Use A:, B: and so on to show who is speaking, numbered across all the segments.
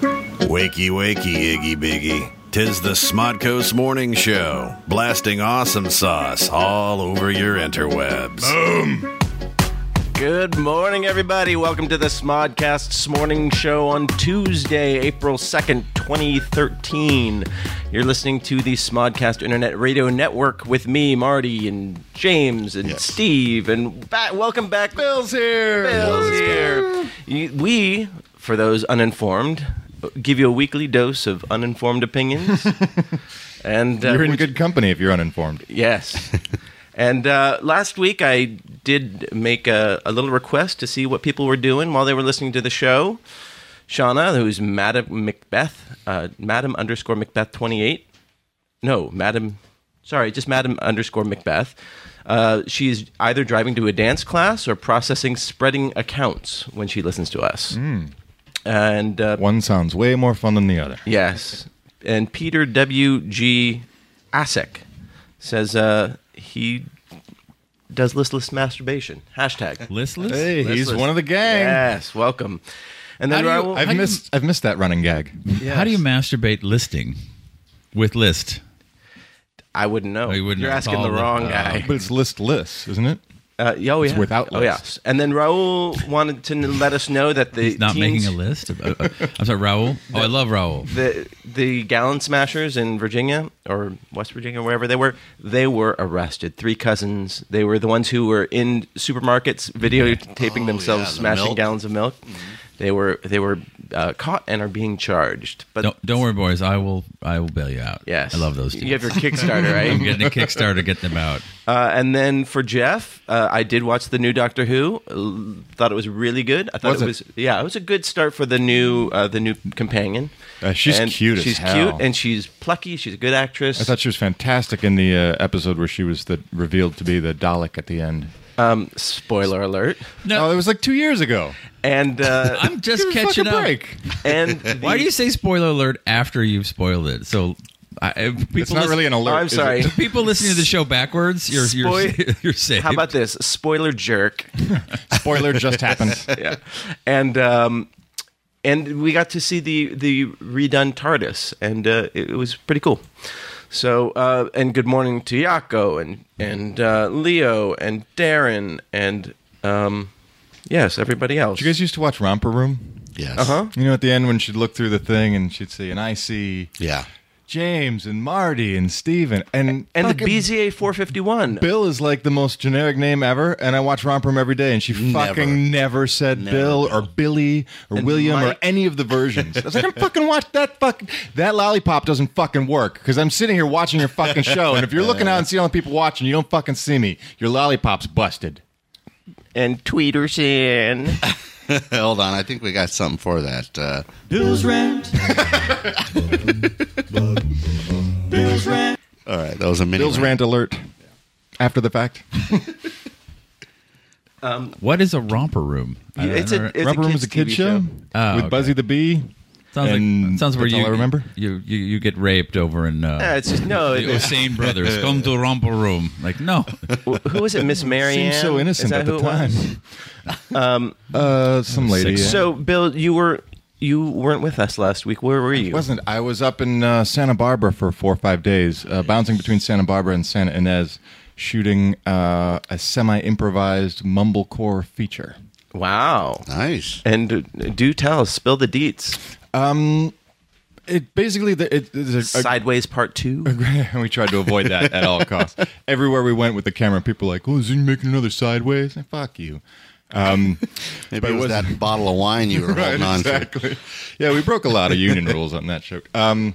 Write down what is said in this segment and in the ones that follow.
A: Wakey, wakey, Iggy Biggy. Tis the Smodco's Morning Show, blasting awesome sauce all over your interwebs.
B: Good morning, everybody. Welcome to the Smodcast's morning show on Tuesday, April 2nd, 2013. You're listening to the Smodcast Internet Radio Network with me, Marty, and James, and Steve, and ba- welcome back, Bill's here. Bill's here. You- We, for those uninformed, give you a weekly dose of uninformed opinions. and uh,
C: You're in good company if you're uninformed.
B: Yes. and uh, last week I did make a, a little request to see what people were doing while they were listening to the show. Shauna, who's Madam Macbeth, uh, Madam underscore Macbeth 28. No, Madam, sorry, just Madam underscore Macbeth. Uh, she is either driving to a dance class or processing spreading accounts when she listens to us. And uh,
C: One sounds way more fun than the other.
B: Yes. And Peter W. G. Asek says uh, he does listless masturbation. Hashtag.
D: Listless?
C: Hey, he's
B: Listless.
C: one of the gang.
B: Yes, welcome. And then
D: How do you-
B: Raoul-
C: I've missed I've missed that running gag.
D: How do you masturbate listing with list?
B: I wouldn't know.
D: Oh, you wouldn't
B: You're
D: know.
B: asking the
D: Paul,
B: wrong
D: uh,
B: guy.
C: But it's list list, isn't it?
B: Uh, yeah, oh, yeah.
C: without
B: oh,
C: list.
B: yes. And then Raoul wanted to n- let us know that the
D: Not
B: teens-
D: making a list? Uh, uh, I'm sorry, Raul. Oh, I love Raul.
B: the the gallon smashers in Virginia or West Virginia, wherever they were, they were arrested. Three cousins. They were the ones who were in supermarkets videotaping themselves
A: Oh, yeah, the
B: smashing
A: milk. Mm-hmm.
B: gallons of milk. They were they were uh, caught and are being charged. But
D: Don't, don't worry, boys. I will I will bail you out.
B: yes,
D: I love those
B: You have
D: dudes.
B: your Kickstarter,
D: I'm
B: right?
D: getting a Kickstarter to get them out.
B: uh, and then for Jeff, uh, I did watch the new Doctor Who. L- Thought it was really good. I thought
C: Was
B: it
C: it?
B: was yeah, it was a good start for the new uh, the new companion.
C: Uh, she's
B: And
C: cute as
B: She's
C: hell.
B: cute and she's plucky. She's a good actress.
C: I thought she was fantastic in the uh, episode where she was the, revealed to be the Dalek at the end.
B: Um, Spoiler alert.
C: Oh, it was like two years ago.
B: And uh,
D: I'm just
C: Oh, Give me a
D: catching
C: fucking
D: up.
C: break.
B: and the-
D: Why do you say spoiler alert after you've spoiled it? So I, if people
C: It's not
D: listen-
C: really an alert.
B: I'm
C: is it?
B: sorry.
D: if people listening to the show backwards, you're, you're,
B: Spoil-
D: you're safe.
B: How about this spoiler jerk?
C: Spoiler just happened.
B: yeah, and um, and we got to see the the redone TARDIS, and uh, it, it was pretty cool. So uh, and good morning to Yako and and uh, Leo and Darren and um, yes, everybody else.
C: You guys used to watch Romper Room?
E: Yes.
B: huh?
C: You know, at the end when she'd look through the thing and she'd say, and I see
E: Yeah.
C: James and Marty and Steven and
B: And the
C: fucking
B: BZA 451.
C: Bill is like the most generic name ever, and I watch Romper Room every day, and she fucking never said Bill or Billy or William or
B: Mike.
C: any of the versions. I was like, I'm fucking watch that fucking that lollipop doesn't fucking work because I'm sitting here watching your fucking show, and if you're looking out and seeing all the people watching, you don't fucking see me. Your lollipop's busted.
B: And tweeters in.
E: Hold on. I think we got something for that. Uh,
F: Bill's rant. Bill's rant.
E: all right. That was a mini.
C: Bill's rant alert. After the fact,
D: What is a romper room? I don't-
B: It's
D: I
B: a,
D: don't-
B: it's
C: Romper Room
B: kids
C: is a kid
B: TV
C: show,
D: Oh,
C: with
D: okay.
C: Buzzy the Bee.
D: Sounds like
C: and
D: sounds where
C: that's
D: you
C: all I remember.
D: You, you you get raped over in uh,
B: Yeah, it's just no.
D: the
B: it-
D: Osane brothers. Come to Romper Room. Like no,
B: who was it? Miss Marianne.
C: Seems so innocent
B: Is that
C: at
B: who
C: the
B: it was?
C: time. um, uh, some lady.
D: six.
C: yeah.
B: So, Bill, you were you weren't with us last week. Where were you?
C: wasn't. I was up in uh, Santa Barbara for four or five days, uh, bouncing between Santa Barbara and Santa Inez, shooting uh, a semi-improvised mumblecore feature.
B: Wow.
E: Nice.
B: And uh, do tell, spill the deets.
C: It basically the, it, there's a, a-
B: Sideways Part Two.
C: we tried to avoid that at all costs. Everywhere we went with the camera, people were like, "Oh, is he making another sideways?" Like, Fuck you. Um,
E: Maybe
C: but
E: it
C: it
E: was
C: wasn't-
E: that bottle of wine you were holding on to.
C: exactly. Yeah, we broke a lot of union rules on that show. Um,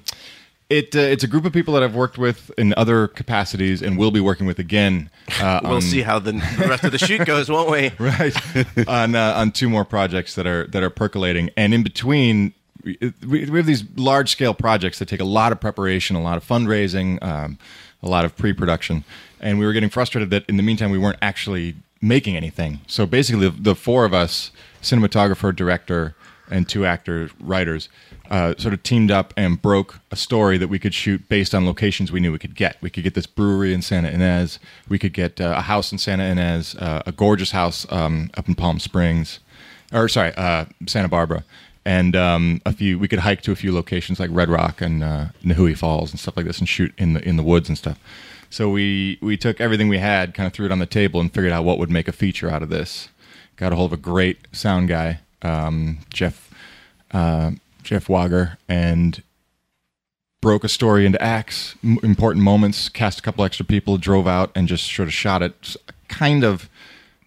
C: it, uh, it's a group of people that I've worked with in other capacities and will be working with again. Uh,
B: We'll
C: on-
B: see how the, the rest of the shoot goes, won't we?
C: right on uh, on two more projects that are that are percolating and in between we, we we have these large scale projects that take a lot of preparation a lot of fundraising um, a lot of pre-production and we were getting frustrated that in the meantime we weren't actually making anything so basically the, the four of us cinematographer director and two actors writers uh, sort of teamed up and broke a story that we could shoot based on locations we knew we could get. We could get this brewery in Santa Inez. We could get uh, a house in Santa Inez, uh, a gorgeous house um, up in Palm Springs, or sorry, uh, Santa Barbara, and um, a few we could hike to a few locations like Red Rock and uh, Nahui Falls and stuff like this, and shoot in the in the woods and stuff. So we we took everything we had, kind of threw it on the table, and figured out what would make a feature out of this. Got a hold of a great sound guy, um, Jeff uh, Jeff Wager, and broke a story into acts, m- important moments, cast a couple extra people, drove out, and just sort of shot it, s- kind of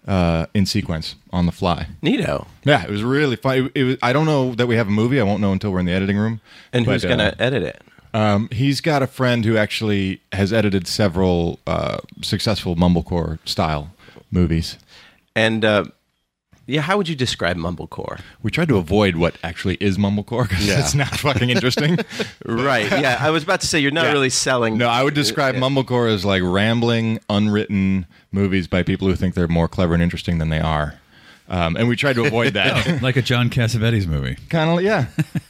C: uh, in sequence on the fly.
B: Neato.
C: Yeah, it was really fun. It, it was, I don't know that we have a movie. I won't know until we're in the editing room.
B: And who's
C: But,
B: going
C: uh,
B: to edit it?
C: um, he's got a friend who actually has edited several uh, successful mumblecore style movies.
B: And uh, yeah, how would you describe mumblecore?
C: We tried to avoid what actually is mumblecore because
E: Yeah.
C: it's not fucking interesting.
B: Right. Yeah, I was about to say you're not really selling.
C: no, I would describe mumblecore as like rambling, unwritten movies by people who think they're more clever and interesting than they are. Um, and we tried to avoid that.
D: like a John Cassavetes movie.
C: kind of, yeah.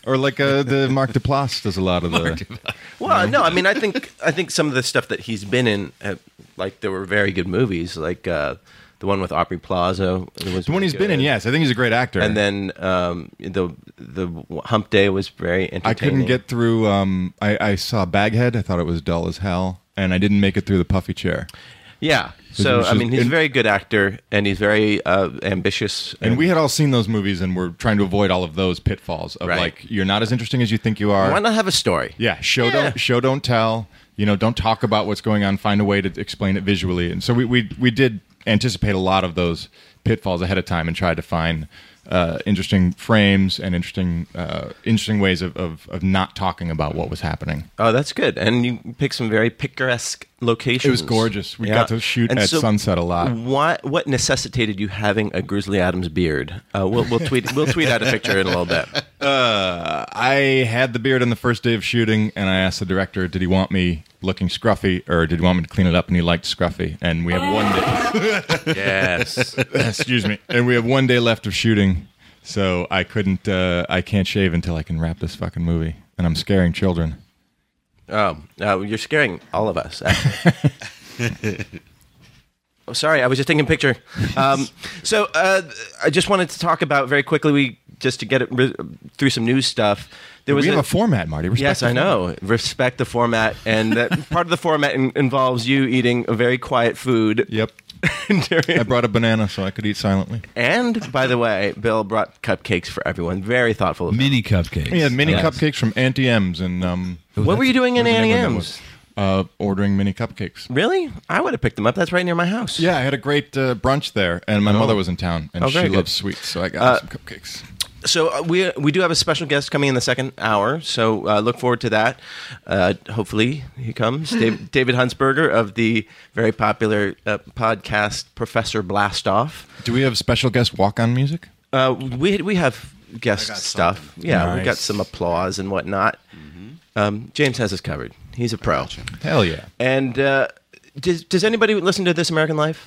C: Or like uh, the Mark Duplass does a lot of the.
B: Well, no, I mean, I think I think some of the stuff that he's been in, uh, like there were very good movies, like uh, the one with Aubrey Plaza. Was
C: The one
B: really
C: he's been in,
B: good.
C: yes. I think he's a great actor.
B: And then um, the the Hump Day was very entertaining.
C: I couldn't get through. Um, I, I saw Baghead. I thought it was dull as hell, and I didn't make it through the puffy chair.
B: Yeah. So
C: Which
B: I
C: is-
B: mean, he's
C: and-
B: a very good actor, and he's very uh, ambitious.
C: And we had all seen those movies, and we're trying to avoid all of those pitfalls of
B: Right.
C: like you're not as interesting as you think you are.
B: Uh, why not have a story?
C: Yeah, show don't show don't tell. You know, don't talk about what's going on. Find a way to explain it visually. And so we we, we did anticipate a lot of those pitfalls ahead of time and tried to find uh, interesting frames and interesting uh, interesting ways of, of of not talking about what was happening.
B: Oh, that's good. And you pick some very picturesque locations.
C: It was gorgeous. We got to shoot at sunset a lot.
B: What what necessitated you having a Grizzly Adams beard? Uh, we'll, we'll tweet we'll tweet out a picture in a little bit.
C: I had the beard on the first day of shooting, and I asked the director, "Did he want me looking scruffy, or did he want me to clean it up?" And he liked scruffy. And we have one day,
B: Yes.
C: excuse me, and we have one day left of shooting, so I couldn't, uh, I can't shave until I can wrap this fucking movie, and I'm scaring children.
B: Oh, uh, you're scaring all of us. actually. oh, sorry, I was just taking a picture. Um, so uh, I just wanted to talk about very quickly. We just to get it ri- through some news stuff. There
C: we have
B: a-
C: a format, Marty. Respect
B: Yes,
C: the
B: I know. Respect the format, and that part of the format in- involves you eating a very quiet food.
C: Yep.
B: during-
C: I brought a banana so I could eat silently.
B: and by the way, Bill brought cupcakes for everyone. Very thoughtful. Of him.
D: Mini cupcakes.
C: We had mini
D: Yes.
C: cupcakes from Auntie M's, and um,
B: What were you doing in
C: what was the
B: Annie
C: name of that
B: M's?
C: one? Uh, ordering mini cupcakes.
B: Really? I would have picked them up. That's right near my house.
C: Yeah, I had a great uh, brunch there, and my mother was in town, and
B: Oh,
C: she
B: very good. Uh,
C: loves sweets, so I got some cupcakes.
B: So uh, we we do have a special guest coming in the second hour. So uh, look forward to that. Uh, hopefully he comes, Dave, David Huntsberger of the very popular uh, podcast Professor Blastoff.
C: Do we have special guest walk on music?
B: Uh, we we have guest stuff. Yeah, we
C: Nice.
B: got some applause and whatnot. Um, James has us covered. He's a pro.
C: Hell yeah!
B: And uh, does does anybody listen to This American Life?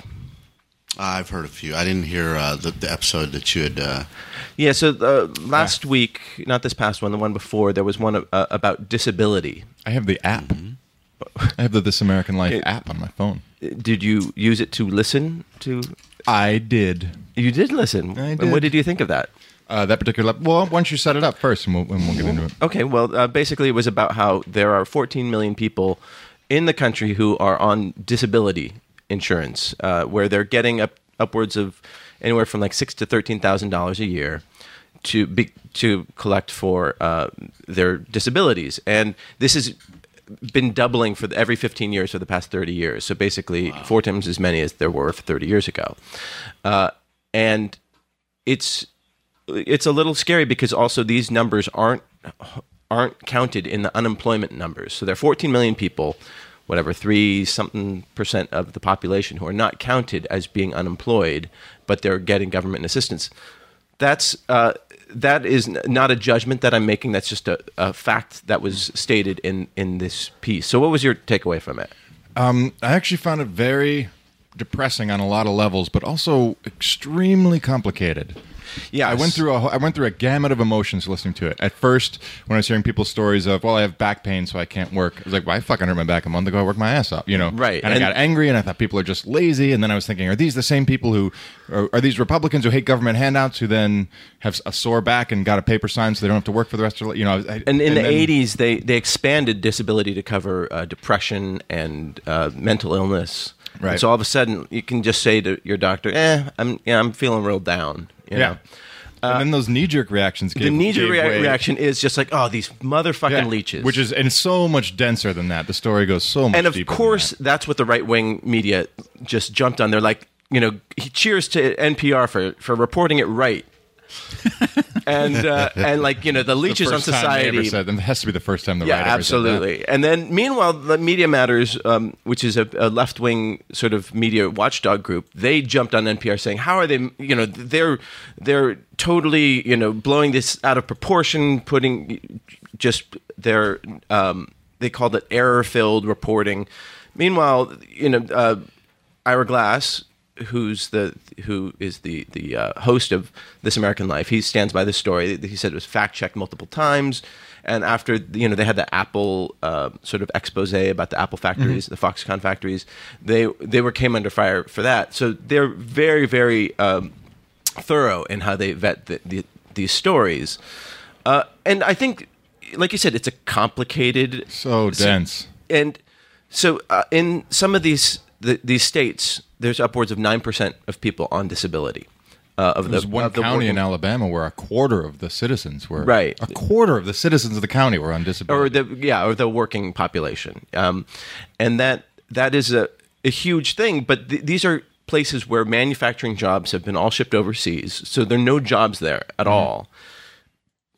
E: I've heard a few. I didn't hear uh, the, the episode that you had. Uh,
B: Yeah, so uh, last week, not this past one, the one before, there was one uh, about disability.
C: I have the app.
B: Mm-hmm.
C: I have the This American Life app on my phone.
B: did you use it to listen to
C: I did
B: you did listen
C: I
B: and what
C: did.
B: did you think of that
C: uh, that particular. Well, why don't you set it up first, and we'll, and we'll get into it.
B: okay well uh, basically it was about how there are 14 million people in the country who are on disability insurance uh, where they're getting up upwards of anywhere from like six to thirteen thousand dollars a year to be, to collect for uh, their disabilities and this is been doubling for the, every 15 years for the past 30 years. So basically, four times as many as there were 30 years ago. Uh, and it's it's a little scary because also these numbers aren't aren't counted in the unemployment numbers. So there are 14 million people, whatever three something percent of the population who are not counted as being unemployed, but they're getting government assistance. That's uh, that is n- not a judgment that I'm making. That's just a, a fact that was stated in in this piece. So what was your takeaway from it?
C: I actually found it very depressing on a lot of levels, but also extremely complicated.
B: Yeah,
C: I went through a whole- I went through a gamut of emotions listening to it. At first, when I was hearing people's stories of, well, I have back pain, so I can't work. I was like, well, I fucking hurt my back a month ago. I worked my ass up, you know.
B: Right,
C: And,
B: and-
C: I got angry, and I thought people are just lazy. And then I was thinking, are these the same people who are, are these Republicans who hate government handouts who then have a sore back and got a paper sign so they don't have to work for the rest of their life? You know. I, I-
B: And in
C: then-
B: the 80s, they, they expanded disability to cover uh, depression and uh, mental illness.
C: Right.
B: And so all of a sudden, you can just say to your doctor, eh, I'm, you know, I'm feeling real down. you
C: yeah.
B: know.
C: and then those knee jerk reactions. Gave,
B: The knee jerk
C: gave way-
B: reaction is just like, oh, these motherfucking
C: Yeah.
B: leeches.
C: which is and it's so much denser than that. The story goes so much.
B: and of
C: deeper than
B: course
C: that.
B: that's what the right wing media just jumped on. They're like, you know, he- cheers to NPR for for reporting it right. and uh, and like you know the
C: The
B: leeches on
C: first time they ever
B: society.
C: said that- it has to be the first time the
B: Yeah,
C: writer ever said that.
B: absolutely. And then, meanwhile, the Media Matters, um, which is a, a left-wing sort of media watchdog group, they jumped on NPR saying, "How are they? You know, they're they're totally you know blowing this out of proportion, putting just their um, they called it error-filled reporting." Meanwhile, you know, uh, Ira Glass. Who's the who is the the uh, host of This American Life? He stands by this story. He said it was fact checked multiple times, and after you know they had the Apple uh, sort of expose about the Apple factories, the Foxconn factories, they they were came under fire for that. So they're very very um, thorough in how they vet the, the, these stories, uh, and I think, like you said, it's a complicated
C: So dense.
B: and so uh, in some of these the, these states, there's upwards of nine percent of people on disability. Uh, of
C: There's
B: the,
C: one
B: of the
C: county
B: working-
C: in Alabama where a quarter of the citizens were
B: Right.
C: A quarter of the citizens of the county were on
B: or
C: disability.
B: the yeah, or the working population, um, and that that is a, a huge thing. But th- these are places where manufacturing jobs have been all shipped overseas, so there are no jobs there at
C: Mm-hmm.
B: all.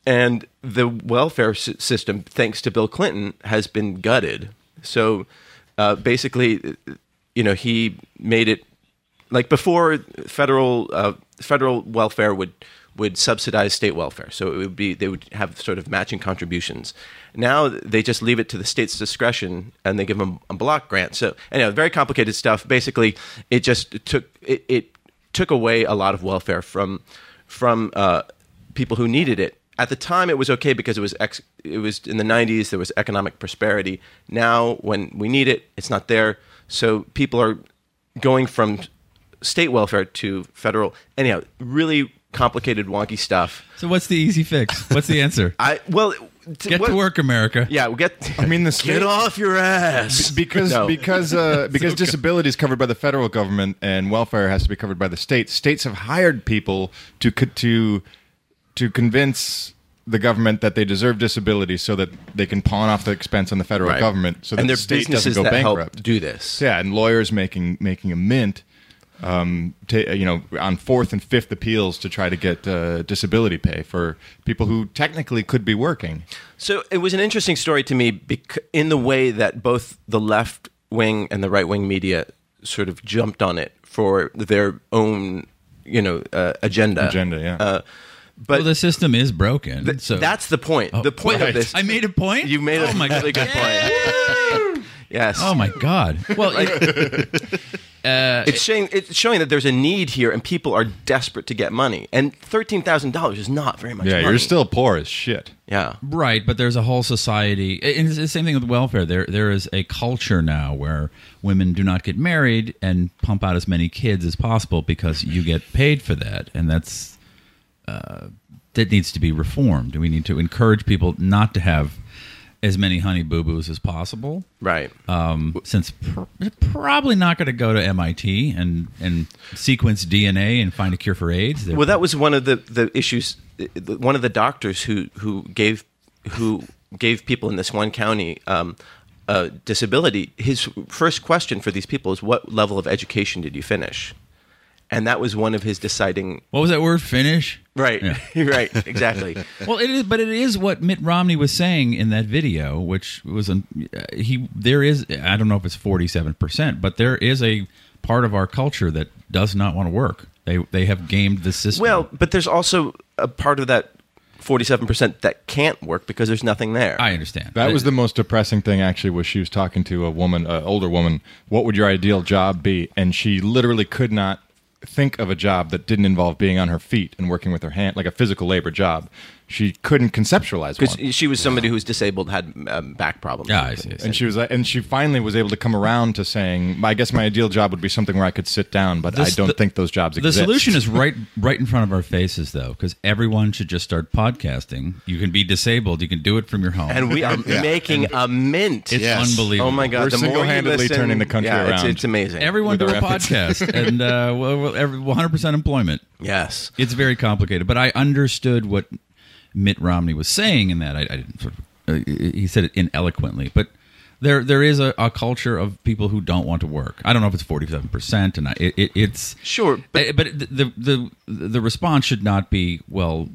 B: And the welfare s- system, thanks to Bill Clinton, has been gutted. So uh, basically, you know, he made it like before federal uh, federal welfare would would subsidize state welfare so it would be they would have sort of matching contributions now they just leave it to the state's discretion and they give them a block grant so anyway very complicated stuff basically it just took it, it took away a lot of welfare from from uh, people who needed it at the time it was okay because it was ex- it was in the 90s there was economic prosperity now when we need it it's not there so people are going from state welfare to federal. Anyhow, really complicated, wonky stuff.
D: So what's the easy fix? What's the answer?
B: I well, t-
D: Get
B: what-
D: to work, America.
B: Yeah, we get.
C: I mean, the state-
B: get off your ass
C: because
B: No.
C: because uh, because disability is covered by the federal government and welfare has to be covered by the states. States have hired people to co- to to convince the government that they deserve disability so that they can pawn off the expense on the federal
B: Right.
C: government so that
B: and
C: the
B: their
C: state doesn't
B: businesses
C: go
B: that
C: bankrupt.
B: help do this.
C: Yeah, and lawyers making making a mint, um, ta you know, on fourth and fifth appeals to try to get uh, disability pay for people who technically could be working.
B: So it was an interesting story to me bec- in the way that both the left wing and the right wing media sort of jumped on it for their own, you know, uh, agenda.
C: Agenda, yeah.
B: Uh, but
D: Well, the system is broken. so Oh,
B: that's the point. the point
C: right.
B: of this.
D: I made a point.
B: you made a
D: oh my
B: really good point. yes.
D: Oh my god. Well, it-
B: It's showing it's showing that there's a need here, and people are desperate to get money. And thirteen thousand dollars is not very much.
C: Yeah,
B: money.
C: you're still poor as shit.
B: yeah.
D: right, but there's a whole society, and it's the same thing with welfare. There, there is a culture now where women do not get married and pump out as many kids as possible because you get paid for that, and that's uh, that needs to be reformed. We need to encourage people not to have as many honey boo boos as possible.
B: Right.
D: um, since pr- probably not going to go to MIT and and sequence DNA and find a cure for AIDS. They're-
B: Well, that was one of the the issues. the- One of the doctors who who gave who gave people in this one county um, a disability. His first question for these people is, "What level of education did you finish?" And that was one of his deciding.
D: what was that word? Finish.
B: Right.
D: Yeah.
B: right. Exactly.
D: Well, it is, but it is what Mitt Romney was saying in that video, which was an, uh, he. There is, I don't know if it's forty-seven percent, but there is a part of our culture that does not want to work. They they have gamed the system.
B: Well, but there's also a part of that forty-seven percent that can't work because there's nothing there.
D: I understand
C: That was
D: the.
C: the most depressing thing, actually, was she was talking to a woman, an older woman. What would your ideal job be? And she literally could not think of a job that didn't involve being on her feet and working with her hand, like a physical labor job. She couldn't conceptualize one.
B: Because she was somebody who was disabled, had um, back problems.
D: Yeah, I see, I see.
C: and she was like, and she finally was able to come around to saying, "I guess my ideal job would be something where I could sit down, but I
D: This-
C: don't
D: the-
C: think those jobs
D: the
C: exist."
D: solution is right right in front of our faces, though, because everyone should just start podcasting. You can be disabled. You can do it from your home.
B: And we are
E: Yeah.
B: making a mint.
D: it's
E: Yes.
D: unbelievable.
B: Oh my God!
C: We're
B: the more you
C: single-handedly
B: listen-
C: turning the country
B: yeah, It's,
C: around.
B: it's amazing.
D: Everyone
C: With
D: do a
C: our efforts.
D: podcast, and uh, well, well, every, 100% employment.
B: Yes.
D: It's very complicated, but I understood what Mitt Romney was saying in that. I, I didn't sort of, uh, he said it ineloquently, but there there is a, a culture of people who don't want to work. I don't know if it's forty seven percent, and I, it, it, it's Eh,
B: Sure, but-
D: but, but the, the the the response should not be well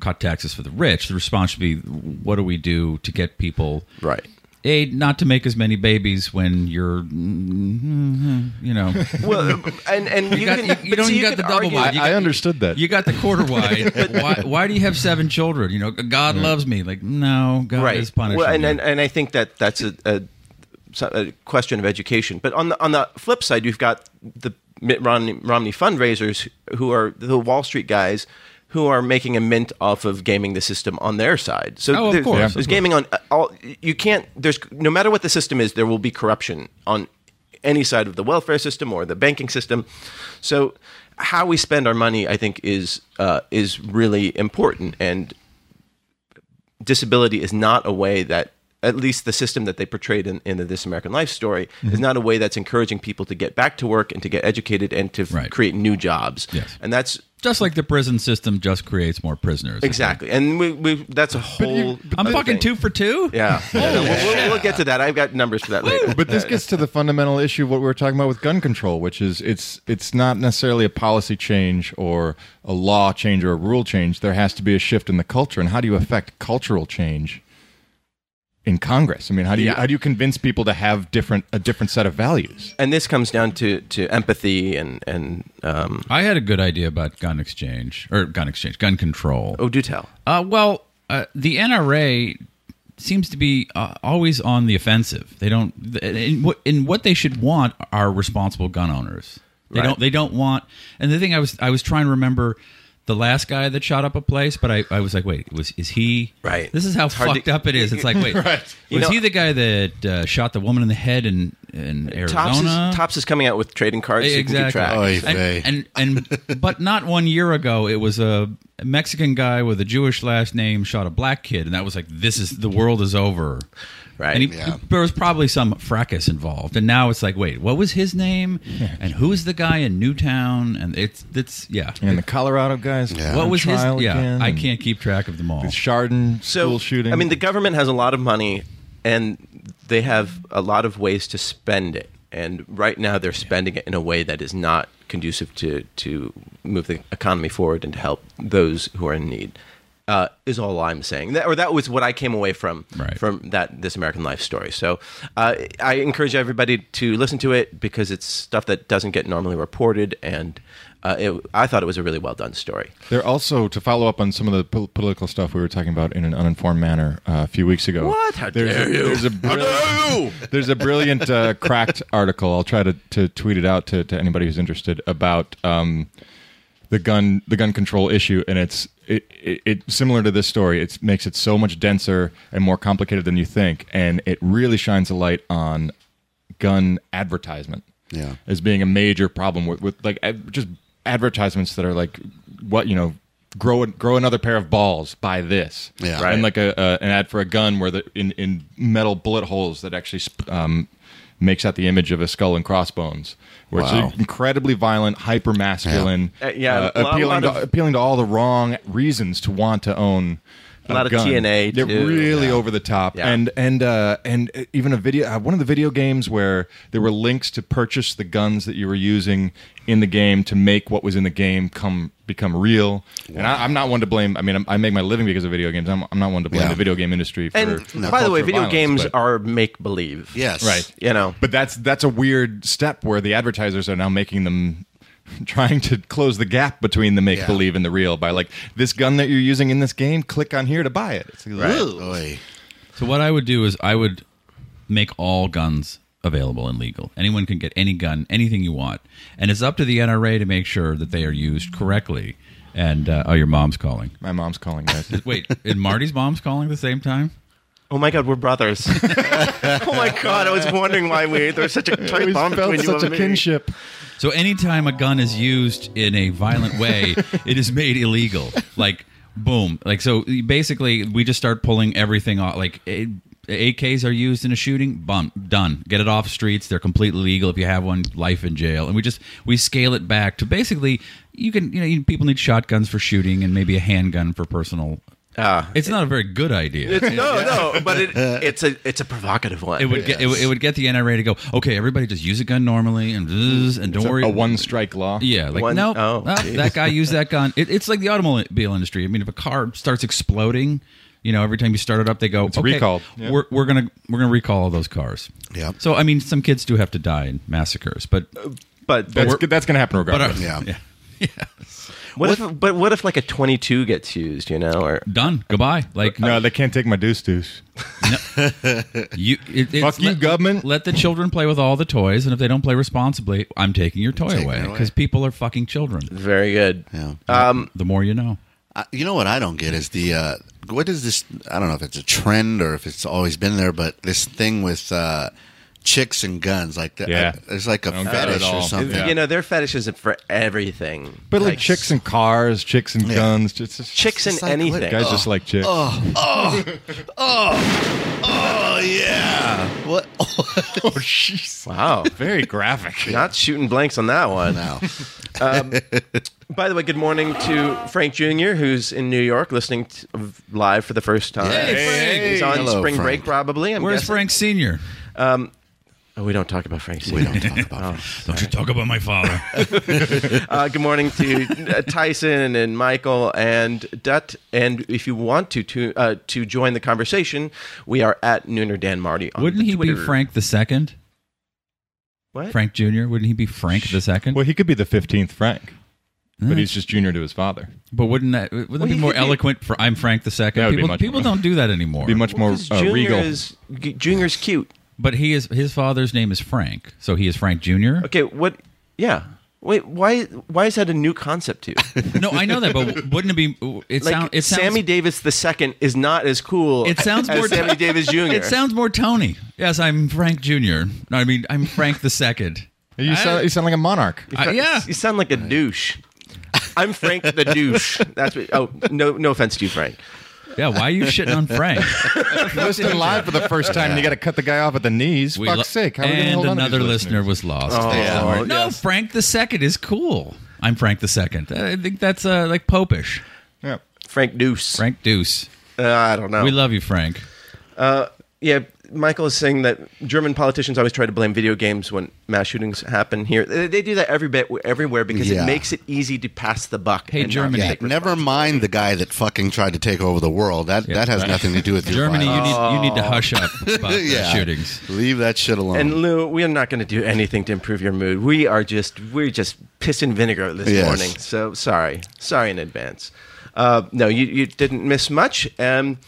D: cut taxes for the rich. The response should be what do we do to get people
B: Right.
D: A, not to make as many babies when you're, mm, you know,
B: Well, and and you,
D: got-
B: can,
D: you-
B: but
D: you don't
B: see,
D: even got
B: could
D: the double
B: argue-
D: wide.
C: I,
D: You
C: I
D: got-
C: understood that.
D: you got the quarter wide. why, why do you have seven children? You know, God loves me. Like, no, God
B: Mm-hmm. right.
D: is punishing
B: well, and,
D: you.
B: and and I think that that's a, a, so- a question of education. But on the on the flip side, you've got the Mitt Romney, Romney fundraisers who are the Wall Street guys who are making a mint off of gaming the system on their side. So
D: Oh, of
B: there's,
D: course,
B: there's
D: of course.
B: gaming on uh, all. You can't. There's no matter what the system is, there will be corruption on any side of the welfare system or the banking system. So how we spend our money, I think, is uh, is really important and disability is not a way that at least the system that they portrayed in, in the This American Life story is
D: Mm-hmm.
B: not a way that's encouraging people to get back to work and to get educated and to f-
D: Right.
B: create new jobs.
D: Yes.
B: And that's
D: just like the prison system just creates more prisoners.
B: exactly. And we, we that's a whole.
D: I'm
B: other
D: fucking
B: thing.
D: two for two.
B: Yeah. Yeah, no, we'll, we'll- we'll get to that. I've got numbers for that later.
C: but this gets to the fundamental issue of what we were talking about with gun control, which is it's it's not necessarily a policy change or a law change or a rule change. There has to be a shift in the culture, and how do you affect cultural change in Congress? I mean, how do you
B: Yeah.
C: how do you convince people to have different a different set of values?
B: And this comes down to, to empathy and, and um,
D: I had a good idea about gun exchange or gun exchange, gun control.
B: oh, do tell.
D: Uh, well, uh, the NRA seems to be uh, always on the offensive. They don't, and what, and what they should want are responsible gun owners. They
B: Right.
D: don't. They don't want. And the thing I was, I was trying to remember the last guy that shot up a place, but I, I was like, wait, was is he
B: Right.
D: This is how
B: hard to-
D: fucked up it is. It's like, wait, was
B: You know-
D: he the guy that uh, shot the woman in the head in in
B: Tops is,
D: Arizona?
B: Tops is coming out with trading cards. So you can keep
D: Exactly.
B: track.
E: Oh, Oy vey.
D: and, and and but not one year ago, it was a Mexican guy with a Jewish last name shot a black kid, and that was like, this is the world is over.
B: Right.
D: And he,
E: Yeah.
D: there was probably some fracas involved, and now it's like, wait, what was his name, and who is the guy in Newtown, and it's it's yeah.
C: And the Colorado guys,
E: Yeah.
D: What
E: on
D: was his?
C: trial
D: Yeah,
C: again,
D: I
C: and
D: can't keep track of them all.
C: The Chardon
B: so
C: school shooting.
B: I mean, the government has a lot of money, and they have a lot of ways to spend it. And right now, they're spending it in a way that is not conducive to to move the economy forward and to help those who are in need. Uh, is all I'm saying, that, or that was what I came away from
D: Right.
B: from that This American Life story. So uh, I encourage everybody to listen to it because it's stuff that doesn't get normally reported, and uh, it, I thought it was a really well done story.
C: They're also to follow up on some of the pol- political stuff we were talking about in an uninformed manner uh, a few weeks ago.
B: What? How
C: there's
B: dare
C: a,
B: you.
C: There's a brilliant, there's a brilliant uh, cracked article. I'll try to, to tweet it out to, to anybody who's interested about um, the gun the gun control issue, and it's it, it, it similar to this story. It makes it so much denser and more complicated than you think, and it really shines a light on gun advertisement
E: Yeah.
C: as being a major problem with, with like ad- just advertisements that are like what you know grow grow another pair of balls buy this
E: Yeah.
B: Right.
C: and like a, a an ad for a gun where the in in metal bullet holes that actually sp- um makes out the image of a skull and crossbones where
E: Wow.
C: it's incredibly violent hyper masculine
B: Yeah. Uh, yeah, a lot- lot
C: appealing to
B: of-
C: appealing to all the wrong reasons to want to own
B: A lot of
C: gun.
B: TNA
C: They're
B: too.
C: really really over the top
B: Yeah.
C: and and uh and even a video uh, one of the video games where there were links to purchase the guns that you were using in the game to make what was in the game come become real and I, i'm not one to blame i mean I'm, i make my living because of video games i'm, I'm not one to blame
E: Yeah.
C: the video game industry for,
B: And
C: for
B: by the way,
C: culture
B: video
C: violence,
B: games
C: but-
B: are make believe.
E: Yes.
C: right
B: you know.
C: but that's that's a weird step where the advertisers are now making them trying to close the gap between the make
E: Yeah.
C: believe and the real by like this gun that you're using in this game click on here to buy it it's like,
E: Right. Oy.
D: So what I would do is I would make all guns available and legal. Anyone can get any gun, anything you want, and it's up to the NRA to make sure that they are used correctly. And uh, oh, your mom's calling.
C: My mom's calling guys.
D: Wait, and Marty's mom's calling at the same time.
B: Oh my God, we're brothers. oh my God, I was wondering why we there was such a tight
C: We
B: bond
C: felt
B: between you
C: such a
B: and me.
C: kinship.
D: So anytime a gun is used in a violent way, it is made illegal. Like boom. Like so basically we just start pulling everything off like eh, AKs are used in a shooting, bum, done. Get it off streets. They're completely legal. If you have one, life in jail. And we just we scale it back to basically you can you know you, people need shotguns for shooting and maybe a handgun for personal. it's not a very good idea.
B: It's- no, no, but it, it's a it's a provocative one.
D: It would get it, would- it would get the NRA to go. Okay, everybody, just use a gun normally, and zzz, and don't worry.
C: A one strike law.
D: Yeah, like
B: One-
D: no,
B: oh,
D: no,
B: geez.
D: that guy used that gun. It, it's like the automobile industry. I mean, if a car starts exploding, you know, every time you start it up, they go, okay,
C: recalled. Yeah.
D: We're, we're gonna we're gonna recall all those cars.
E: Yeah.
D: So I mean, some kids do have to die in massacres, but
B: but
C: That's, that's going to happen
D: but
C: regardless.
D: uh,
E: Yeah.
D: yeah.
B: what if but what if like a twenty two gets used? You know, or
D: done. Goodbye. Like
C: No, they can't take my deuce deuce.
D: you, it, it's-
C: Fuck you,
D: let-
C: government.
D: Let the children play with all the toys, and if they don't play responsibly, I'm taking your toy
E: Taking
D: away
E: it away.
D: because people are fucking children.
B: very good.
E: Yeah.
B: Um,
D: The more you know.
E: I- you know what I don't get is the uh, what is this? I don't know if it's a trend or if it's always been there, but this thing with uh, chicks and guns, like the,
C: Yeah.
E: I- it's like a
C: don't get it at
E: fetish or
C: all.
E: something.
C: Yeah.
B: You know, their fetish is for everything.
C: But like chicks and cars, chicks and guns, just, just-
B: chicks and
E: It's like,
B: anything.
E: what-
C: guys just like chicks.
E: Oh yeah, what? Oh, jeez.
B: wow,
C: Very graphic.
B: not shooting blanks on that one.
E: Now,
B: By the way, good morning to Frank Jr., who's in New York listening t- live for the first time.
D: Hey, Frank.
B: He's on
E: Hello,
B: spring
E: Frank.
B: break, probably. I'm
D: Where's
B: guessing.
D: Frank Senior?
B: Oh, we don't talk about Frank.
E: we don't talk
C: Oh,
E: about.
D: Don't you talk about my father?
B: Uh, good morning to uh, Tyson and Michael and Dutt. And if you want to to, uh, to join the conversation, we are at Nooner Dan Marty. On
D: Wouldn't
B: the
D: he be
B: Twitter.
D: Frank the Second?
B: What?
D: Frank Jr. Wouldn't he be Frank the second?
C: Well, he could be the fifteenth Frank,
D: Mm.
C: but he's just junior to his father.
D: but wouldn't that wouldn't that
B: he
D: be more
B: could be-
D: eloquent for I'm Frank the second?
C: That would be
D: People,
C: much
D: people
C: more-
D: don't do that anymore.
C: Be much more
B: 'Cause
C: uh,
B: Junior
C: regal.
B: is G- Junior's cute.
D: but he is his father's name is Frank, so he is Frank Jr.
B: Okay, what? Yeah. Wait, why? Why is that a new concept to you?
D: No, I know that, but wouldn't it be? It,
B: Like
D: sound, it sounds
B: Sammy Davis II is not as cool.
D: It sounds
B: as
D: more
B: Sammy Davis Jr.
D: It sounds more Tony. Yes, I'm Frank Jr. No, I mean I'm Frank the second.
C: You sound, you sound like a monarch.
D: I- yeah.
B: You sound like a douche. I'm Frank the douche. That's what, oh no no offense to you, Frank.
D: Yeah, why are you shitting on Frank?
C: Listening live for the first time, and you got to cut the guy off at the knees.
D: We
C: Fuck's
D: lo-
C: sake! How are we gonna
D: and
C: hold on to
D: another
C: these
D: listener
C: listeners?
D: was lost.
B: Oh,
D: no, Frank the second is cool. I'm Frank the second. I think that's uh, like popish.
C: Yeah.
B: Frank Deuce.
D: Frank Deuce.
B: Uh, I don't know.
D: We love you, Frank.
B: yeah, Michael is saying that German politicians always try to blame video games when mass shootings happen here. They, they do that every bit everywhere because
E: Yeah.
B: it makes it easy to pass the buck.
D: Hey,
B: and not
D: Germany.
E: yeah,
B: take
E: never mind the guy that fucking tried to take over the world. That that has nothing to do with your
D: Germany, you
E: violence.
D: need, you need
B: Oh.
D: to hush up about the
E: Yeah.
D: shootings.
E: Leave that shit alone.
B: And Lou, we are not going to do anything to improve your mood. We are just we're just piss and vinegar this
E: Yes.
B: morning. So sorry, sorry in advance. Uh, no, you, you didn't miss much. Um,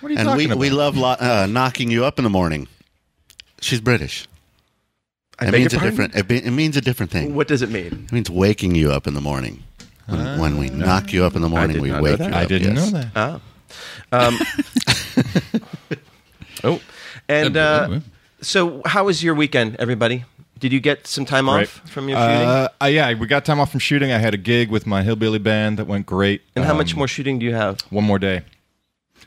C: What are you
E: And
C: talking
E: we,
C: about?
E: we love lo- uh, knocking you up in the morning. She's British.
B: I
E: it
B: beg
E: means a
B: your pardon?
E: different. It, be, it means a different thing.
B: What does it mean?
E: It means waking you up in the morning. When, when we knock you up in the
B: Ah.
E: morning,
B: did
E: we
B: not know
E: wake
B: that.
E: you up.
C: I didn't
E: yes.
C: know that.
B: Oh, and uh, so how was your weekend, everybody? Did you get some time
C: Right.
B: off from your shooting?
C: Uh, uh, yeah, we got time off from shooting. I had a gig with my hillbilly band that went great.
B: and how
C: Um,
B: much more shooting do you have?
C: One more day.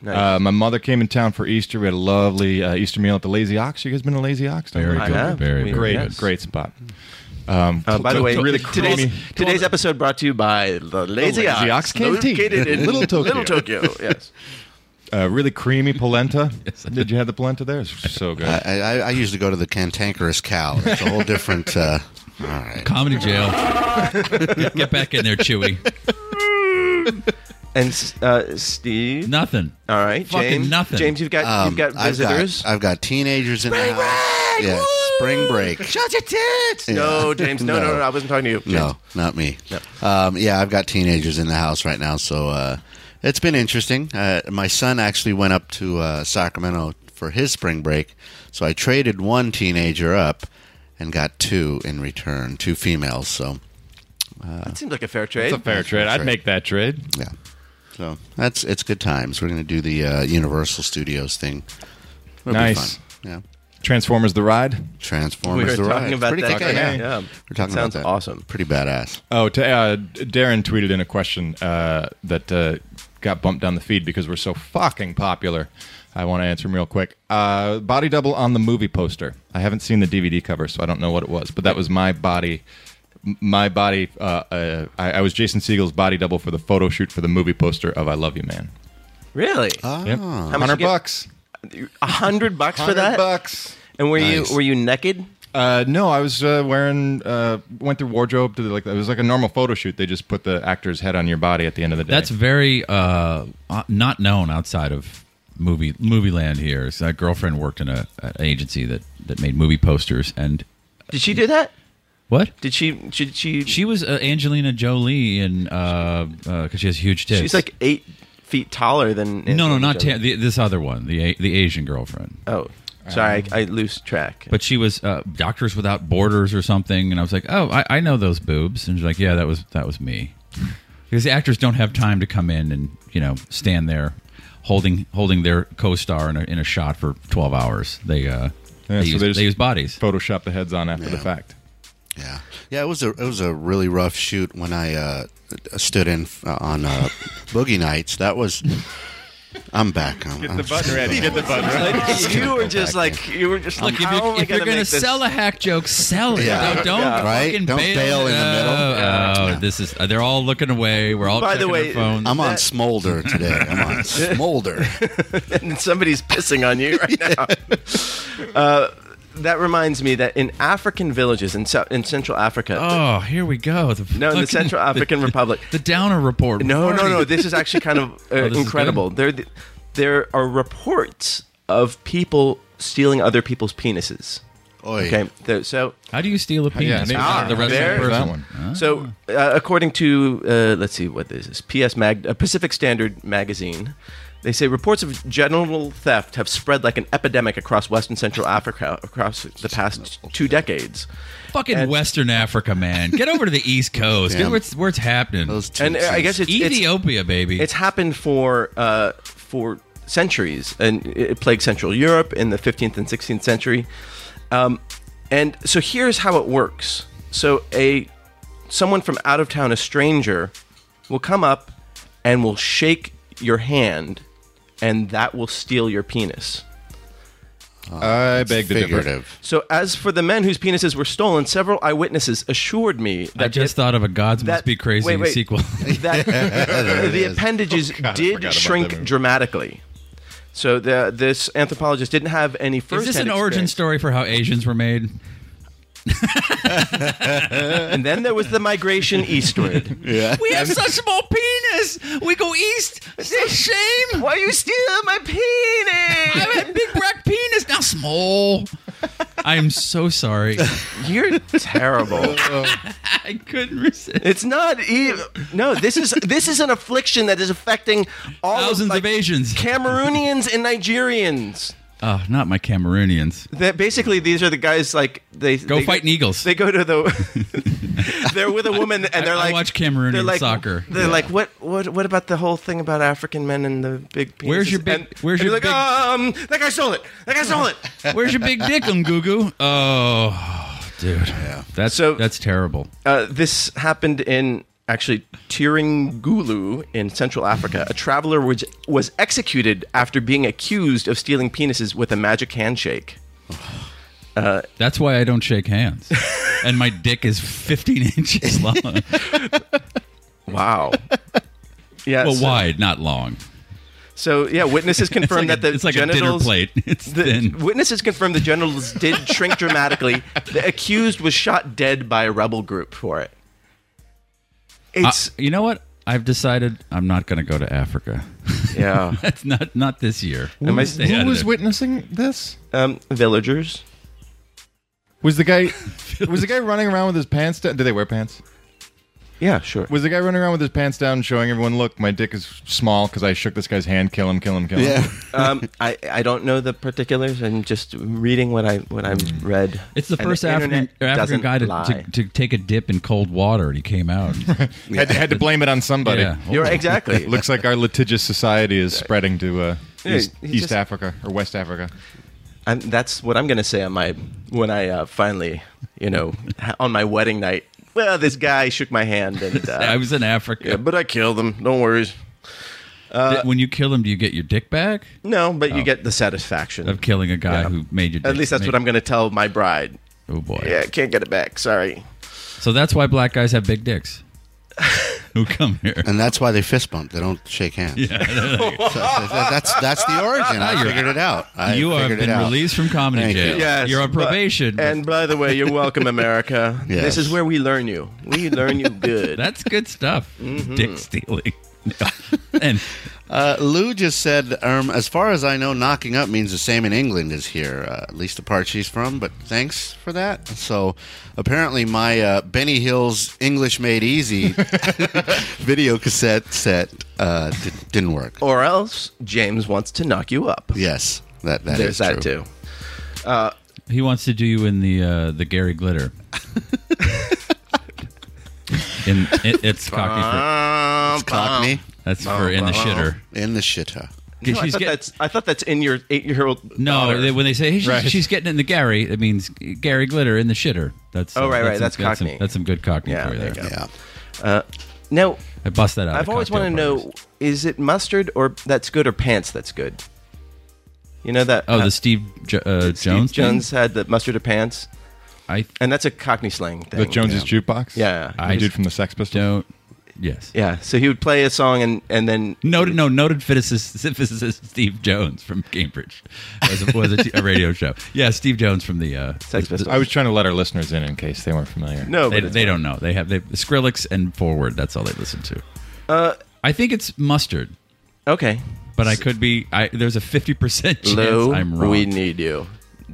B: Nice.
C: Uh, my mother came in town for Easter. We had a lovely uh, Easter meal at the Lazy Ox. You guys been to Lazy Ox? Don't
D: Very
C: worry.
D: good.
B: have.
D: Very,
B: We-
D: very
C: Great,
D: good.
C: great spot. Um,
B: Uh, by the way,
C: really
B: today's,
C: creamy.
B: today's episode brought to you by the Lazy,
C: Lazy
B: Ox,
C: Oh Ox Canteen.
B: located in
C: Little Tokyo.
B: Little Tokyo, yes.
C: uh, really creamy polenta.
D: Yes.
C: Did you have the polenta there? It's so good.
E: I, I, I usually go to the cantankerous cow. It's a whole different. Uh, all right.
D: Comedy jail. get, get back in there, Chewy.
B: And uh, Steve,
D: Nothing.
B: all right,
D: Fucking
B: James,
D: nothing.
B: James, you've got
E: Um,
B: you've got
E: I've got-
B: visitors.
E: I've got, teenagers in the house. Break, yeah, spring break.
B: Shut your tits. No, James. No, no, no,
E: No.
B: no, I wasn't talking to you. James.
E: No, not me. Um, yeah, I've got teenagers in the house right now, so uh, it's been interesting. Uh, my son actually went up to uh, Sacramento for his spring break. So I traded one teenager up and got two in return, two females. So
B: That seems like a fair trade.
C: It's a fair trade. I'd make that trade.
E: yeah, so that's it's good times. We're gonna do the uh, Universal Studios thing. It'll be
C: Nice.
E: fun. Yeah.
C: Transformers the ride.
E: Transformers.
B: we were
E: the
B: talking
E: ride.
B: about
E: Pretty
B: that.
E: kick-ass.
B: Yeah.
C: name.
B: yeah.
E: We're talking
B: Sounds
E: about that.
B: awesome.
E: Pretty badass.
C: Oh, to, uh, Darren tweeted in a question uh, that uh, got bumped down the feed because we're so fucking popular. I want to answer him real quick. Uh, body double on the movie poster. I haven't seen the DVD cover, so I don't know what it was, but that was my body. m- My body. Uh, uh, I, I was Jason Siegel's body double for the photo shoot for the movie poster of "I Love You, Man."
B: Really?
E: Ah.
C: Yep.
B: much you
C: Hundred
B: get?
C: bucks.
B: A hundred bucks for
C: Hundred
B: that?
C: bucks.
B: And were
E: Nice.
B: you were you naked?
C: Uh, no, I was uh, wearing. Uh, went through wardrobe to the, like it was like a normal photo shoot. They just put the actor's head on your body at the end of the day.
D: That's very uh, uh, not known outside of movie movie land here. So my girlfriend worked in a, an agency that, that made movie posters and
B: Did she do that?
D: what?
B: Did she? Did she?
D: She was uh, Angelina Jolie in because uh, 'cause she has huge tits.
B: she's like eight feet taller than.
D: no, no, not
B: Angelina
D: Tam- the, this other one, the A- the Asian girlfriend.
B: Jolie. Oh, sorry, I, I lose track.
D: But she was uh, Doctors Without Borders or something, and I was like, oh, I, I know those boobs, and she's like, yeah, that was that was me, because the actors don't have time to come in and you know stand there holding holding their co-star in a, in a shot for twelve hours. They
C: Yeah,
D: uh, they,
C: so
D: use,
C: they just-
D: they use bodies.
C: Photoshop the heads on after the fact.
E: Yeah, yeah. It was a it was a really rough shoot when I uh, stood in uh, on uh, Boogie Nights. That was. I'm back. I'm, I'm
C: the button ready.
B: you were
E: go
B: just
E: back
B: like you were just like
D: Look, if,
B: how
D: you,
B: am I
D: if you're
B: gonna
D: going to
B: make this-
D: sell a hack joke, sell it.
E: Yeah.
D: Don't, don't
B: Yeah.
E: Right?
D: fucking
E: Don't
D: bail,
E: bail in the middle.
D: Oh, oh, this is. They're all looking away. We're all
B: By the
D: checking
B: way,
D: our phones.
E: I'm on
B: That-
E: Smolder today. I'm on Smolder.
B: and somebody's pissing on you right now. uh, that reminds me that in African villages in Sou- in Central Africa.
D: Oh, here we go. The
B: No, in the
D: fucking-
B: Central African Republic.
D: The Downer Report.
B: No, no,
D: Party. Oh,
B: no. This is actually kind of uh,
D: this is
B: incredible. There, th- there are reports of people stealing other people's penises.
E: Oy.
B: Okay, th- so
D: How do you steal a
C: Yeah,
D: penis?
C: they-
D: Out of the rest
B: there-
D: of the
C: that
D: person.
C: one.
D: Oh.
B: So, uh, according to uh, let's see what this is PS Mag uh, Pacific Standard magazine, they say reports of genital theft have spread like an epidemic across Western Central Africa across the past two decades.
D: Fucking
B: And-
D: Western Africa, man. Get over to the East Coast.
E: Yeah.
D: Get where it's, where it's happening.
E: Those two
B: And uh, I guess it's it's,
D: Ethiopia, baby.
B: it's happened for uh, for centuries, and it plagued Central Europe in the 15th and 16th century. Um, and so here's how it works: so a someone from out of town, a stranger, will come up and will shake your hand, and that will steal your penis.
C: I beg to differ.
E: figurative.
B: So as for the men whose penises were stolen, several eyewitnesses assured me that
D: I just
B: it-
D: thought of a Gods
B: that-
D: Must Be Crazy
B: wait, wait.
D: sequel.
B: that the appendages
C: Oh, forgot about
B: did
C: that
B: shrink
C: movie.
B: dramatically. So the, this anthropologist didn't have any
D: is
B: first.
D: this an origin story for how Asians were made?
B: And then there was the migration eastward.
D: We have such small penis. We go east. It's a shame.
B: Why are you stealing my penis?
D: have a big black penis, now small. I'm so sorry.
B: You're terrible.
D: I couldn't resist.
B: It's not even. No, this is this is an affliction that is affecting all
D: Thousands
B: like,
D: of Asians.
B: Cameroonians and Nigerians.
D: Oh, not my Cameroonians.
B: That basically these are the guys like they
D: Go
B: they-
D: fighting eagles.
B: They go to the they're with a woman and they're
D: I
B: like
D: watch Cameroonian
B: they're like-
D: soccer.
B: They're like what what what about the whole thing about African men and the big penises?
D: Where's your big-
B: And,
D: where's
B: and
D: your
B: you're
D: big-
B: like um that guy stole it that guy stole it.
D: Where's your big dick, Ungugu? Oh, dude. That's
B: So-
D: that's terrible.
B: Uh, this happened in actually Tiringulu in Central Africa. A traveler was was executed after being accused of stealing penises with a magic handshake.
D: That's why I don't shake hands, and my dick is 15 inches long.
B: Wow. Yeah.
D: well,
B: so-
D: wide, not long.
B: So yeah, witnesses
D: It's like,
B: confirmed
D: a,
B: that the
D: it's like
B: genitals,
D: a dinner plate. It's
B: The
D: thin.
B: witnesses confirmed the genitals did shrink dramatically. The accused was shot dead by a rebel group for it.
D: Uh,
B: It's
D: you know what? I've decided I'm not going to go to Africa.
B: yeah.
D: That's not not this year.
B: Am I-
D: Stay out
C: Who
D: of
C: was
D: there.
C: witnessing this?
B: Um, villagers.
C: Was the guy was the guy running around with his pants? down? Did they wear pants?
B: Yeah, sure.
C: Was the guy running around with his pants down, showing everyone, "Look, my dick is small because I shook this guy's hand. Kill him, kill him, kill him."
E: Yeah.
B: um, I I don't know the particulars. I'm just reading what I what I've read.
D: It's the
B: And
D: first African,
B: internet doesn't
D: African guy to,
B: lie.
D: to, to take a dip in cold water, and he came out.
C: Had, to, had to blame it on somebody.
D: yeah.
B: You're exactly.
C: It looks like our litigious society is spreading to uh,
B: Yeah,
C: East,
B: he
C: East
B: just-
C: Africa or West Africa.
B: I'm, that's what I'm going to say on my when I uh, finally, you know, ha- on my wedding night. Well, this guy shook my hand, and uh,
D: I was in Africa.
B: yeah, but uh, I killed him. Don't worry.
D: Th- when you kill him, do you get your dick back
B: No, but you get the satisfaction.
D: Oh. of killing a guy
B: Yeah.
D: who made your? Dick,
B: At least that's what I'm going to tell my bride.
D: I'm. Oh boy.
B: Yeah, I can't get it back. Sorry.
D: So that's why black guys have big dicks. who come here?
E: And that's why they fist bump. They don't shake hands. Yeah. that's that's the origin. I figured it out. I
D: you have
E: figured it
D: been
E: out.
D: released from comedy
E: Thank
D: jail.
E: you.
B: Yes,
D: You're on
B: but-
D: probation.
B: and by the way, you're welcome, America.
E: Yes.
B: This is where we learn you. We learn you good.
D: that's good stuff.
B: Mm-hmm.
D: Dick stealing. and
E: Uh, Lou just said, um, as far as I know, knocking up means the same in England as here, uh, at least the part she's from, but thanks for that. So apparently, my uh, Benny Hill's English Made Easy video cassette set uh, d- didn't work.
B: or else James wants to knock you up.
E: Yes, that, that
B: There's
E: is
B: that
E: true.
B: too.
D: he wants to do you in the uh, the Gary Glitter. in it, it's cocky. For,
B: Um,
E: Cockney
D: that's
B: Oh,
D: for in the shitter.
E: in the shitter.
B: no, I,
D: She's
B: thought
D: get-
B: that's, I thought that's in your eight-year-old.
D: No,
B: daughter.
D: they, when they say hey, she's,
C: Right.
D: she's getting it in the Gary, it means Gary glitter in the shitter. That's
B: Oh, right, right,
D: some-
B: that's
D: some-
B: Cockney.
D: that's some good cockney
B: Yeah,
D: for you
B: there
D: there.
B: you go.
E: Yeah.
B: now
D: I bust that out.
B: I've
D: at
B: always wanted to
D: cocktail
B: know:
D: parties.
B: is it mustard or that's good, or pants that's good? You know that?
D: Oh,
B: uh,
D: the Steve jo- uh,
B: Steve
D: Jones. thing?
B: Jones had the mustard or pants,
D: I
B: and that's a Cockney slang thing.
C: The Jones's jukebox.
B: Yeah.
C: the
D: I
C: dude
D: just-
C: from the Sex Pistols.
D: don't. Yes.
B: Yeah, so he would play a song and and then
D: Noted, no, noted physicist, physicist Steve Jones from Cambridge was a, was a, t- a radio show. Yeah, Steve Jones from the uh,
B: Sex Pistols.
C: I was trying to let our listeners in in case they weren't familiar.
B: no,
D: they,
B: but it's
D: they
B: fine.
D: don't know. They have they Skrillex and Forward. That's all they listen to.
B: Uh,
D: I think it's mustard,
B: Okay,
D: but I could be. I there's a fifty percent chance
B: Lou,
D: I'm wrong.
B: we need you,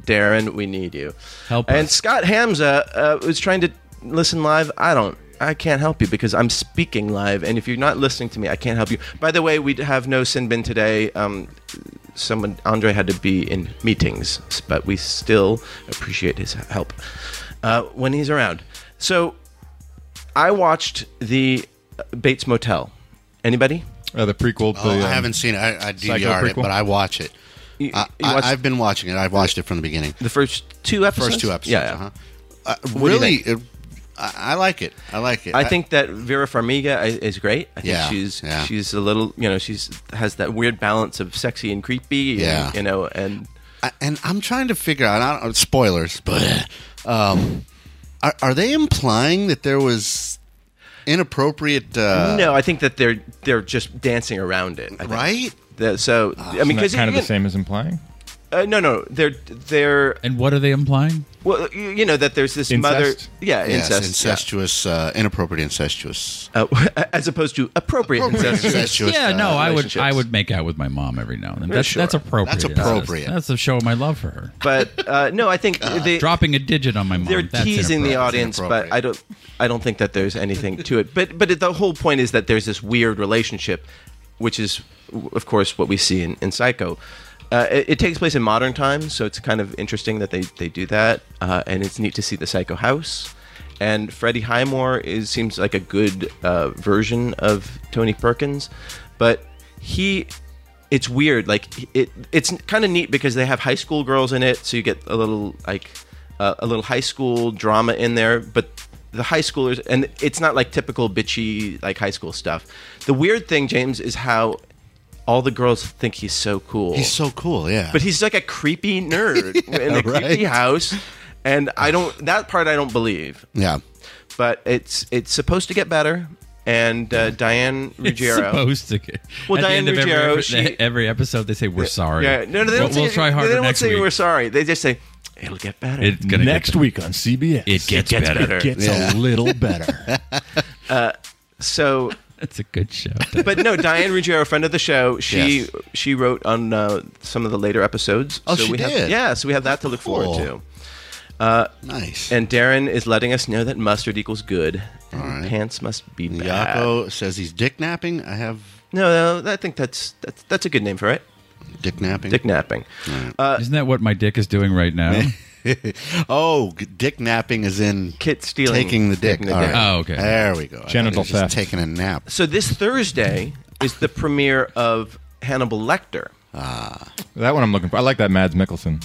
B: Darren, we need you.
D: Help
B: And
D: us.
B: Scott Hamza uh, was trying to listen live. I don't. I can't help you because I'm speaking live, and if you're not listening to me, I can't help you. By the way, we have no sin bin today. Um, someone Andre had to be in meetings, but we still appreciate his help uh, when he's around. So, I watched the Bates Motel. Anybody?
C: Uh, the prequel. to
E: Oh,
C: the,
E: I
C: um,
E: haven't seen it. I, I
C: Psycho
E: DVR'd it,
C: prequel?
E: but I watch it.
B: You-
E: I,
B: you watched-
E: I, I've been watching it. I've watched it from the beginning.
B: The first two episodes.
E: First two episodes.
B: Yeah.
E: Uh-huh. Uh,
B: do you
E: really,
B: think?
E: it, I, I like it. I like it.
B: I think that Vera Farmiga i- is great. I think
E: Yeah,
B: she's
E: yeah.
B: she's a little you know she's has that weird balance of sexy and creepy. and,
E: Yeah.
B: you know, and
E: I, and I'm trying to figure out. I don't, spoilers, but um, are, are they implying that there was inappropriate? Uh,
B: no, I think that they're they're just dancing around it. I think.
E: right? Ah,
B: The- so I mean,
C: Isn't that
B: because
C: kind of the same as implying.
B: Uh, no, no, they're they're
D: and what are they implying?
B: well, you you know that there's this
C: Incest?
B: mother, yeah,
E: Yes,
B: incest,
E: incestuous, uh, inappropriate, incestuous.
B: yeah. Uh, as opposed to appropriate, incest.
E: incestuous,
D: yeah,
E: uh,
D: no, I would
B: relationships.
D: I would make out with my mom every now and then. That's
B: sure.
D: that's appropriate.
E: That's appropriate.
D: That's, that's a show of my love for her.
B: But uh, no, I think they,
D: Dropping a digit on my mom.
B: they're
D: that's
B: teasing the
D: inappropriate.
B: audience, but I don't I don't think that there's anything to it. But but the whole point is that there's this weird relationship, which is of course what we see in, in Psycho. Uh, it, it takes place in modern times, so it's kind of interesting that they, they do that, uh, and it's neat to see the Psycho house. And Freddie Highmore is seems like a good uh, version of Tony Perkins, but he it's weird. Like it, it's kind of neat because they have high school girls in it, so you get a little like uh, a little high school drama in there. But the high schoolers, and it's not like typical bitchy like high school stuff. The weird thing, James, is how all the girls think he's so cool.
E: He's so cool. Yeah,
B: but he's like a creepy nerd in a creepy
E: right.
B: house, and I don't that part I don't believe.
E: yeah.
B: But it's it's supposed to get better. And uh, Diane
D: It's
B: Ruggiero.
D: supposed to. Get,
B: Well,
D: at the end
B: Diane
D: of every,
B: Ruggiero,
D: every,
B: she-
D: every episode they say we're sorry.
B: Yeah, no, no, they
D: we'll,
B: don't say,
D: we'll try harder
B: they don't
D: next
B: say
D: week.
B: we're sorry. They just say it'll get better.
D: It's gonna get,
C: week on CBS,
D: it gets, better.
C: gets a little better.
B: so,
D: That's a good show.
B: but no, Diane Ruggiero, a friend of the show, she
E: Yes.
B: she wrote on uh, some of the later episodes.
E: Oh,
B: so
E: she
B: we Have,
E: did?
B: yeah, so we have that to look
E: Cool.
B: forward to.
E: Nice.
B: And Darren is letting us know that mustard equals good. And
E: All right.
B: Pants must be bad.
E: Yako says he's dick napping. I have
B: No, no, I think that's that's that's a good name for it.
E: dick napping.
B: Dick napping. Uh,
D: Isn't that what my dick is doing right now?
E: oh, g- dick napping is in
B: Kit stealing,
E: taking the dick.
B: taking the
E: All
B: dick.
E: right.
D: Oh, okay.
E: There we go. I thought he
C: Genital
E: was just
C: theft.
E: Taking a nap.
B: So this Thursday is the premiere of Hannibal Lecter.
C: That one I'm looking for. I like that Mads Mikkelsen.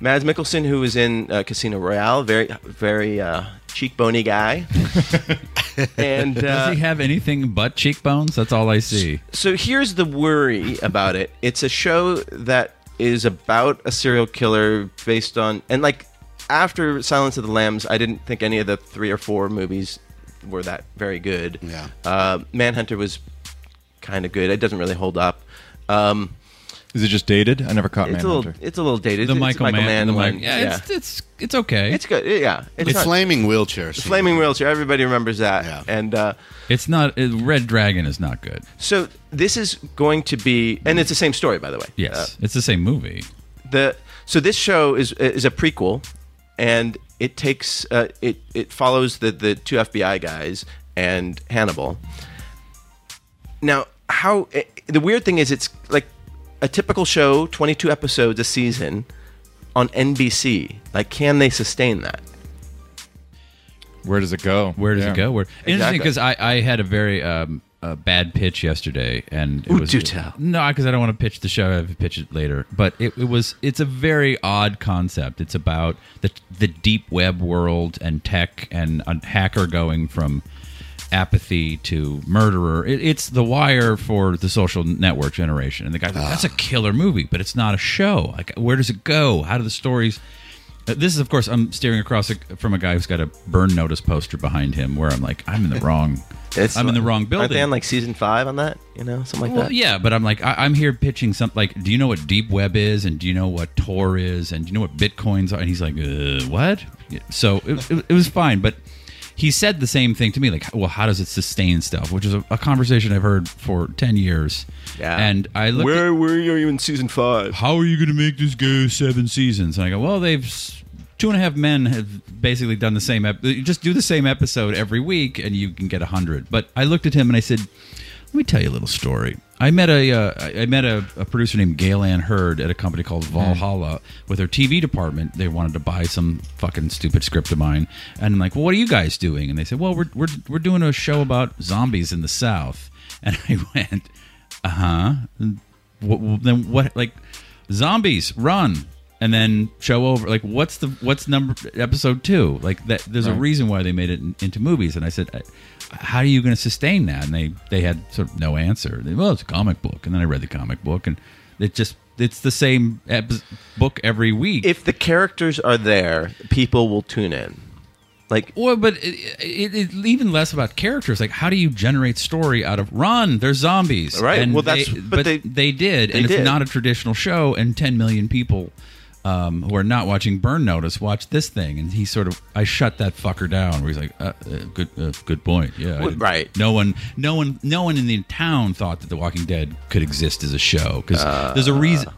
B: Mads Mikkelsen, who was in uh, Casino Royale, very very uh, cheekbony guy, and uh,
D: Does he have anything but cheekbones? That's all I see.
B: so here's the worry about it it's a show that is about a serial killer based on and like after silence of the lambs i didn't think any of the three or four movies were that very good
E: Yeah.
B: uh, manhunter was kind of good it doesn't really hold up um,
C: Is it just dated? I never caught
B: it's a
C: Manhunter.
B: little it's a little dated
D: The
B: it's
D: Michael,
B: michael mann
D: Mann. the
B: one.
D: Michael- yeah,
B: yeah.
D: It's, it's it's okay.
B: It's good yeah it's,
E: The
B: not-
E: flaming wheelchair. Scene.
B: flaming wheelchair everybody remembers that
E: Yeah.
B: and uh,
D: It's not uh, Red Dragon is not good.
B: so this is going to be and it's the same story by the way Uh,
D: Yes, it's the same movie.
B: the so this show is is a prequel, and it takes uh, it it follows the the two FBI guys and Hannibal. Now, how eh, the weird thing is, it's like a typical show, twenty two episodes a season on NBC. Like, can they sustain that?
C: Where does it go?
D: Where does
C: Yeah.
D: it go? Where interesting
B: Exactly.
D: because I, I had a very um, a bad pitch yesterday, and it
B: Ooh,
D: was
B: do tell.
D: no because I don't want to pitch the show. I have to pitch it later, but it, it was it's a very odd concept. It's about the the deep web world and tech and a hacker going from apathy to murderer. It, it's the wire for the social network generation, and the guy's like, "That's
B: Ah.
D: a killer movie, but it's not a show. Like, where does it go? How do the stories?" Uh, This is, of course, I'm staring across a, from a guy who's got a burn notice poster behind him, where I'm like, I'm in the wrong,
B: It's
D: I'm in the wrong building.
B: Aren't they on like season five on that? You know, something like
D: well,
B: that.
D: yeah, but I'm like, I, I'm here pitching something. Like, do you know what deep web is, and do you know what Tor is, and do you know what bitcoins are? And he's like, uh, what? Yeah, So it, it, it was fine, but he said the same thing to me, like, well, how does it sustain stuff? Which is a, a conversation I've heard for ten years.
B: Yeah.
D: and I looked. at-
B: where are you in season five?
D: how are you going to make this go seven seasons? And I go, well, they've s- two and a half men have basically done the same. Ep- you just do the same episode every week, and you can get a hundred. But I looked at him and I said, let me tell you a little story. I met a uh, I I met a, a producer named Gail Ann Hurd at a company called Valhalla with her TV department. They wanted to buy some fucking stupid script of mine, and I'm like, "Well, what are you guys doing?" And they said, "Well, we're we're we're doing a show about zombies in the South." And I went, "Uh huh." Wh- wh- then what like zombies run and then show over like what's the what's number episode two like that there's a reason why they made it in, into movies and i said "I- how are you going to sustain that and they they had sort of no answer they, well it's a comic book and then i read the comic book and it just it's the same epi- book every week
B: If the characters are there, people will tune in. Like
D: Well, but it, it, it, even less about characters. Like, how do you generate story out of run? They're zombies,
B: Right,
D: And
B: well, that's-
D: they,
B: but they-
D: did,
B: they
D: and
B: did.
D: it's not a traditional show. And ten million people um, who are not watching Burn Notice watch this thing, and he sort of I shut that fucker down. Where he's like, uh, uh, good, uh, good point. Yeah, I
B: Well,
D: didn't-
B: right.
D: No one, no one, no one in the town thought that The Walking Dead could exist as a show because there's a reason.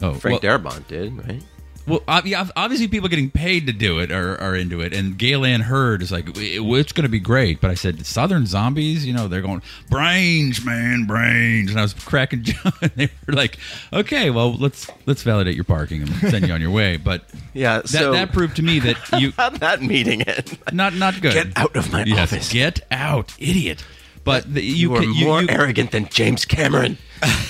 D: Oh,
B: Uh, Frank
D: well,
B: Darabont did, right?
D: well, ob- yeah, ob- obviously, people getting paid to do it are, are into it. And Galen Hurd is like, "W- well, it's going to be great. But I said, Southern zombies, you know, they're going, brains, man, brains. And I was cracking jokes. And they were like, okay, well, let's let's validate your parking and send you on your way. But
B: Yeah,
D: that,
B: so-
D: that proved to me that you,
B: I'm not meeting it.
D: not not good.
B: Get out of my
D: Yes,
B: office.
D: Get out, idiot. But the, you,
B: You are
D: can- you-
B: more
D: you-
B: arrogant than James Cameron.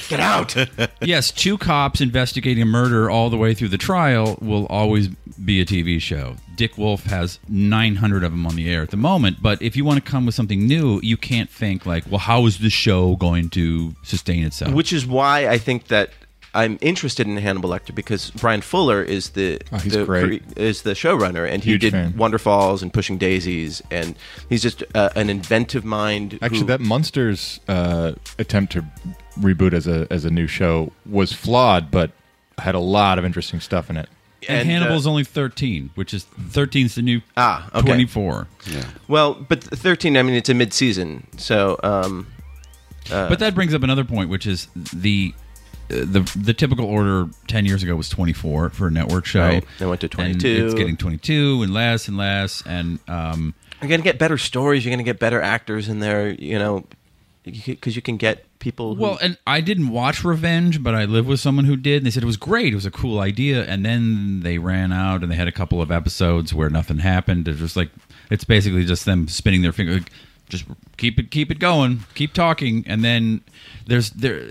B: Get out.
D: yes, two cops investigating a murder all the way through the trial will always be a TV show. Dick Wolf has 900 of them on the air at the moment, but if you want to come with something new, you can't think like, well, how is this show going to sustain itself?
B: Which is why I think that I'm interested in Hannibal Lecter because Brian Fuller is the,
C: Oh, he's
B: the
C: great.
B: cre- is the showrunner and he
C: Huge
B: did
C: fan.
B: Wonder Falls and Pushing Daisies and he's just uh, an inventive mind. who-
C: Actually, that Munsters uh, attempt to reboot as a as a new show was flawed, but had a lot of interesting stuff in it.
D: and,
B: uh,
D: Hannibal's only 13, which is 13's the new
B: Ah, okay.
D: 24.
B: well, but 13. I mean, it's a mid-season, so um, Uh,
D: but that brings up another point, which is the uh, the the typical order ten years ago was twenty four for a network show.
B: Right. They went to
D: And
B: 22.
D: It's getting twenty two and less and less. And um,
B: You're going to get better stories. You're going to get better actors in there, you know, because you can get people. Who,
D: well, and I didn't watch Revenge, but I lived with someone who did, and they said it was great. It was a cool idea, and then they ran out, and they had a couple of episodes where nothing happened. It's just like it's basically just them spinning their finger. like, Just keep it, keep it going, keep talking, and then there's there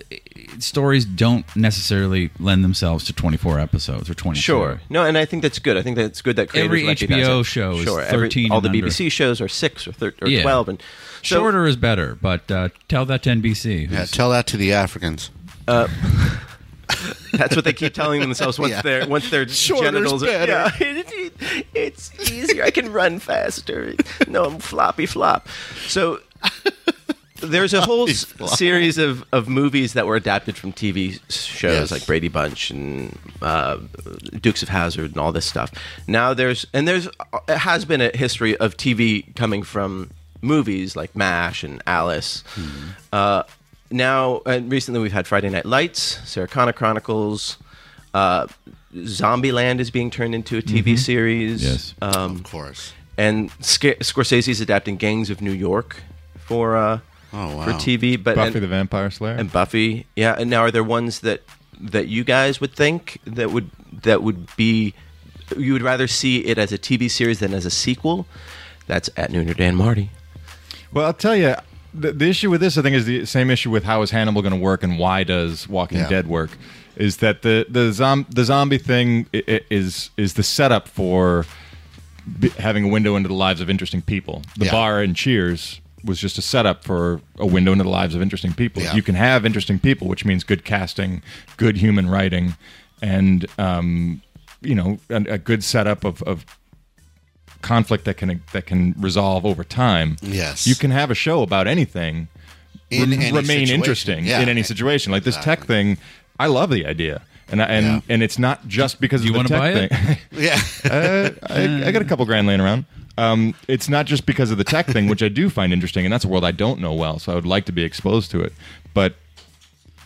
D: stories don't necessarily lend themselves to 24 episodes or 20.
B: sure. No, and I think that's good. I think that's good that creators
D: Every
B: recognize
D: HBO
B: it.
D: show is
B: sure, every-
D: 13
B: all
D: and
B: the
D: under.
B: BBC shows are six or, thir- or
D: Yeah.
B: twelve, and so-
D: Shorter is better, but uh, tell that to NBC.
E: Yeah, tell that to the Africans.
B: That's what they keep telling themselves once
E: Yeah.
B: their once their
E: Shorter's
B: genitals. Are,
E: better.
B: yeah, It- it- it's easier. I can run faster. No, I'm floppy flop. So there's a whole s- series of, of movies that were adapted from TV shows
E: Yes.
B: like Brady Bunch and uh, Dukes of Hazard and all this stuff. Now there's and there's it has been a history of TV coming from movies like Mash and Alice.
E: Hmm.
B: Uh, now and recently we've had Friday Night Lights, Sarah Connor Chronicles. Uh, Zombieland is being turned into a TV
E: Mm-hmm.
B: series.
D: Yes.
B: Um,
E: Of course.
B: and Sc- Scorsese's adapting Gangs of New York for uh,
E: Oh, wow.
B: for TV, but
C: Buffy
B: and,
C: the Vampire Slayer.
B: and Buffy, yeah. And now are there ones that that you guys would think that would that would be you would rather see it as a TV series than as a sequel? That's at Nooner Dan Marty.
C: Well, I'll tell you, the, the issue with this, I think, is the same issue with how is Hannibal going to work and why does Walking
E: Yeah.
C: Dead work? Is that the the, zom- the zombie thing i- i- is is the setup for b- having a window into the lives of interesting people? The
E: Yeah.
C: bar in Cheers was just a setup for a window into the lives of interesting people.
E: Yeah.
C: You can have interesting people, which means good casting, good human writing, and um, you know, a, a good setup of, of conflict that can that can resolve over time.
E: Yes.
C: you can have a show about anything
E: In
C: re-
E: any
C: remain
E: situation.
C: interesting
E: Yeah.
C: in any situation. Like this tech
E: Exactly.
C: thing, I love the idea, and I, and
E: Yeah.
C: and it's not just because
D: You
C: of
D: wanna
C: the tech
D: buy it?
C: thing.
E: Yeah.
C: uh, I, I got a couple grand laying around. Um, it's not just because of the tech thing, which I do find interesting, and that's a world I don't know well, so I would like to be exposed to it. But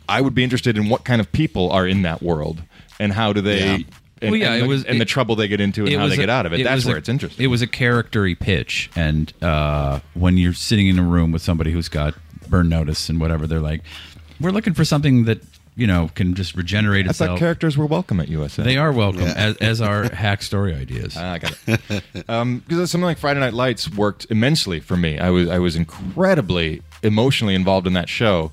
C: I would be interested in what kind of people are in that world and how do they.
E: Yeah.
C: And,
D: Well, yeah,
C: and
D: it
C: the,
D: was-
C: and the
D: it-
C: trouble they get into and how
D: was
C: they
D: a-
C: get out of it. That's
D: was
C: where
D: a-
C: it's interesting.
D: It was a charactery pitch, and uh, when you're sitting in a room with somebody who's got burn notice and whatever, they're like, "We're looking for something that you know can just regenerate
C: I
D: itself."
C: thought characters were welcome at USA.
D: they are welcome as, as are hack story ideas.
B: Uh,
C: Ah, I got it. Because something like Friday Night Lights worked immensely for me. I was I was incredibly emotionally involved in that show,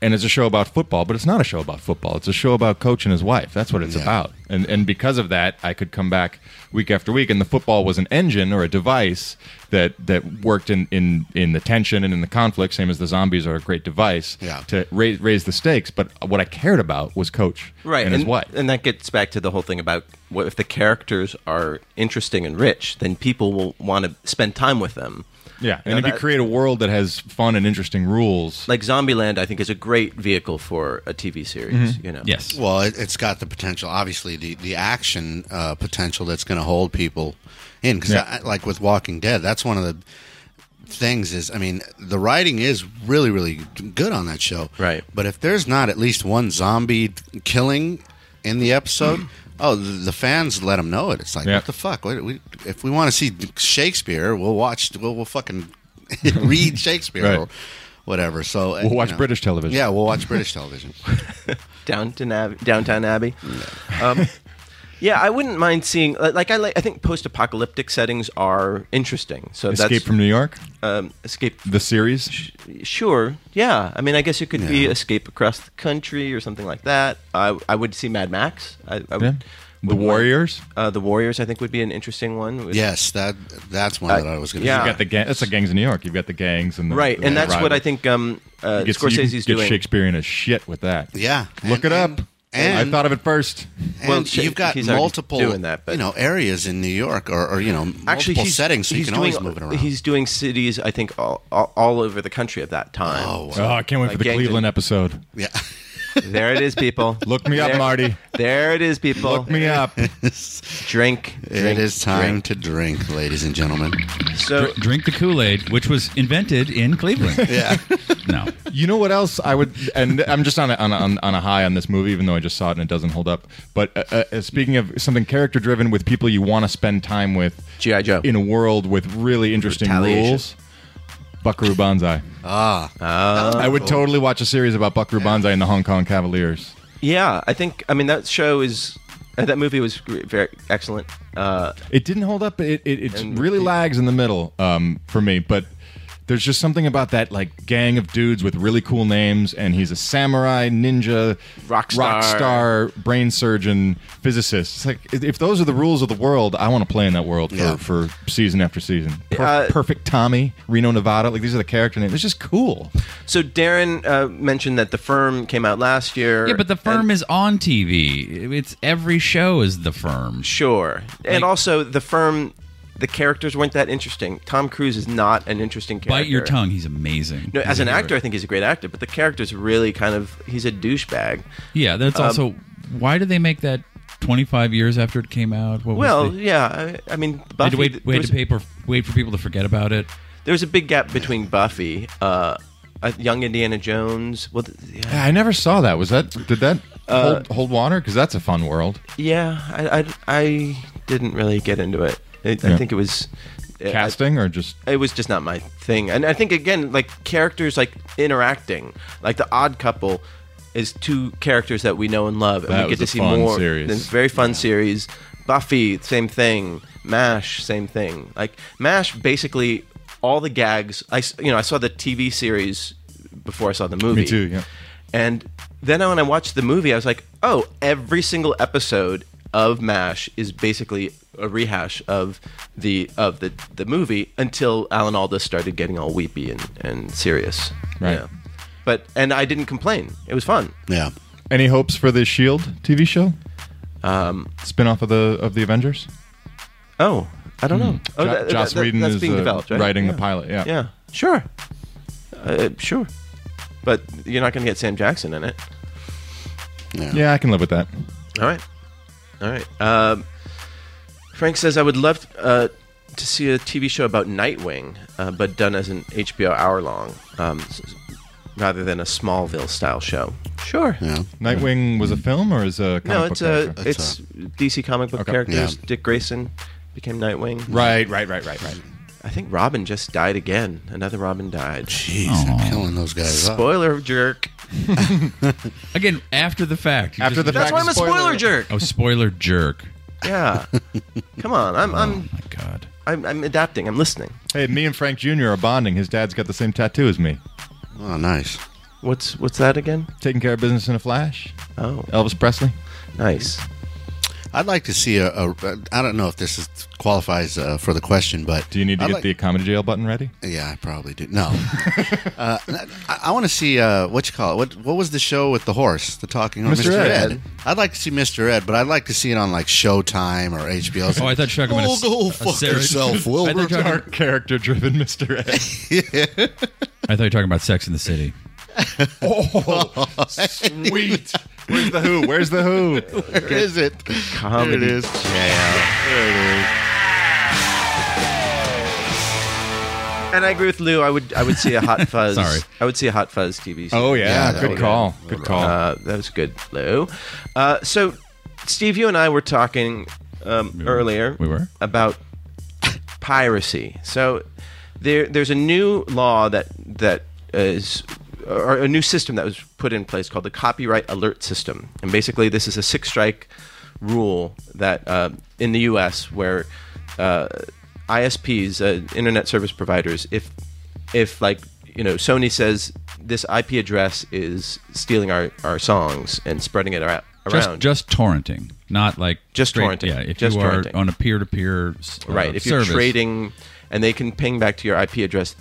C: and it's a show about football, but it's not a show about football. It's a show about coach and his wife. That's what it's about. And and because of that, I could come back week after week, and the football was an engine or a device that that worked in in in the tension and in the conflict, same as the zombies are a great device
E: Yeah.
C: to raise raise the stakes. But what I cared about was coach and, his wife.
B: And that gets back to the whole thing about what if the characters are interesting and rich, then people will want to spend time with them.
C: yeah,
B: Now
C: and if you
B: that-
C: create a world that has fun and interesting rules,
B: like Zombieland, I think is a great vehicle for a TV series. You know,
D: yes.
E: Well, it, it's got the potential, obviously, the, the action uh, potential that's going to hold people in. Because,
C: Yeah.
E: like with Walking Dead, that's one of the things is, I mean, the writing is really, really good on that show.
B: Right.
E: But if there's not at least one zombie killing in the episode, oh, the, the fans let them know it. It's like,
C: Yeah.
E: what the fuck? What, we, if we want to see Shakespeare, we'll watch, we'll, we'll fucking read Shakespeare
C: Right.
E: or whatever. So
C: We'll watch British television.
E: Yeah, we'll watch British television.
B: Downton Ab- Downtown Abbey. Um, yeah, I wouldn't mind seeing li- like I like, I think post-apocalyptic settings are interesting. So
C: Escape
B: that's
C: from New York,
B: um, escape.
C: the series.
B: Sure, yeah. I mean, I guess it could be
E: Yeah.
B: escape across the country or something like that. I I would see Mad Max. I, I would,
C: Yeah. The
B: would like-
C: Warriors.
B: Uh, the Warriors, I think, would be an interesting one. with-
E: Yes, that that's one that I was going to.
B: yeah.
C: You've got the gang. That's the gangs in New York. You've got the gangs and the,
B: right, and
C: the
B: that's what
C: rival-
B: I think um, uh,
C: You get- you
B: Scorsese's
C: can get
B: doing.
C: Shakespearean as shit with that.
E: Yeah,
C: look
E: and-
C: it up.
E: and- and-
C: I thought of it first.
E: And
B: Well, she-
E: you've got
B: he's already
E: multiple
B: doing that, but-
E: you know areas in New York or, or you know multiple
B: actually he's,
E: settings, so you
B: he's
E: can
B: doing,
E: always move it around.
B: He's doing cities, I think, all, all, all over the country at that time.
E: oh wow.
C: Oh, I can't wait
B: Like
C: for the
B: gangs in-
C: Cleveland episode.
E: yeah,
B: There it is, people.
C: Look me up,
B: There-
C: Marty.
B: There it is, people.
C: Look me up.
B: Drink,
E: it
B: drink,
E: is time
B: drink.
E: to drink, ladies and gentlemen.
B: So
D: Drink the Kool Aid, which was invented in Cleveland.
E: Yeah.
D: No.
C: You know what else I would, and I'm just on a, on, a, on- on a high on this movie, even though I just saw it and it doesn't hold up. But uh, uh, speaking of something character driven with people you want to spend time with
B: G.I. Joe.
C: in a world with really interesting
B: Retaliation.
C: rules, Buckaroo Banzai. Ah, I would totally watch a series about Buckaroo Banzai and the Hong Kong Cavaliers.
B: yeah, I think I mean that show is uh, that movie was gr- very excellent. Uh,
C: It didn't hold up. It it, it
B: And-
C: really lags in the middle um, for me, but. There's just something about that like gang of dudes with really cool names, and he's a samurai, ninja,
B: Rock star.
C: rock star, brain surgeon, physicist. It's like if- if those are the rules of the world, I want to play in that world for,
E: Yeah.
C: for season after season. Per-
B: Uh,
C: Perfect Tommy, Reno Nevada. Like these are the character names. It's just cool.
B: so Darren uh, mentioned that the firm came out last year.
D: Yeah, but the firm
B: and-
D: is on TV. It's every show is the firm.
B: sure,
D: Like-
B: and also the firm. The characters weren't that interesting. Tom Cruise is not an interesting character.
D: Bite your tongue. He's amazing.
B: No,
D: He's
B: as
D: a
B: an
D: hero.
B: actor, I think he's a great actor, but the character's really kind of he's a douchebag.
D: Yeah,
B: Um,
D: that's also why did they make that 25 years after it came out? What was
B: Well,
D: the-
B: yeah, I, I mean,
D: they had
B: Buffy.
D: to wait,
B: there
D: wait
B: was-
D: to pay for, wait for people to forget about it.
B: There was a big gap between Buffy, uh, uh, Young Indiana Jones. Well, th- yeah,
C: Yeah, I never saw that. Was that did that
B: Uh,
C: hold, hold water? Because that's a fun world.
B: yeah I, I, I didn't really get into it. I, I
C: Yeah.
B: think it was uh, I-
C: Casting or just
B: it was just not my thing, and I think again, like characters like interacting, like the Odd Couple is two characters that we know and love, and
C: That
B: we
C: was
B: get to
C: a
B: see
C: fun
B: more.
C: series.
B: It's a very fun series. Buffy, same thing. Mash, same thing. Like Mash, basically all the gags. I s- you know I saw the TV series before I saw the movie.
C: too, yeah.
B: And then when I watched the movie, I was like, oh, every single episode of MASH is basically a rehash of the of the, the movie until Alan Alda started getting all weepy and, and serious.
C: Right.
B: But and I didn't complain. It was fun.
E: Yeah.
C: Any hopes for the Shield TV show? Um, spin off of the of the Avengers.
B: Oh, I don't know. Oh,
C: Hmm. Jo-
B: that-
C: Joss
B: that-
C: Whedon
B: that's
C: is
B: being
C: uh,
B: developed, right?
C: writing
B: yeah.
C: the pilot. Yeah.
B: Yeah, sure, uh, sure. But you're not going to get Sam Jackson in it.
C: Yeah, I can live with that.
B: All right. All right. Um, Frank says, I would love uh, to see a TV show about Nightwing, uh, but done as an HBO hour long um, s- s- rather than a Smallville style show. Sure.
E: Yeah.
C: Nightwing was a film or is a comic
B: No,
C: book
B: it's a,
C: character? uh,
B: it's DC comic book
C: Okay.
B: characters.
E: Yeah.
B: Dick Grayson became Nightwing.
C: right, right, right, right, right.
B: I think Robin just died again. Another Robin died.
E: Jeez, I'm killing those guys up.
B: Spoiler jerk.
D: Again, after the fact. You
C: After
D: just-
C: the
B: That's
C: fact
B: why I'm a
C: spoiler-
B: spoiler jerk.
D: Oh, spoiler jerk.
B: Yeah. Come on. I'm I'm,
D: My God.
B: I'm I'm adapting. I'm listening.
C: Hey, me and Frank Jr. are bonding. His dad's got the same tattoo as me.
E: Oh, nice.
B: What's what's that again?
C: Taking care of business in a flash.
B: Oh,
C: Elvis Presley.
B: nice.
E: I'd like to see a. a I don't know if this is, qualifies uh, for the question, but
C: Do you need to
E: I'd
C: get
E: like-
C: the comedy jail button ready?
E: Yeah, I probably do. No, uh, I, I want to see uh, what you call it. What what was the show with the horse? The talking horse,
C: Mr. Ed.
E: I'd like to see Mr. Ed, but I'd like to see it on like Showtime or HBO.
D: Oh, I thought you were talking about
E: Oh,
D: a-
E: go
D: a
E: fuck
D: Sarah-
E: yourself, Wilbur.
D: I thought you were talking-
C: character driven Mr. Ed.
D: I thought you were talking about Sex in the City.
C: Sweet. Where's the who? Where's the who?
E: Where is it?
B: Comedy
E: There it is.
B: And I agree with Lou. I would I would see a Hot Fuzz.
D: Sorry.
B: I would see a Hot Fuzz TV.
C: Oh yeah,
E: that
C: good
E: was
C: call. Good call.
B: Uh, that was good, Lou. Uh, so, Steve, you and I were talking um, earlier.
D: we were.
B: about piracy. So there, there's a new law that that is or a new system that was put in place called the copyright alert system, and basically this is a six strike rule that uh, in the U.S. where uh, ISPs, uh, internet service providers, if if like you know Sony says this IP address is stealing our, our songs and spreading it ar-
D: Just,
B: around,
D: just torrenting, not like
B: Just
D: straight-
B: torrenting.
D: Yeah, if
B: Just
D: you are
B: torrenting.
D: on a peer-to-peer s- uh,
B: right if you're
D: service,
B: trading and they can ping back to your ip address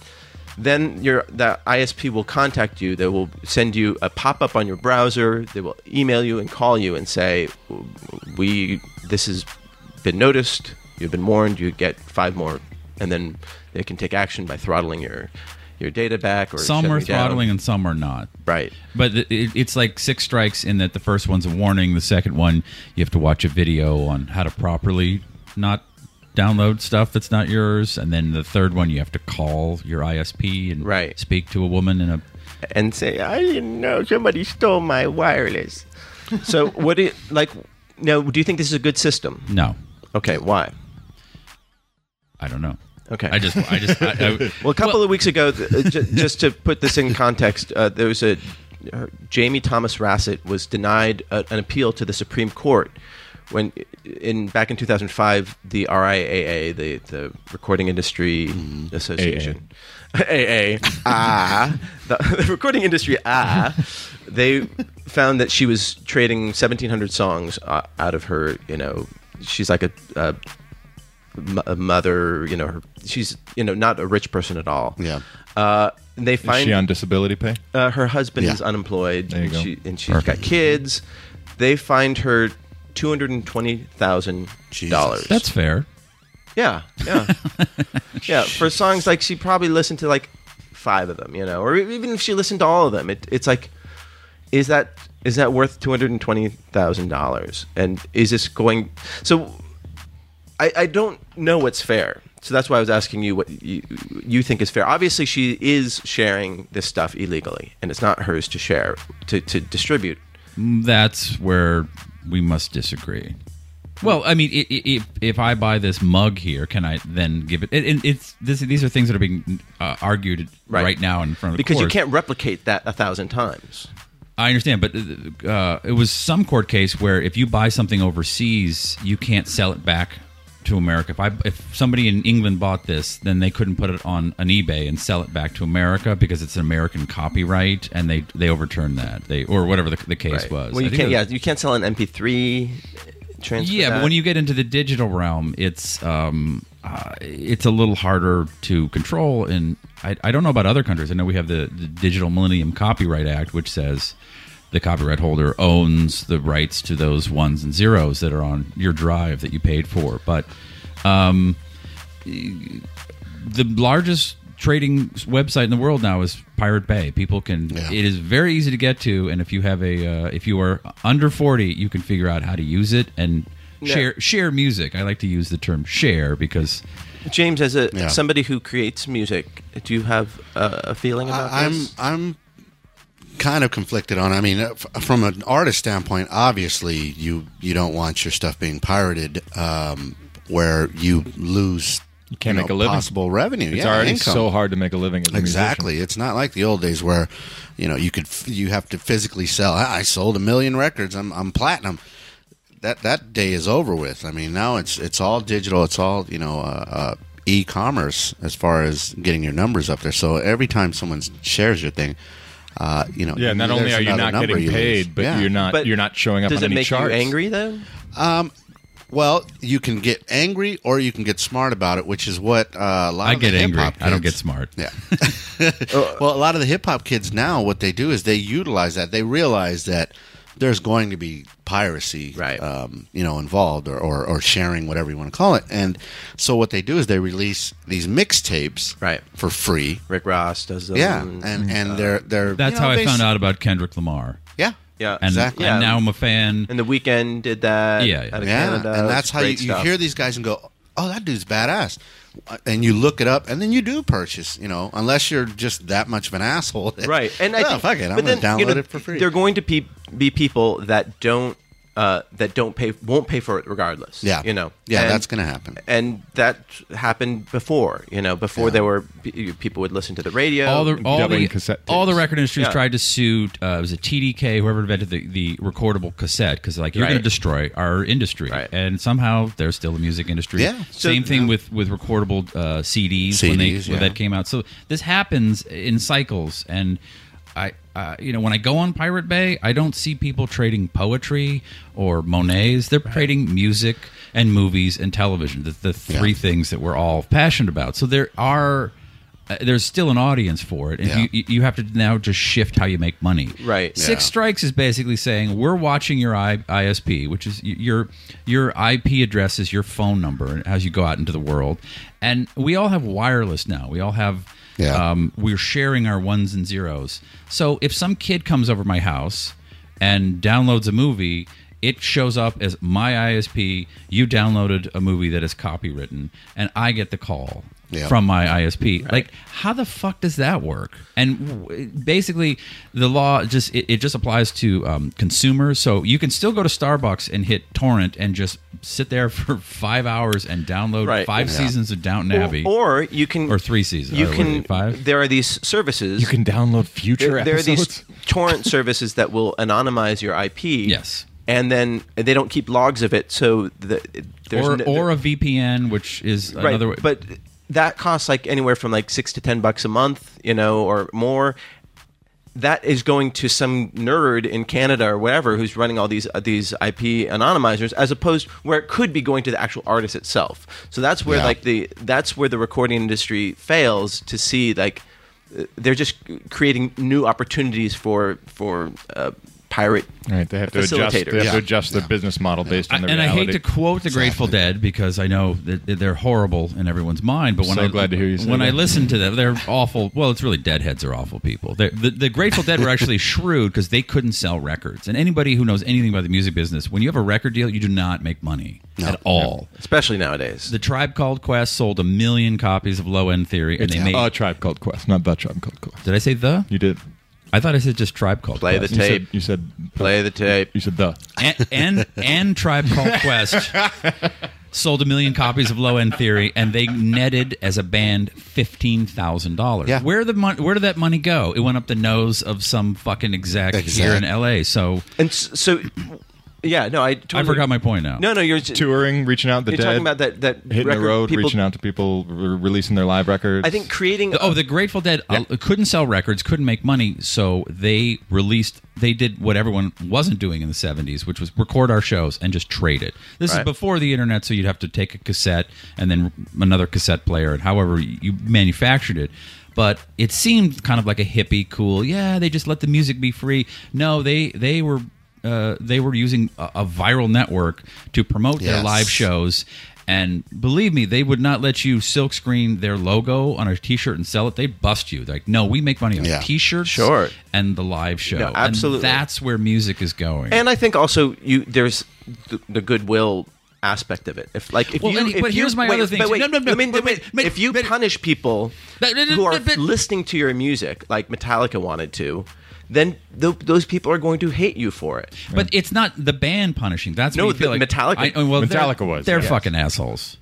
B: then your the isp will contact you they will send you a pop-up on your browser they will email you and call you and say we this has been noticed you've been warned you get five more and then they can take action by throttling your your data back or
D: Some are
B: shutting down.
D: throttling and some are not.
B: Right.
D: But it, it- it's like six strikes in that the first one's a warning, the second one you have to watch a video on how to properly not download stuff that's not yours, and then the third one you have to call your ISP and
B: Right.
D: speak to a woman in a
B: and say, "I didn't know somebody stole my wireless." so, what do you, like? Now, do you think this is a good system?
D: no.
B: Okay, why?
D: I don't know.
B: Okay.
D: I just I just I, I,
B: Well, a couple of weeks ago, th- uh, ju- just to put this in context, uh, there was a uh, Jamie Thomas Rassett was denied a, an appeal to the Supreme Court when in back in 2005 the RIAA, the the Recording Industry
D: Mm-hmm.
B: Association, AA, ah, the, the Recording Industry ah, they found that she was trading 1,700 songs uh, out of her, you know. She's like a uh, m- a mother, you know, her, she's you know not a rich person at all.
E: Yeah.
B: Uh, and they
C: Is
B: find
C: she on disability pay?
B: uh, her husband
E: Yeah.
B: is unemployed,
C: There you
B: and,
C: go.
B: She, and she's got kids. They find her two hundred and twenty thousand dollars.
D: that's fair.
B: yeah, yeah, yeah. For songs like she probably listened to like five of them, you know, or e-, even if she listened to all of them, it, it's like, is that is that worth two hundred and twenty thousand dollars? And is this going? So I, I don't know what's fair. So that's why I was asking you what you, you think is fair. Obviously, she is sharing this stuff illegally, and it's not hers to share, to, to distribute.
D: That's where we must disagree. Well, I mean, i- i- if if I buy this mug here, can I then give it? And and it's this, these are things that are being uh, argued
B: Right.
D: right. now in front of the
B: Because you
D: courts.
B: can't replicate that a thousand times.
D: I understand, but uh, it was some court case where if you buy something overseas, you can't sell it back to America. If I, if somebody in England bought this, then they couldn't put it on an eBay and sell it back to America because it's an American copyright, and they they overturned that they or whatever the, the case was.
B: Well,
D: I
B: you
D: think
B: can't.
D: it
B: Yeah,
D: was-
B: you can't sell an MP3 transfer.
D: yeah,
B: that.
D: but when you get into the digital realm, it's um, uh, it's a little harder to control. And I, I don't know about other countries. I know we have the, the Digital Millennium Copyright Act, which says the copyright holder owns the rights to those ones and zeros that are on your drive that you paid for. But um, the largest trading website in the world now is Pirate Bay. People can. It is very easy to get to, and if you have a, uh, if you are under forty, you can figure out how to use it and share share music. I like to use the term share because
B: James, as a
E: Yeah.
B: somebody who creates music, do you have a, a feeling about
E: I, I'm
B: this?
E: I'm kind of conflicted on. I mean, uh, f- from an artist standpoint, obviously you you don't want your stuff being pirated, um, where you lose you
C: can't make a living.
E: possible revenue.
C: It's
E: yeah,
C: already
E: income.
C: so hard to make a living. As a
E: Exactly.
C: musician.
E: It's not like the old days where, you know, you could f- you have to physically sell. I I sold a million records. I'm I'm platinum. That that day is over with. I mean, now it's it's all digital. It's all you know. Uh, uh, e-commerce as far as getting your numbers up there so every time someone shares your thing uh, you know
C: Yeah. Not only
E: there's
C: are you
E: another
C: not
E: number
C: getting
E: you lose.
C: paid, but
E: Yeah.
C: you're not
B: But
C: you're not showing up
B: Does
C: on
B: it
C: any
B: make
C: charts.
B: you angry though?
E: well you can get angry or you can get smart about it which is what uh, a lot
D: I
E: of the
D: get angry.
E: hip-hop
D: I don't get
E: kids-
D: smart.
E: Yeah.
B: Uh,
E: well, a lot of the hip hop kids now, what they do is they utilize that. They realize that there's going to be piracy,
B: Right.
E: um, you know, involved or, or, or sharing, whatever you want to call it. And so what they do is they release these mixtapes
B: Right. Mm-hmm.
E: for free.
B: Rick Ross does. Them.
E: Yeah, and and they're they're
D: That's
E: you know,
D: how I
E: they
D: found
E: s-
D: out about Kendrick Lamar,
E: Yeah,
B: yeah.
D: and,
E: Exactly.
D: and
B: Yeah.
D: now I'm a fan.
B: And the weekend did that.
D: Yeah, yeah.
B: out of
E: yeah,
B: Canada.
E: and
B: It's
E: that's how you,
B: great
E: you
B: stuff.
E: hear these guys and go, "Oh, that dude's badass," and you look it up, and then you do purchase. You know, unless you're just that much of an asshole,
B: right? And I
E: "Oh,
B: think,
E: fuck it, I'm
B: but
E: going to
B: then,
E: download
B: you know,
E: it for free.
B: There are going to be be people that don't uh, that don't pay won't pay for it regardless.
E: Yeah,
B: you know.
E: yeah,
B: And-
E: that's going to happen.
B: And that happened before, you know, before there were p- people would listen to the radio.
D: all the all
C: Dubbing
D: the,
C: cassette
D: all the
C: tapes.
D: record industries
B: Yeah.
D: tried to sue. Uh, it was a TDK, whoever invented the, the recordable cassette, because like you're
B: Right.
D: going to destroy our industry,
B: Right.
D: and somehow there's still a music industry.
E: Yeah. So-
D: Same thing with with recordable uh, CDs, when they
E: CDs,
D: when
E: yeah.
D: that came out. So this happens in cycles, and I. Uh, you know, when I go on Pirate Bay, I don't see people trading poetry or Monets. They're trading music and movies and television, the, the three
E: Yeah.
D: things that we're all passionate about. So there are uh, there's still an audience for it, and
E: Yeah.
D: you you, you have to now just shift how you make money.
B: Right.
D: Six
E: Yeah.
D: strikes is basically saying we're watching your I- ISP, which is y- your your IP address is your phone number as you go out into the world, and we all have wireless now. We all have.
E: Yeah.
D: Um, we're sharing our ones and zeros. So if some kid comes over my house and downloads a movie, it shows up as my ISP. You downloaded a movie that is copywritten, and I get the call
E: Yeah.
D: from my ISP. Like, how the fuck does that work? And w- basically, the law just it, it just applies to um, consumers. So you can still go to Starbucks and hit torrent and just sit there for five hours and download
B: Right.
D: five seasons of Downton
B: Or-
D: Abbey.
B: Or you can
D: Or three seasons.
B: You
D: Or what is
B: can
D: it, five?
B: There are these services.
C: You can download future
B: there, there are
C: episodes.
B: these torrent services that will anonymize your IP.
D: Yes.
B: And then they don't keep logs of it, so the, there's
D: or,
B: no-
D: or a VPN, which is
B: right,
D: another way.
B: But that costs like anywhere from like six to ten bucks a month, you know, or more. That is going to some nerd in Canada or whatever who's running all these uh, these IP anonymizers, as opposed where it could be going to the actual artist itself. So that's where
E: Yeah.
B: like the that's where the recording industry fails to see like uh, they're just creating new opportunities for for uh, pirate.
C: Right, they have to adjust. They have
B: Facilitator.
C: to
E: Yeah.
C: adjust their business model based on
D: and
C: their
D: I
C: reality.
D: hate to quote the Grateful Dead because I know that that they're horrible in everyone's mind. But when
C: So
D: I
C: glad to hear you say
D: when I
C: that.
D: listen to them, they're awful. Well, it's really Deadheads are awful people. They're, the, the Grateful Dead were actually shrewd because they couldn't sell records. And anybody who knows anything about the music business, when you have a record deal, you do not make money at all.
B: Especially nowadays,
D: The Tribe Called Quest sold a million copies of Low End Theory, and they made.
C: a Oh, tribe called Quest, not the tribe called Quest.
D: did I say the?
C: You did.
D: I thought I said just Tribe Called
B: Play
D: Quest.
B: the
C: You said.
B: Tape.
C: You said.
B: play the tape.
C: You said the.
D: and and, and Tribe Called Quest sold a million copies of Low End Theory, and they netted as a band fifteen thousand dollars.
E: Yeah.
D: Where the mon- where did that money go? It went up the nose of some fucking exec, here in
E: Exact.
D: L.A. So
B: And s- so, yeah, no, I totally,
D: I forgot my point now.
B: No, no, you're
C: Touring, reaching out to the
B: You're
C: dead.
B: talking about that- that
C: hitting
B: record
C: the road,
B: people-
C: reaching out to people, re- releasing their live records.
B: I think creating.
D: The- oh, the Grateful Dead uh, couldn't sell records, couldn't make money, so they released. They did what everyone wasn't doing in the '70s, which was record our shows and just trade it. This is
B: Right.
D: before the internet, so you'd have to take a cassette and then another cassette player, and however you manufactured it. But it seemed kind of like a hippie, cool. Yeah, they just let the music be free. No, they they were. Uh, they were using a, a viral network to promote their
E: Yes.
D: live show shows. And believe me, they would not let you silk screen their logo on a T-shirt and sell it. They'd bust you. They're like, no, we make money on
E: Yeah.
D: T-shirts,
B: Sure.
D: and the live show.
B: No, absolutely.
D: And that's where music is going.
B: and I think also you there's the, the goodwill aspect of it. If like if
D: Well,
B: you,
D: and-
B: if
D: but
B: you-
D: here's my
B: wait,
D: other thing.
B: But wait,
D: No, no, no,
B: I mean,
D: but
B: wait,
D: wait, wait,
B: if you
D: but-
B: punish people
D: But- but-
B: who are
D: but- but-
B: listening to your music, like Metallica wanted to, then th- those people are going to hate you for it.
D: but it's not the band punishing. That's
B: No,
D: what you feel
B: the
D: like
B: Metallica-
D: I- well, they're-
C: Metallica was,
D: They're
C: yes.
D: fucking assholes.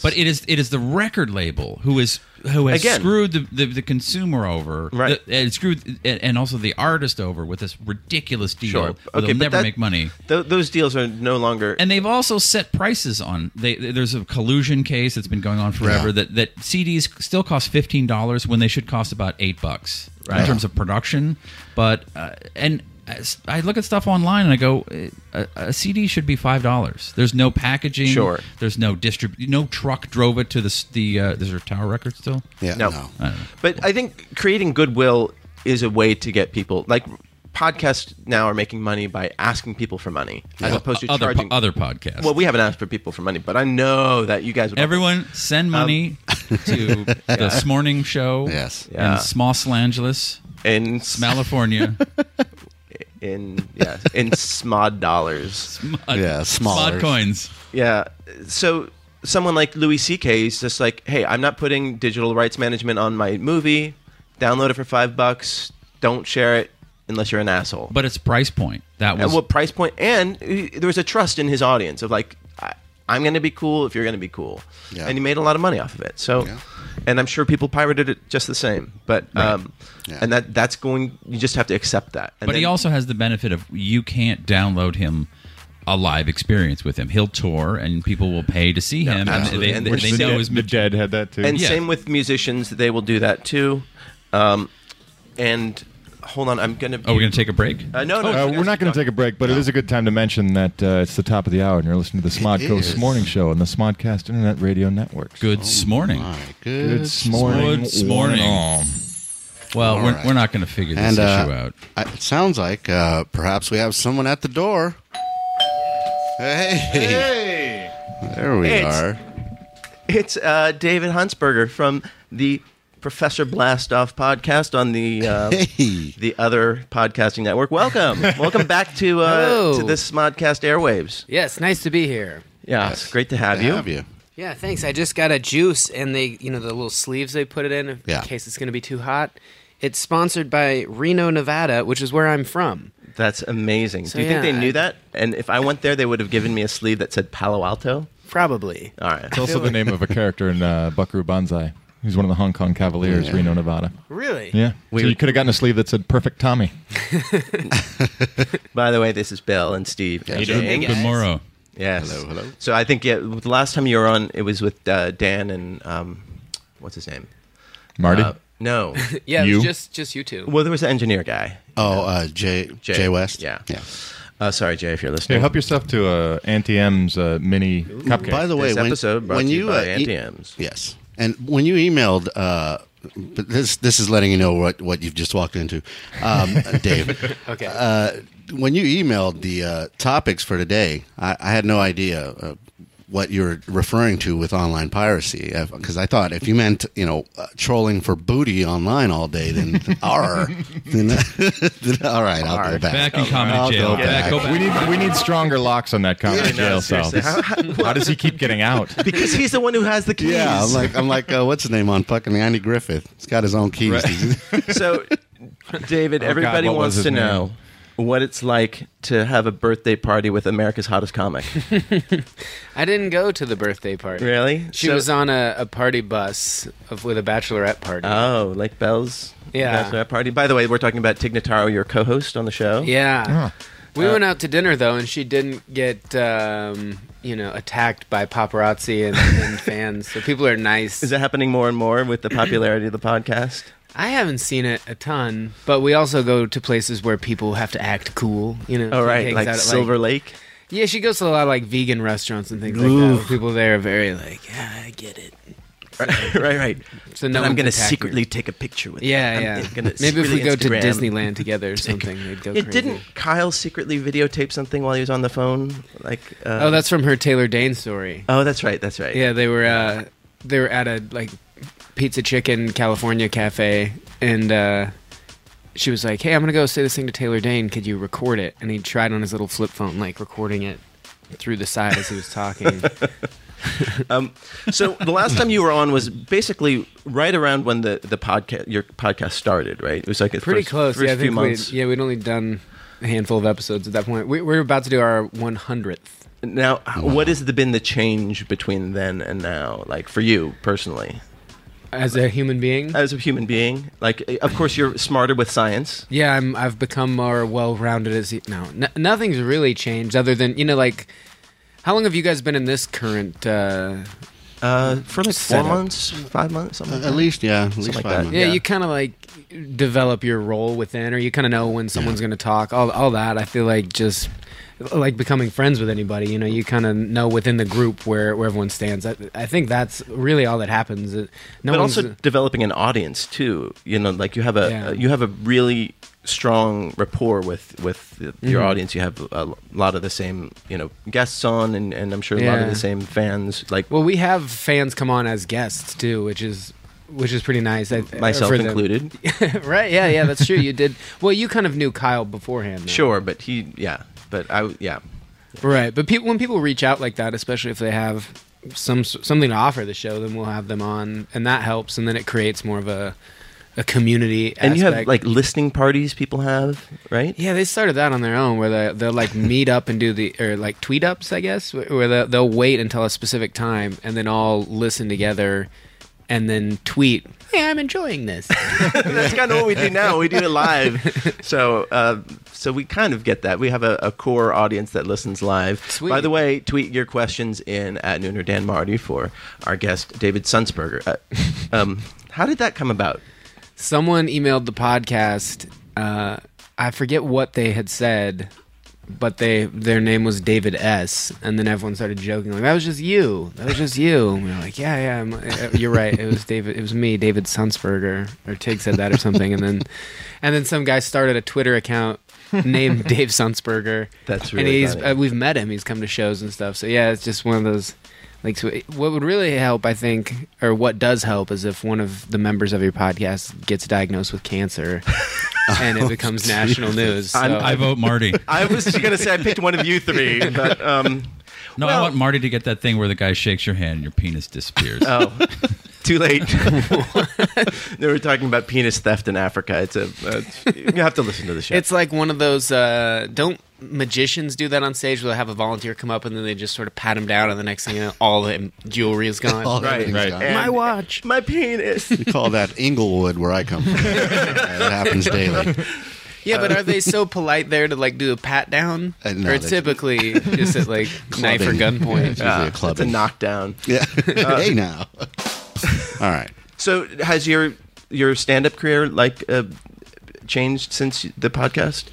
D: But it is it is the record label who is who has
B: Again.
D: screwed the, the, the consumer over,
B: Right.
D: the- and screwed and, and also the artist over with this ridiculous deal.
B: Sure.
D: where
B: Okay,
D: they'll
B: but
D: never
B: that-
D: make money.
B: Th- those deals are no longer.
D: and they've also set prices on they there's a collusion case that's been going on forever
E: Yeah.
D: that that CDs still cost $15 when they should cost about 8 bucks in terms of production but uh, and as- I look at stuff online and I go eh, a, a CD should be $5 there's no packaging
B: Sure.
D: there's no distrib- no truck drove it to the s- the uh, is there Tower Records still
E: Yeah,
B: No.
E: no.
D: I don't know.
B: But I think creating goodwill is a way to get people like podcasts now are making money by asking people for money as opposed to
D: other po-
B: charging
D: other podcasts
B: Well, we haven't asked for people for money, but I know that you guys would
D: Everyone, send money to this morning show.
E: Yes.
B: Yeah.
D: in Los Angeles,
B: in
D: California.
B: in yeah in smod dollars.
E: Yeah, smaller.
D: Spot coins.
B: Yeah, so someone like Louis C.K. is just like, hey, I'm not putting digital rights management on my movie. Download it for five bucks. Don't share it unless you're an asshole.
D: But it's price point. That
B: at
D: was
B: what price point? And he- there was a trust in his audience of like, I, I'm going to be cool if you're going to be cool.
E: Yeah.
B: And he made a lot of money off of it. So,
E: Yeah.
B: and I'm sure people pirated it just the same. But um,
E: Yeah.
B: and that that's going. You just have to accept that. And
D: but he
B: then-
D: also has the benefit of you can't download him a live experience with him. He'll tour and people will pay to see him and
B: absolutely.
D: they,
B: And
D: they,
B: which
D: they
C: the,
D: know
C: dead,
D: his
C: the dead had that too.
B: and
D: Yeah.
B: same with musicians, they will do that too. Um, and hold on, I'm gonna.
D: Oh, we're going to take a break?
B: Uh, no, no,
C: Uh, we're not going to take a break, but it is a good time to mention that uh, it's the top of the hour, and you're listening to the
E: is.
C: Smodcoast Morning Show on the Smodcast Internet Radio Network.
D: Good morning.
E: My good.
C: Good morning.
D: Good morning. Well,
E: All
D: we're,
E: right.
D: we're not going to figure this
E: And
D: issue
E: uh,
D: out.
E: I, it sounds like uh, perhaps we have someone at the door. Hey, there we
B: It's-
E: are.
B: It's uh, David Huntsberger from the Professor Blastoff podcast on the uh,
E: Hey.
B: the other podcasting network. Welcome, welcome back to uh,
G: Hello.
B: to this Smodcast airwaves.
G: Yes, nice to be here.
B: Yeah, it's great to have you.
E: Have you?
G: Yeah, thanks. I just got a juice and they, you know, the little sleeves they put it in
E: Yeah.
G: in case it's going to be too hot. It's sponsored by Reno, Nevada, which is where I'm from.
B: That's amazing.
G: So,
B: Do you think
G: yeah,
B: they knew
G: I-
B: that? And if I went there, they would have given me a sleeve that said Palo Alto.
G: Probably.
B: All right.
C: It's also the name of a character in uh, Buckaroo Banzai. He's one of the Hong Kong Cavaliers, Reno, Nevada.
G: Really?
C: Yeah. so you could have gotten a sleeve that said "Perfect Tommy."
B: By the way, this is Bill and Steve. and
E: doing?
B: Jay.
G: Hey,
D: Good
G: guys.
D: morning.
B: Yes.
E: Hello, hello.
B: So I think yeah, the last time you were on, it was with uh, Dan and um, what's his name?
C: Marty.
B: Uh, no.
G: Yeah, it
C: You?
G: was just just you two.
B: well, there was an engineer guy.
E: Oh, uh, Jay, Jay West.
B: Yeah.
E: yeah.
B: Uh, sorry, Jay, if you're listening.
C: Here, help yourself to uh, Auntie M's uh, mini cupcake.
E: By the way,
B: This
E: when,
B: episode brought
E: when
B: to you by
E: uh, e-
B: Auntie M's.
E: yes, and when you emailed, uh, but this this is letting you know what what you've just walked into, um, Dave.
G: Okay.
E: Uh, when you emailed the uh, topics for today, I, I had no idea uh, what you were referring to with online piracy because I thought if you meant you know uh, trolling for booty online all day, then R, then, then all right, I'll go back.
D: Back in comedy
E: I'll
D: jail.
E: go
D: Back.
E: back.
D: Go back.
C: we need we need stronger locks on that comedy
B: I know,
C: jail cell.
B: seriously. How-
C: How does he keep getting out?
B: because he's the one who has the keys.
E: Yeah, I'm like I'm like uh, what's his name on fucking Andy Griffith? He's got his own keys.
B: so,
G: Oh,
B: David, everybody
C: what was
B: wants
C: his
B: to
C: name?
B: know what it's like to have a birthday party with America's hottest comic.
G: I didn't go to the birthday party.
B: really?
G: She
B: So-
G: was on a, a party bus of, with a bachelorette party.
B: Oh, like Bell's
G: Yeah.
B: bachelorette party. By the way, we're talking about Tignataro, your co-host on the show.
G: yeah. We went out to dinner though, and she didn't get um, you know attacked by paparazzi and, and fans. So people are nice.
B: Is that happening more and more with the popularity of the podcast?
G: I haven't seen it a ton, but we also go to places where people have to act cool. You know,
B: Oh,
G: she
B: right,
G: hangs
B: like
G: out at,
B: Silver Lake.
G: yeah, she goes to a lot of like vegan restaurants and things like that. where people there are very like, yeah, I get it.
B: right, right.
G: So
B: And
G: no,
B: I'm
G: going to
B: secretly take a picture with.
G: Yeah,
B: you.
G: yeah.
B: I'm gonna
G: Maybe if we
B: secretly
G: go to
B: Instagram.
G: Disneyland together or something, they'd go
B: Yeah,
G: crazy.
B: didn't Kyle secretly videotape something while he was on the phone? Like, uh,
G: Oh, that's from her Taylor Dane story.
B: oh, that's right, that's right.
G: Yeah, they were uh, they were at a like pizza chicken California cafe, and uh, she was like, "Hey, I'm gonna go say this thing to Taylor Dane. Could you record it?" And he tried on his little flip phone, like recording it through the side as he was talking.
B: Um, So the last time you were on was basically right around when the the podcast your podcast started, right? It was like the
G: Pretty
B: first-
G: close.
B: First
G: yeah, I
B: few
G: think we
B: months.
G: yeah we'd only done a handful of episodes at that point. We, we were about to do our 100th.
B: Now, what has the, been the change between then and now? Like for you personally,
G: As a human being,
B: as a human being, like eh, of course you're smarter with science.
G: Yeah, I'm, I've become more well-rounded as no, n- nothing's really changed other than you know like how long have you guys been in this current? Uh,
B: Uh, for like four
G: Set up.
B: months, five months, something. like
E: At
B: that.
E: least, yeah, at least
B: like
E: five
B: that.
E: months.
G: yeah,
B: Yeah.
G: you kind of like develop your role within, or you kind of know when someone's going to talk. All all that I feel like just like becoming friends with anybody. You know, you kind of know within the group where where everyone stands. I, I think that's really all that happens. It- No
B: but
G: one's
B: also developing an audience too. You know, like you have a uh,
G: Yeah.
B: you have a really strong rapport with with the, your
G: Mm-hmm.
B: audience. You have a lot of the same you know guests on, and, and I'm sure a lot of
G: Yeah.
B: the same fans. Like
G: well, we have fans come on as guests too, which is which is pretty nice. I-
B: myself
G: uh, for them.
B: included.
G: right? Yeah, yeah, that's true. You did. Well, you kind of knew Kyle beforehand. though.
B: Sure, but he yeah, but I yeah.
G: Right, but peop when people reach out like that, especially if they have some something to offer the show, then we'll have them on, and that helps, and then it creates more of a a community.
B: And you have
G: aspect.
B: like listening parties people have, right?
G: Yeah, they started that on their own, where they they'll like meet up and do the or like tweet ups, I guess, wh- where they'll, they'll wait until a specific time and then all listen together, and then tweet, "Hey, I'm enjoying this."
B: That's kind of what we do now. We do it live. So, uh, so we kind of get that. We have a, a core audience that listens live.
G: Sweet.
B: By the way, tweet your questions in at Nooner Dan Marty for our guest David Sunsberger. Uh, um, how did that come about?
G: someone emailed the podcast uh, I forget what they had said, but they their name was David S. And then everyone started joking like, "That was just you. That was just you." And we were like, "Yeah, yeah, I'm- uh, you're right. It was David. It was me, David Sunsberger, or Tig said that or something." And then, and then some guy started a Twitter account named Dave Sunsberger.
B: That's
G: and
B: really
G: he's
B: funny.
G: uh, we've met him. He's come to shows and stuff. So yeah, it's just one of those. Like, so it- what would really help, I think, or what does help, is if one of the members of your podcast gets diagnosed with cancer, and it becomes
E: Oh,
G: national news. So.
B: I'm-
D: I vote Marty.
B: I was just gonna say I picked one of you three, but um,
D: No, I
B: Well-
D: want Marty to get that thing where the guy shakes your hand and your penis disappears.
B: oh, too late. they were talking about penis theft in Africa. It's a uh, you have to listen to the show.
G: it's like one of those. Uh, don't magicians do that on stage? Where they have a volunteer come up and then they just sort of pat him down, and the next thing you know, all the jewelry is gone.
E: All
B: right,
E: everything's
B: right.
E: gone.
B: And
G: My watch.
B: my penis.
E: We call that Inglewood where I come from. that happens daily.
G: Yeah, but are they so polite there to like do a pat down?
E: Uh, no,
G: or
E: they-
G: it's typically just at like knife or
E: Clubbing. Yeah,
G: gunpoint.
E: it's usually a
B: It's Ah, a
E: clubbing.
B: knockdown.
E: Yeah. hey now. All right.
B: So has your your stand up career like uh, changed since the podcast?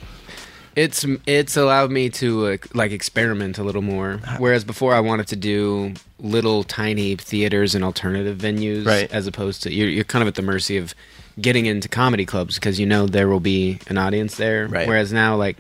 G: It's it's allowed me to uh, like experiment a little more.
B: Uh,
G: Whereas before, I wanted to do little tiny theaters and alternative venues,
B: Right.
G: as opposed to you're, you're kind of at the mercy of getting into comedy clubs because you know there will be an audience there.
B: Right.
G: Whereas now, like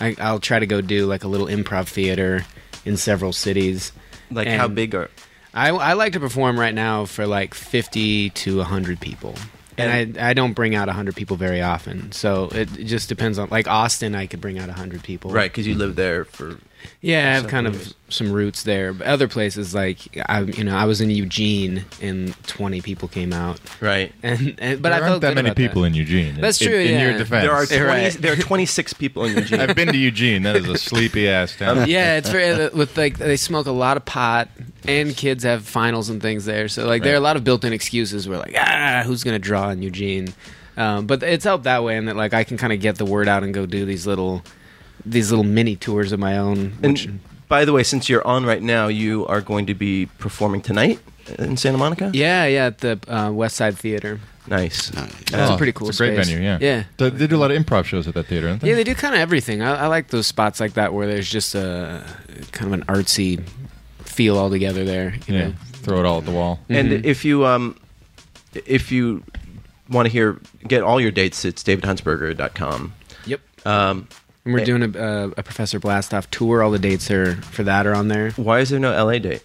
G: I, I'll try to go do like a little improv theater in several cities.
B: Like how
G: And
B: big are
G: I, I like to perform right now for like 50 to 100 people. And I, I don't bring out 100 people very often. So it, it just depends on, like Austin, I could bring out 100 people.
B: right because you lived there for
G: Yeah, I have kind
B: years.
G: of some roots there. But other places, like, I, you know, I was in Eugene and 20 people came out.
B: right.
G: And, and But
C: there
G: I
C: aren't
G: felt
C: that
G: good
C: many
G: about
C: people
G: That.
C: in Eugene.
G: That's
C: In-
G: true,
C: In, your
G: yeah.
C: defense,
B: There are 20,
G: Right.
B: there are twenty six people in Eugene.
C: I've been to Eugene. That is a sleepy ass town.
G: yeah, it's very uh, with like they smoke a lot of pot, and kids have finals and things there. So like there are a lot of built-in excuses. Where like ah, who's gonna draw in Eugene? Um, but it's helped that way, and that like I can kind of get the word out and go do these little these little mini tours of my own. Which,
B: And by the way, since you're on right now, you are going to be performing tonight in Santa Monica.
G: yeah, yeah, at the uh, West Side Theater.
B: nice.
G: That's
C: Oh,
G: a pretty cool
C: It's a great
G: space.
C: venue. Yeah.
G: yeah.
C: They, they do a lot of improv shows at that theater. Don't they?
G: Yeah, they do kind of everything. I, I like those spots like that where there's just a kind of an artsy feel all together there. You
C: Yeah.
G: know?
C: Throw it all at the wall.
G: Mm-hmm.
B: And if you um, if you want to hear get all your dates, it's davidhunsberger.com.
G: Yep.
B: Um,
G: And we're
B: Eh.
G: doing a, uh, a Professor Blastoff tour. All the dates are for that are on there.
B: why is there no LA date?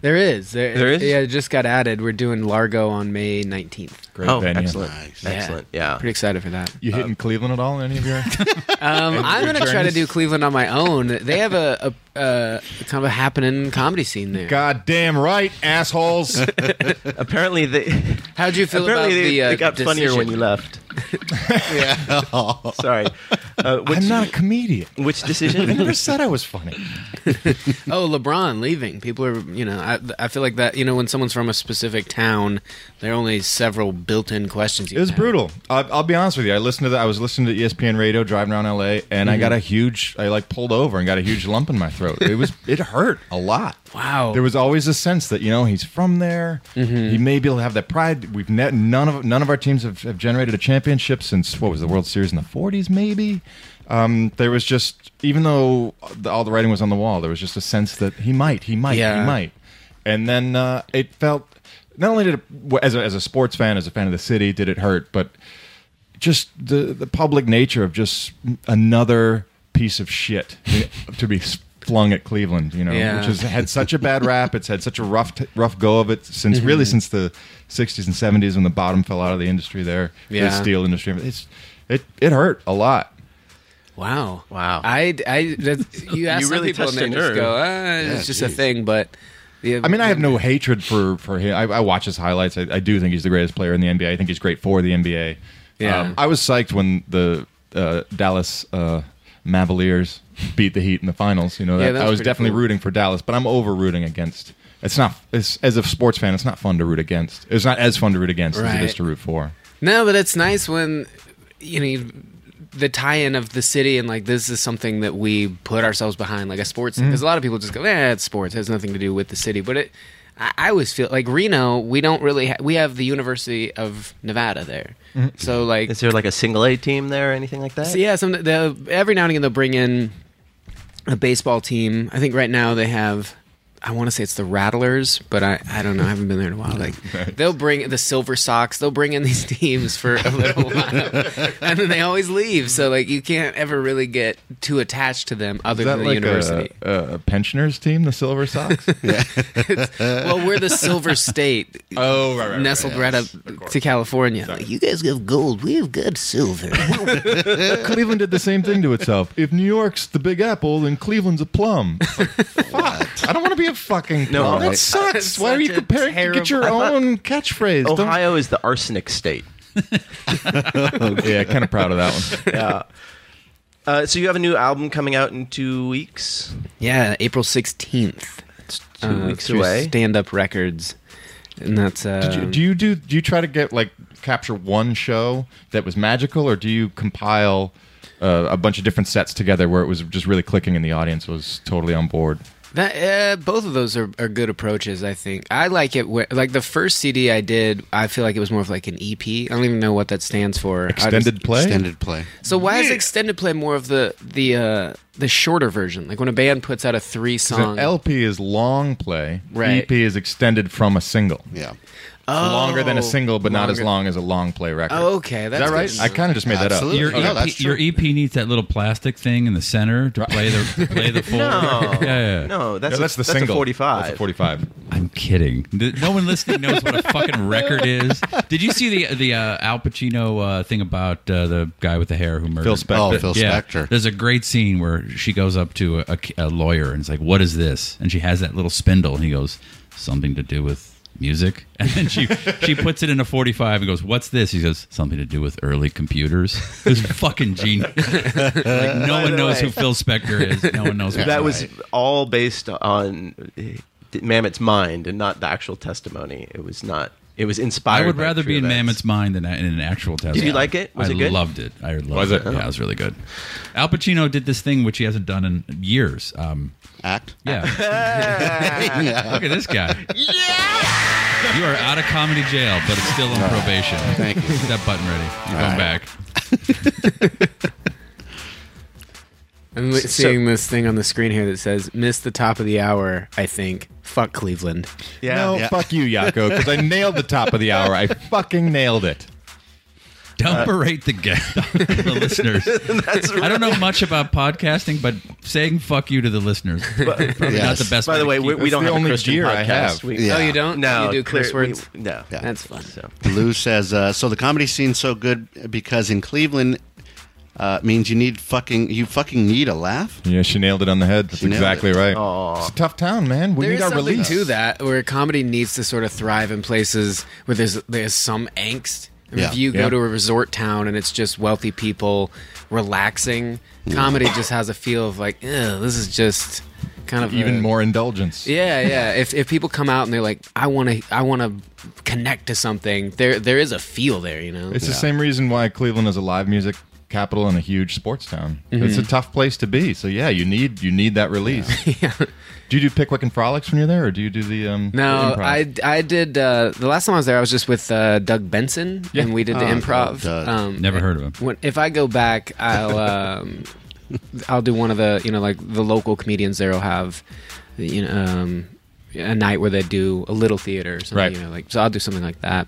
G: There is. There,
B: There is?
G: Yeah, it just got added. We're doing Largo on May 19th.
C: Great
B: oh,
C: venue.
B: excellent,
E: Nice.
B: excellent, yeah.
G: Pretty excited for that.
C: You hitting Cleveland at all? Any of your?
G: Um, I'm going to try to do Cleveland on my own. They have a, a, a kind of a happening comedy scene there.
C: God damn right, assholes.
B: Apparently, they
G: How'd you feel about
B: apparently
G: the
B: they,
G: uh,
B: they got funnier when you
G: decision?
B: left.
E: Yeah.
B: Sorry, uh, which,
C: I'm not a comedian.
B: which
C: I
B: decision?
C: never said I was funny.
G: Oh, LeBron leaving. People are, you know, I, I feel like that, you know, when someone's from a specific town, there are only several built in questions. You
C: It was
G: can have.
C: brutal. I'll, I'll be honest with you. I listened to the, I was listening to E ESPN radio driving around LA, and I got a huge. I like pulled over and got a huge lump in my throat. It was it hurt a lot.
G: Wow.
C: There was always a sense that you know he's from there. He may be able to have that pride. We've ne- none of none of our teams have, have generated a championship since what was the World Series in the '40s, maybe. Um, there was just even though the, all the writing was on the wall, there was just a sense that he might, he might,
G: Yeah.
C: he might. And then uh, it felt not only did it as a, as a sports fan, as a fan of the city, did it hurt, but just the the public nature of just another piece of shit to be flung at Cleveland, you know,
G: Yeah.
C: which has had such a bad rap. It's had such a rough t- rough go of it since
G: Mm-hmm.
C: really since the '60s and '70s when the bottom fell out of the industry there,
G: Yeah.
C: the steel industry. It's it it hurt a lot.
G: Wow!
B: Wow.
G: I, I that's, you ask some
B: really
G: people and
B: touched
G: they
B: a
G: just
B: nerve.
G: go, ah, it's just a
E: geez.
G: thing. But yeah,
C: I mean, I have no hatred for for him. I, I watch his highlights. I, I do think he's the greatest player in the NBA. I think he's great for the NBA.
G: Yeah.
C: Um, I was psyched when the uh, Dallas uh, Mavaliers beat the Heat in the finals. You know,
G: Yeah,
C: that,
G: that was
C: I was
G: pretty
C: definitely
G: cool.
C: rooting for Dallas, but I'm over rooting against. It's not it's, as a sports fan. It's not fun to root against. It's not as fun to root against as it
G: Right.
C: is to root for.
G: No, but it's nice when you know you- the tie-in of the city and like this is something that we put ourselves behind, like a sports.
C: Mm-hmm.
G: Because a lot of people just go, "Eh, it's sports. It has nothing to do with the city." But it, I, I always feel like Reno. We don't really. Ha- we have the University of Nevada there,
C: Mm-hmm.
G: so like
B: Is there like a single A team there or anything like that?
G: so yeah, some they'll- every now and again they'll bring in a baseball team. I think right now they have. I want to say it's the Rattlers, but I, I don't know. I haven't been there in a while. Like they'll bring the Silver Sox. They'll bring in these teams for a little while, and then they always leave. So like you can't ever really get too attached to them other
C: Is that
G: than the
C: like
G: university.
C: a, a pensioners team, the Silver Sox?
G: well, we're the Silver State.
C: oh, right, right, right.
G: Nestled right up to California. Like, you guys have gold. We have good silver.
C: Cleveland did the same thing to itself. If New York's the Big Apple, then Cleveland's a plum. It's like, fuck. I don't want to be a fucking plum.
B: No,
C: No,
B: I-
C: that sucks.
G: That's
C: Why are you
G: such a
C: comparing?
G: terrible-
C: Get your
B: I thought-
C: own catchphrase. Don't-
B: Ohio is the arsenic state.
C: yeah, kind of proud of that one.
B: Uh, so you have a new album coming out in two weeks.
G: yeah, April sixteenth.
B: It's two weeks
G: Uh, through
B: away.
G: Stand up records, and that's uh,
C: Do you, do you do? Do you try to get like capture one show that was magical, or do you compile uh, a bunch of different sets together where it was just really clicking and the audience was totally on board?
G: that, uh, both of those are, are good approaches. I think I like it. Where, like the first CD I did, I feel like it was more of like an EP. I don't even know what that stands for. I just-
C: Extended play.
E: Extended play.
G: so why is extended play more of the the uh, the shorter version? Like when a band puts out a three
C: An
G: song
C: LP is long play.
G: Right.
C: EP is extended from a single.
E: Yeah.
C: longer than a single, but not as
G: Oh, longer.
C: long as a long play record.
G: Okay, that's
C: is that
G: good
C: right?
G: to
C: I
G: know.
C: kind of just made
E: Absolutely.
D: Your,
E: Oh, no,
D: EP,
E: that's true.
D: your EP needs that little plastic thing in the center to play the to play the full.
B: No.
D: Yeah, yeah, yeah.
B: No, that's,
C: that up. No,
B: a,
C: that's the single.
B: a 45.
C: That's a 45.
D: I'm kidding. Th- No one listening knows what a fucking record is. Did you see the the uh, Al Pacino uh, thing about uh, the guy with the hair who murdered
C: Phil Spector.
E: Oh, Phil
D: Yeah.
E: Spector.
D: There's a great scene where she goes up to a, a- a lawyer and is like, "What is this?" And she has that little spindle, and he goes, "Something to do with." Music, and then she she puts it in a forty five and goes, "What's this?" He goes, "Something to do with early computers." It was fucking genius. like no one
B: the
D: knows
B: way-
D: who Phil Spector is. No one knows what
B: that was all based on uh, Mammoth's mind and not the actual testimony. It was not. It was inspired.
D: I would
B: by
D: rather
B: true
D: be in
B: events.
D: Mammoth's mind than in an actual test.
B: Did you like it? Was
D: I
B: it good?
D: loved it. I loved
C: Was
D: it.
C: it?
D: Yeah, it was really good. Al Pacino did this thing which he hasn't done in years. Um,
E: Act.
D: yeah, look at this guy. Yeah, you are out of comedy jail, but it's still on probation.
E: Thank you.
D: Get that button ready. You're going back.
G: I'm li- seeing this thing on the screen here that says "Miss the top of the hour." I think fuck Cleveland.
B: Yeah.
C: no,
E: Yeah.
C: fuck you, Yako, because I nailed the top of the hour. I fucking nailed it.
E: Uh,
D: Don't berate the, guest, the listeners. I don't know much about podcasting, but saying "fuck you" to the listeners probably not
E: Yes.
D: the best.
B: By
D: way
B: the
D: to
B: way,
D: keep
B: we, we
C: That's
B: don't
C: the
B: have
C: only
B: a Christian
C: gear
B: podcast.
C: I have.
B: We,
E: Yeah.
G: Oh, you don't?
B: No,
G: you do
B: clear-
G: curse
B: we-
G: words.
B: no.
E: Yeah.
G: That's fun.
B: So
E: Lou says, uh, so the comedy scene's so good because in Cleveland uh, means you need fucking you fucking need a laugh.
C: Yeah, she nailed it on the head. That's
E: She nailed
C: exactly
E: it.
C: right. It's a tough town, man. We
G: There is
C: need our
G: something
C: release.
G: to that where comedy needs to sort of thrive in places where there's there's some angst. I mean,
E: Yeah.
G: If you
C: Yeah.
G: go to a resort town and it's just wealthy people relaxing, comedy just has a feel of like, Ugh, this is just kind of
C: Even
G: a-
C: more indulgence.
G: Yeah, yeah. If if people come out and they're like, I want to, I want to connect to something. There, there is a feel there, you know.
C: It's the same reason why Cleveland is a live music capital and a huge sports town. It's a tough place to be. So yeah, you need you need that release. Do you do Pickwick and Frolics when you're there, or do you do the um?
G: No,
C: improv?
G: I, I did uh, the last time I was there. I was just with uh, Doug Benson,
C: Yeah.
G: and we did the
E: Oh,
G: improv.
E: Doug.
G: Um,
D: Never heard of him.
G: When, if I go back, I'll um, I'll do one of the you know like the local comedians there will have you know um, a night where they do a little theater, or something,
C: Right.
G: You know, like so I'll do something like that.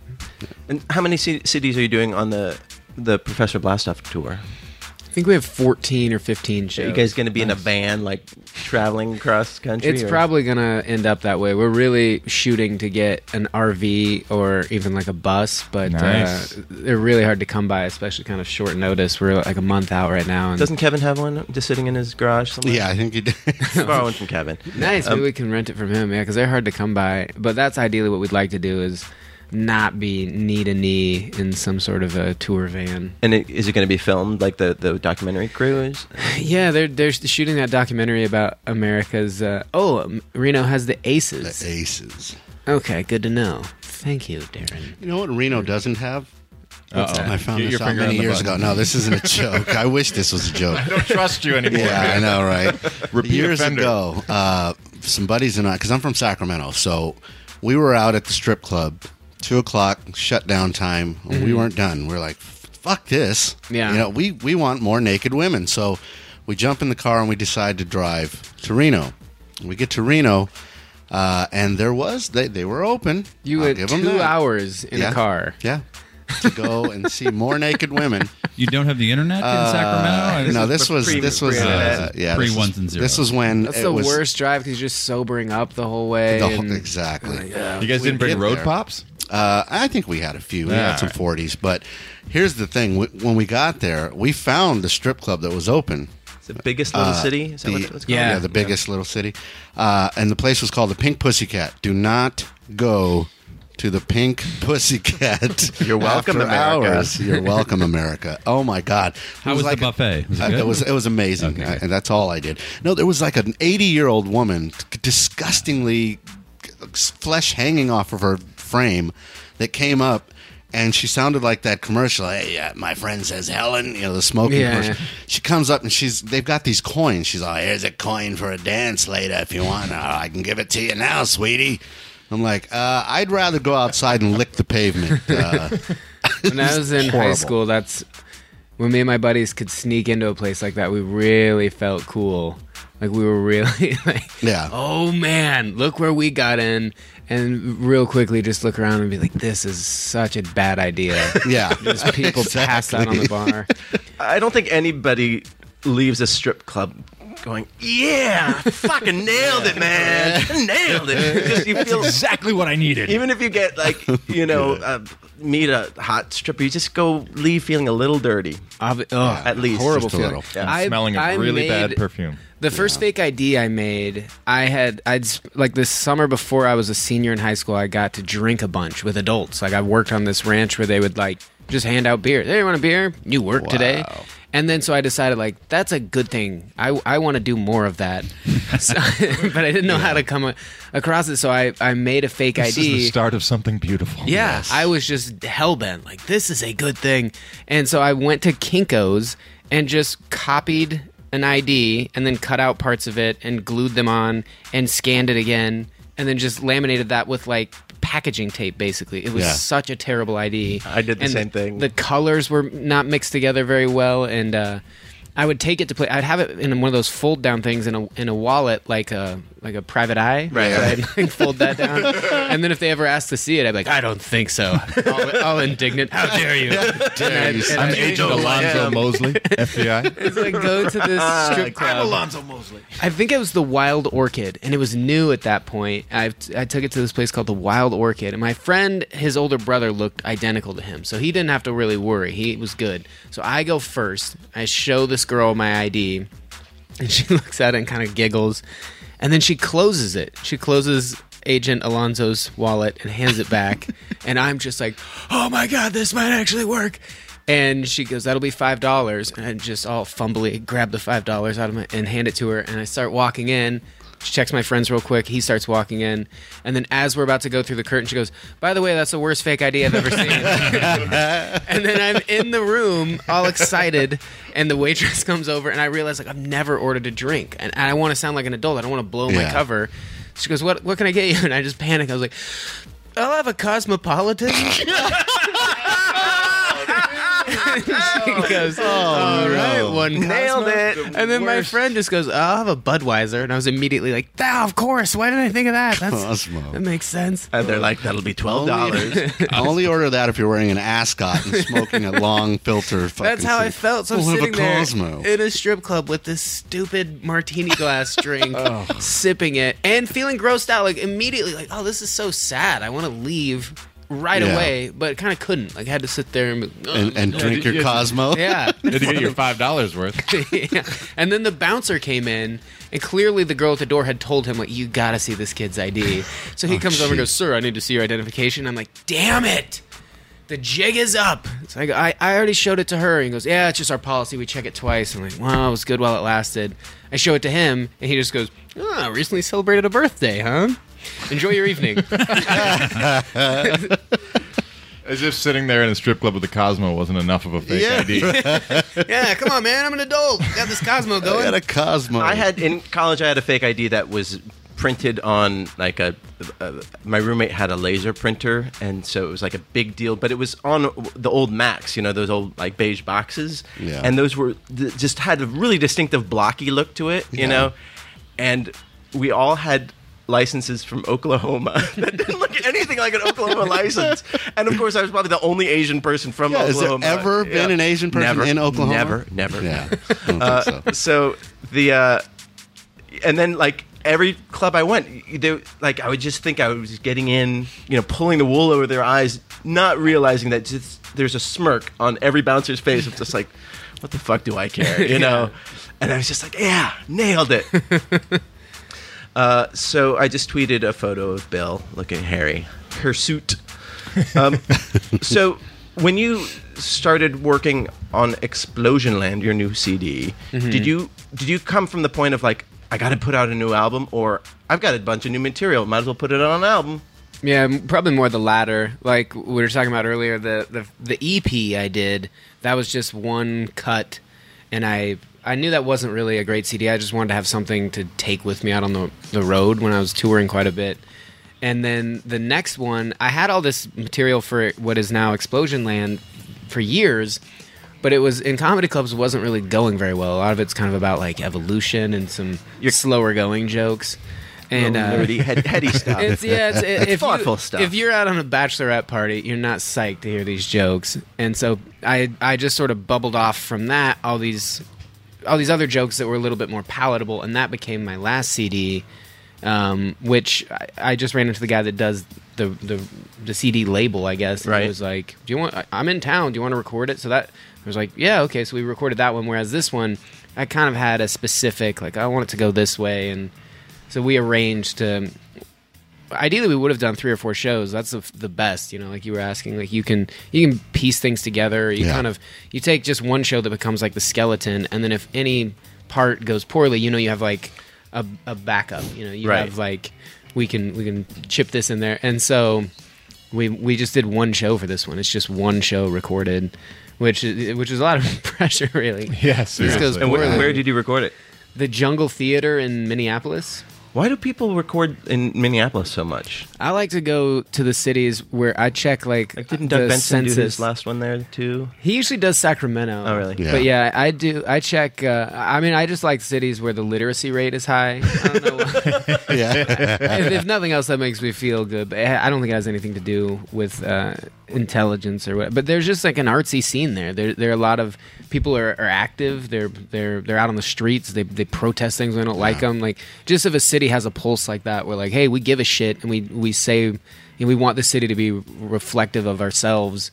B: And how many ci- cities are you doing on the the Professor Blastoff tour?
G: I think we have fourteen or fifteen
B: Are
G: shows.
B: you guys going to be in a van, like traveling across country?
G: it's
B: or-
G: probably gonna end up that way. We're really shooting to get an RV or even like a bus, but
C: Nice.
G: uh, they're really hard to come by, especially kind of short notice. We're like a month out right now. And
B: Doesn't Kevin have one just sitting in his garage somewhere?
E: Yeah, I think you did.
B: borrow one from Kevin.
G: Nice.
E: um,
G: Maybe we can rent it from him, yeah, because they're hard to come by. But that's ideally what we'd like to do is not be knee to knee in some sort of a tour van.
B: And it, is it going to be filmed like the, the documentary crew is?
G: Yeah, they're they're shooting that documentary about America's. Uh, oh, um, Reno has the
E: the
G: aces.
E: aces.
G: Okay, good to know. Thank you, Darren.
E: You know what Reno doesn't have?
C: What's
E: I found
C: Get
E: this
C: your
E: out
C: finger on
E: many
C: the
E: years
C: button.
E: ago. No, this isn't a joke. I wish this was a joke.
C: Don't trust you anymore.
E: Yeah, I know, right?
C: Repeat
E: Years
C: offender.
E: ago, uh, some buddies and I, because I'm from Sacramento, so we were out at the strip club, two o'clock shutdown time. and We weren't done. We are like, fuck this.
G: Mm-hmm. Yeah.
E: you know, we we want more naked women. So we jump in the car and we decide to drive to Reno. We get to Reno. Uh, and there was they, they were open.
G: You
E: I'll
G: had
E: give 'em
G: two
E: that.
G: hours in
E: Yeah.
G: a car.
E: Yeah, to go and see more naked women.
D: You don't have the internet in Sacramento?
E: Uh, no, this was
B: pre-
E: this was uh,
D: pre-
E: yeah
D: pre-
E: this was-
D: ones and zeros.
E: This was when
G: That's
E: it
G: the
E: was
G: worst drive because you're just sobering up the whole way.
E: the whole-
G: and-
E: exactly.
B: uh,
C: You guys
E: We
C: didn't bring
E: get
C: road
E: there.
C: pops?
E: Uh, I think we had a few. We
C: Yeah,
E: had some
C: all
E: 40s, but here's the thing: Wh- when we got there, we found the strip club that was open.
B: It's the biggest little city. Is that
E: Uh, the,
B: what it's called?
G: Yeah.
E: the biggest little city, uh, and the place was called the Pink Pussycat. Do not go to the Pink Pussycat.
B: You're welcome,
E: after
B: America.
E: Hours. You're welcome, America. Oh my God! It
D: How was the buffet? Was it
E: uh,
D: good?
E: was it was amazing, I- and that's all I did. No, there was like an 80 year old woman, disgustingly flesh hanging off of her frame, that came up. And she sounded like that commercial. Hey, uh, my friend says Helen, you know the smoking
G: Yeah.
E: commercial. She comes up and she's they've got these coins. She's like, "Here's a coin for a dance later if you want. Uh, I can give it to you now, sweetie." I'm like, uh, "I'd rather go outside and lick the pavement." Uh,
G: when I was in high
E: Horrible.
G: school, that's when me and my buddies could sneak into a place like that. We really felt cool. Like we were really like,
E: Yeah.
G: Oh man, look where we got in, and real quickly just look around and be like, this is such a bad idea.
E: yeah,
G: Just people passed out on the bar.
B: I don't think anybody leaves a strip club going, yeah, I fucking nailed it, man. I nailed it. Because you feel
H: Exactly what I needed.
B: even if you get like you know uh, meet a hot stripper, you just go leave feeling a little dirty.
G: Obvi- ugh,
B: At least
G: horrible
E: Just a
G: feeling.
E: little.
G: I-
C: Smelling of
G: I
C: really bad
G: made-
C: perfume.
G: The first fake ID I made, I had I'd s- like this summer before I was a senior in high school, I got to drink a bunch with adults. Like I worked on this ranch where they would like just hand out beer. Hey, you want a beer? You work today. And then so I decided like that's a good thing. I, I want to do more of that. So- but I didn't know how to come a- across it, so I, I made a fake
C: This is
G: ID.
C: the start of something beautiful.
G: Yeah, I was just hell bent. Like this is a good thing, and so I went to Kinkos and just copied an ID and then cut out parts of it and glued them on and scanned it again and then just laminated that with like packaging tape. Basically, it was
E: Yeah.
G: such a terrible ID.
B: I did the
G: And
B: same thing.
G: The colors were not mixed together very well, and uh, I would take it to play. I'd have it in one of those fold down things in a in a wallet, like a like a private eye.
B: Right,
G: So
B: right.
G: I'd like, fold that down, and then if they ever asked to see it, I'd be like, I don't think so. All, all indignant. How dare you?
E: Dare you
G: and I-
C: I'm Agent Alonzo Mosley, FBI.
G: It's like go to this strip club.
H: Alonzo Mosley.
G: I think it was the Wild Orchid, and it was new at that point. I, I took it to this place called the Wild Orchid, and my friend, his older brother, looked identical to him, so he didn't have to really worry. He was good. So I go first. I show this girl my ID, and she looks at it and kind of giggles, and then she closes it. She closes Agent Alonzo's wallet and hands it back, and I'm just like, oh my god, this might actually work. And she goes, "That'll be five dollars." And I just all fumbly grab the five dollars out of my and hand it to her. And I start walking in. She checks my friends real quick. He starts walking in, and then as we're about to go through the curtain, she goes, "By the way, that's the worst fake ID I've ever seen." and then I'm in the room, all excited, and the waitress comes over, and I realize like I've never ordered a drink, and I want to sound like an adult. I don't want to blow my
E: Yeah.
G: cover. She goes, "What? What can I get you?" And I just panic. I was like, "I'll have a cosmopolitan." she goes, "All right, one
B: Nailed
G: Cosmo."
B: it.
G: And then my friend just goes, "I'll have a Budweiser," and I was immediately like, "Ah, of course. Why didn't I think of that? That's,
E: Cosmo.
G: That makes sense."
B: And Uh, they're like, that'll be twelve dollars.
E: Only order that if you're wearing an ascot and smoking a long filter. Fucking
G: That's how I
E: cig-
G: felt. So I'm
E: We'll have a
G: sitting there
E: Cosmo.
G: in a strip club with this stupid martini glass drink,
E: Oh.
G: sipping it, and feeling grossed out. Like immediately, like, oh, this is so sad. I want to leave right
E: Yeah.
G: away, but kind of couldn't. Like, I had to sit there and, be,
E: and, and drink your
C: you-
E: Cosmo.
G: yeah.
C: You had to get your five dollars worth.
G: yeah. And then the bouncer came in, and clearly the girl at the door had told him, like, you gotta see this kid's ID. So he comes over and goes, Sir, I need to see your identification. I'm like, Damn it! The jig is up. So I go, I, I already showed it to her. And he goes, Yeah, it's just our policy. We check it twice. I'm like, Wow, it was good while it lasted. I show it to him, and he just goes, Ah, recently celebrated a birthday, huh? Enjoy your evening.
C: As if sitting there in a strip club with a Cosmo wasn't enough of a fake
E: Yeah.
C: ID.
G: yeah, come on, man. I'm an adult. Got this Cosmo
E: I
G: going.
E: got a Cosmo.
B: I had in college. I had a fake ID that was printed on like a, a. My roommate had a laser printer, and so it was like a big deal. But it was on the old Macs, you know, those old like beige boxes,
E: Yeah.
B: and those were th- just had a really distinctive blocky look to it, you know, and we all had. Licenses from Oklahoma that didn't look anything like an Oklahoma license, and of course, I was probably the only Asian person from
E: Yeah, has there
B: Oklahoma.
E: ever been an Asian person
B: Never.
E: in Oklahoma?
B: Never, never,
E: Yeah.
B: never
E: I don't
G: Uh,
E: think so.
B: so the uh and then like every club i went they like i would just think i was getting in you know pulling the wool over their eyes not realizing that just there's a smirk on every bouncer's face it's just like what the fuck do i care you know and i was just like yeah nailed it uh, so i just tweeted a photo of bill looking hairy her suit um, so when you started working on Explosion Land, your new CD, did you did you come from the point of like I got to put out a new album, or I've got a bunch of new material, might as well put it on an album?
G: Yeah, m- probably more the latter. Like we were talking about earlier, the the, the EP I did that was just one cut, and I I knew that wasn't really a great CD. I just wanted to have something to take with me out on the the road when I was touring quite a bit. And then the next one, I had all this material for what is now Explosion Land for years, but it was in comedy clubs it wasn't really going very well. A lot of it's kind of about like evolution and some slower going jokes. And uh,
B: Nerdy, head, heady stuff.
G: it's yeah, it's, if you-
B: thoughtful stuff.
G: If you're out on a bachelorette party, you're not psyched to hear these jokes, and so I I just sort of bubbled off from that all these all these other jokes that were a little bit more palatable, and that became my last CD, um, which I, I just ran into the guy that does the the, the CD label, I guess. And
B: Right.
G: He was like, "Do you want? I- I'm in town. Do you want to record it?" So that I was like, "Yeah, okay." So we recorded that one. Whereas this one, I kind of had a specific like, I want it to go this way, and so we arranged to ideally we would have done three or four shows that's the, the best you know like you were asking like you can you can piece things together you
E: Yeah.
G: kind of you take just one show that becomes like the skeleton and then if any part goes poorly you know you have like a, a backup you know you
B: Right.
G: have like we can we can chip this in there and so we we just did one show for this one it's just one show recorded which is, which is a lot of pressure really
C: yeah,
G: goes-
C: seriously.
B: and where,
G: Really?
B: where did you record it?
G: the jungle theater in minneapolis
B: Why do people record in Minneapolis so much?
G: I like to go to the cities where I check like,
B: Like, didn't Doug
G: the
B: Benson
G: census.
B: do his last one there too?
G: He usually does Sacramento.
B: Oh, really?
E: Yeah.
G: But yeah, I do. I check. Uh, I mean, I just like cities where the literacy rate is high. I don't know. why.
E: Yeah.
G: if, if nothing else, that makes me feel good. But I don't think it has anything to do with uh, intelligence or what. But there's just like an artsy scene there. There, there are a lot of people are, are active. They're they're they're out on the streets. They they protest things when they don't like 'em. like them. Like just if a city has a pulse like that, we're like, hey, we give a shit, and we we say, you know, we want the city to be reflective of ourselves.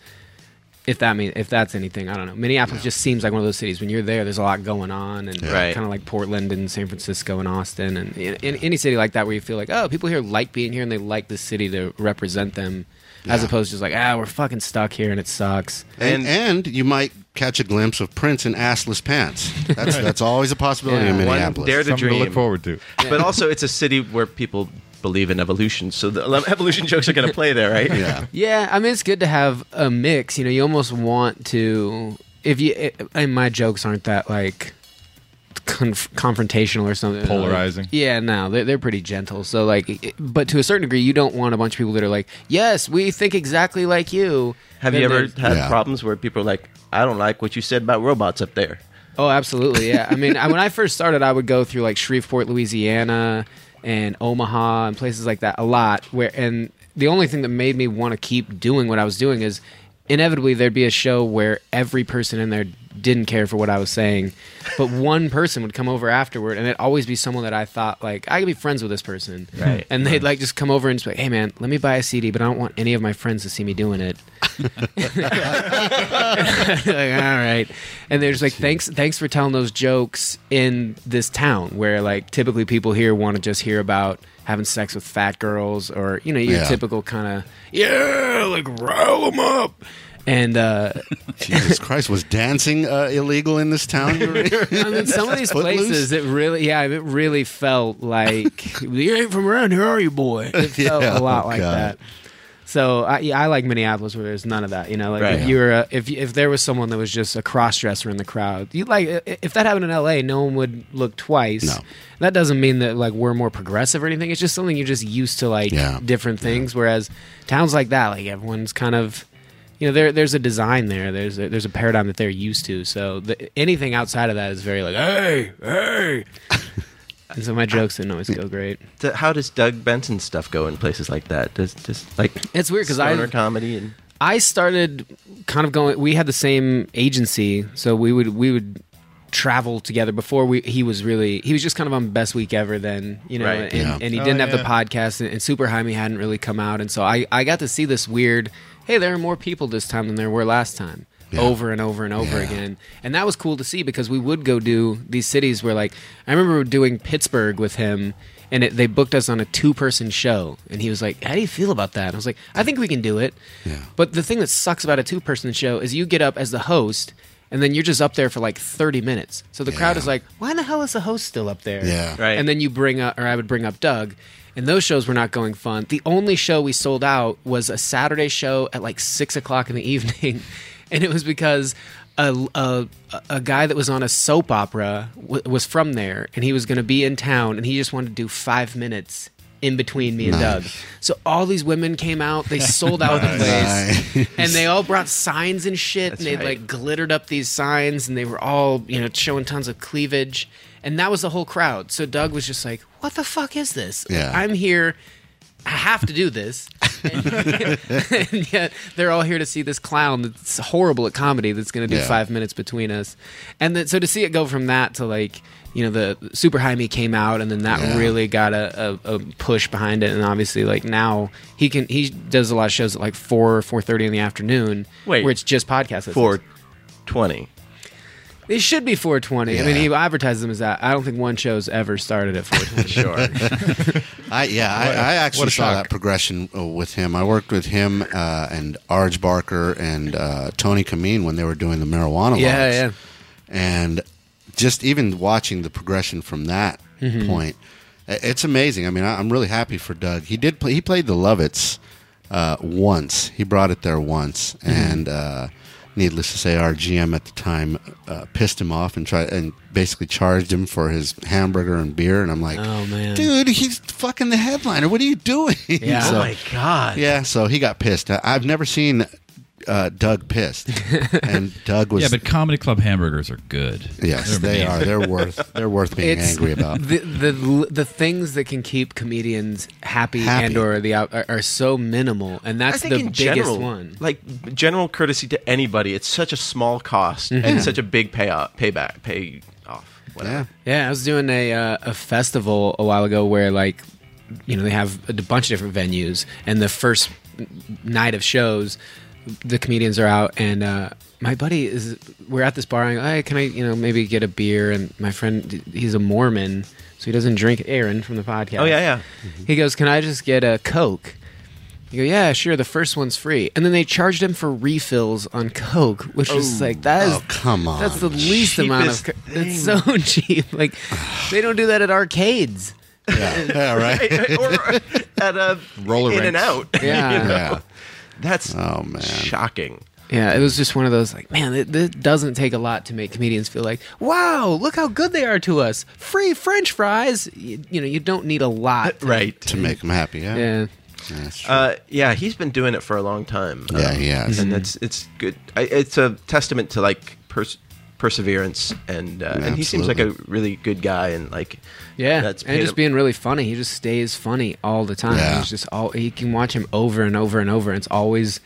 G: If that mean if that's anything, I don't know. Minneapolis just seems like one of those cities. When you're there, there's a lot going on, and
B: Right.
G: kind of like Portland and San Francisco and Austin, and in, in any city like that where you feel like, oh, people here like being here and they like the city to represent them, as opposed to just like, ah, we're fucking stuck here and it sucks.
E: And,
B: And-
E: and you might catch a glimpse of Prince in assless pants. That's that's always a possibility
G: Yeah.
E: in
G: One
E: Minneapolis.
B: dare to
C: Something to look
B: dream.
C: forward to.
B: But also, it's a city where people believe in evolution, so the evolution jokes are going to play there, right?
E: yeah.
G: Yeah, I mean it's good to have a mix. You know, you almost want to if you. It, and my jokes aren't that like conf- confrontational or something.
C: Polarizing.
G: Like, yeah, no, they're, they're pretty gentle. So like, it- but to a certain degree, you don't want a bunch of people that are like, yes, we think exactly like you.
B: Have
G: Then
B: you ever
G: there's-
B: had
E: Yeah.
B: problems where people are like, I don't like what you said about robots up there?
G: Oh, absolutely. Yeah. I mean, I, when I first started, I would go through like Shreveport, Louisiana, and Omaha and places like that a lot. Where and the only thing that made me want to keep doing what I was doing is inevitably there'd be a show where every person in there didn't care for what I was saying, but one person would come over afterward, and it'd always be someone that I thought like I could be friends with this person,
B: Right.
G: And they'd like just come over and just be like, "Hey, man, let me buy a CD, but I don't want any of my friends to see me doing it." like, all right. And they're just like, thanks, thanks for telling those jokes in this town where like typically people here want to just hear about having sex with fat girls or you know your
E: Yeah.
G: typical kind of yeah, like rile them up. And uh,
E: Jesus Christ, was dancing uh, illegal in this town? you were in?
G: I mean, some of these
E: Footloose?
G: places, it really, yeah, it really felt like you ain't from around here, are you, boy? It felt
E: Yeah,
G: a lot
E: oh,
G: like
E: God.
G: that. So I, yeah, I like Minneapolis where there's none of that. You know, like
B: Right.
G: if you were a, if if there was someone that was just a cross dresser in the crowd, you like i- if that happened in L.A., no one would look twice.
E: No.
G: That doesn't mean that like we're more progressive or anything. It's just something you're just used to like
E: Yeah.
G: different things. Whereas towns like that, like everyone's kind of. You know, there, there's a design there. There's a, there's a paradigm that they're used to. So the, anything outside of that is very like, hey, hey. and so my jokes didn't always go great.
B: D- How does Doug Benson stuff go in places like that? Does just like
G: It's weird because I
B: stoner comedy and
G: I started kind of going. We had the same agency, so we would we would travel together. Before we, he was really he was just kind of on best week ever. Then you know,
B: Right.
G: and,
E: Yeah.
G: and he
C: Oh,
G: didn't have the
C: yeah.
G: podcast, and, and Super Jaime hadn't really come out, and so I I got to see this weird. Hey, there are more people this time than there were last time. Over and over and over
E: Yeah.
G: again, and that was cool to see because we would go do these cities where, like, I remember doing Pittsburgh with him, and it, they booked us on a two-person show, and he was like, "How do you feel about that?" And I was like, "I think we can do it."
E: Yeah.
G: But the thing that sucks about a two person show is you get up as the host and then you're just up there for like 30 minutes. So the crowd
E: Yeah.
G: is like, why in the hell is the host still up there?
E: Yeah.
B: Right.
G: And then you bring up, or I would bring up Doug. And those shows were not going fun. The only show we sold out was a Saturday show at like six o'clock in the evening. And it was because a, a, a guy that was on a soap opera w- was from there and he was going to be in town and he just wanted to do five minutes in between me and Doug. So all these women came out, they sold out the place
E: Nice.
G: and they all brought signs and shit and they
B: right.
G: like glittered up these signs and they were all you know showing tons of cleavage and that was the whole crowd so doug was just like what the fuck is this Like,
E: Yeah.
G: i'm here i have to do this and, and yet they're all here to see this clown that's horrible at comedy that's going to do
E: Yeah.
G: five minutes between us and then so to see it go from that to like you know the super jaime came out and then that
E: Yeah.
G: really got a, a, a push behind it and obviously like now he can he does a lot of shows at like 4 or 4.30 in the afternoon
B: Wait.
G: where it's just podcast listens.
B: four twenty.
G: it should be 4.20 i mean
E: Yeah.
G: he advertises them as that i don't think one show's ever started at 4.20
B: Sure.
E: I yeah, I, I
C: what
E: actually
C: a
E: saw
C: shock.
E: that progression uh, with him. I worked with him uh, and Arj Barker and uh, Tony Kameen when they were doing the marijuana.
G: Yeah,
E: laws.
G: yeah.
E: And just even watching the progression from that
C: Mm-hmm.
E: point, i- it's amazing. I mean, I, I'm really happy for Doug. He did play. He played the Lovitz uh, once. He brought it there once,
C: Mm-hmm.
E: and. Uh, Needless to say, our GM at the time uh, pissed him off and tried and basically charged him for his hamburger and beer. And I'm like,
G: Oh, man.
E: dude, he's fucking the headliner. What are you doing?
G: Yeah.
E: So-
G: Oh
B: God.
E: yeah, so he got pissed. I, I've never seen uh, Doug pissed, and Doug was
D: Yeah, but comedy club hamburgers are good.
E: yes,
D: They're
E: they
D: amazing.
E: are. They're worth. They're worth being angry about.
G: the, the the things that can keep comedians happy,
E: Happy.
G: and or the out, are, are so minimal, and
B: I
G: that's
B: think
G: the
B: in
G: biggest
B: general,
G: one.
B: like general courtesy to anybody, it's such a small cost
E: Mm-hmm.
B: and such a big payoff, payback, pay off.
E: Yeah,
B: Whatever.
G: Yeah, I was doing a uh, a festival a while ago where like you know they have a bunch of different venues, and the first n- night of shows, the comedians are out, and uh, my buddy is we're at this bar, and hey, can I you know maybe get a beer? And my friend he's a Mormon, so he doesn't drink. Aaron from the podcast. Mm-hmm.
B: Oh yeah, yeah.
G: He goes, "Can I just get a Coke?" You go, "Yeah, sure. The first one's free." And then they charged him for refills on Coke, which is like that is
E: Oh, come on.
G: That's the least amount of.
B: Cheapest
G: Co- it's so cheap. Like they don't do that at arcades.
E: yeah, right.
B: or at a
C: Roller
B: in and
C: rinks.
B: out.
G: Yeah.
E: Yeah.
B: That's
E: Oh, man.
B: shocking.
G: Yeah, it was just one of those like, man, it, it doesn't take a lot to make comedians feel like, wow, look how good they are to us. Free French fries. You, you know, you don't need a lot.
B: Uh, Right.
E: to make him happy. Yeah,
G: Yeah.
E: Yeah, that's true.
B: Uh, yeah, he's been doing it for a long time.
E: Yeah,
B: Um,
E: he has.
B: and that's it's good. I, it's a testament to like pers- perseverance, and uh, and he seems like a really good guy, and like
G: Yeah,
B: that's
G: and
B: paid
G: just
B: him-
G: being really funny. He just stays funny all the time.
E: Yeah.
G: He's just all you can watch him over and over and over. And it's always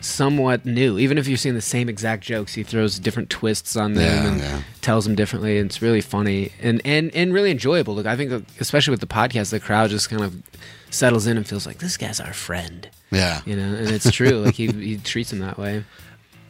G: somewhat new, even if you're seeing the same exact jokes. He throws different twists on them
E: Yeah,
G: and
E: yeah.
G: tells them differently. And it's really funny and and and really enjoyable. Look, I think uh, especially with the podcast, the crowd just kind of settles in and feels like this guy's our friend.
E: yeah.
G: You know, and it's true. like he he treats him that way.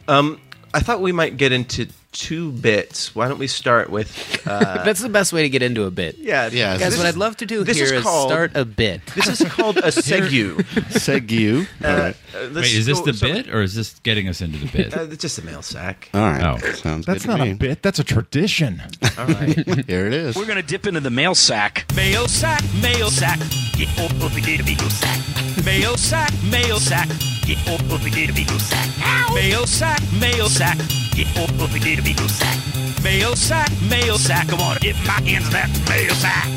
B: Um, I thought we might get into two bits. Why don't we start with? Uh,
G: That's the best way to get into a bit.
B: yeah,
E: Yeah,
G: Guys,
E: this
G: what
E: is-
G: I'd love to do
B: this
G: here
B: is
G: is,
B: called-
G: start a bit.
B: This is called a Uh, segue.
E: Segue. All right.
D: Wait, is this the bit or is this getting us into the bit?
B: Uh, just a mail sack.
E: All right.
D: Oh.
E: Sounds
C: That's
E: good to
C: not a
E: me.
C: bit. That's a tradition.
B: All right.
E: Here it is.
H: We're gonna dip into the mail sack. Mail sack, mail sack. Get over the gate of eagle sack. Mail sack, mail sack. Get over the gate of eagle sack. Mail sack, mail sack. Get over the gate of eagle sack. Mail sack, mail sack. Come on, get my hands on that mail sack.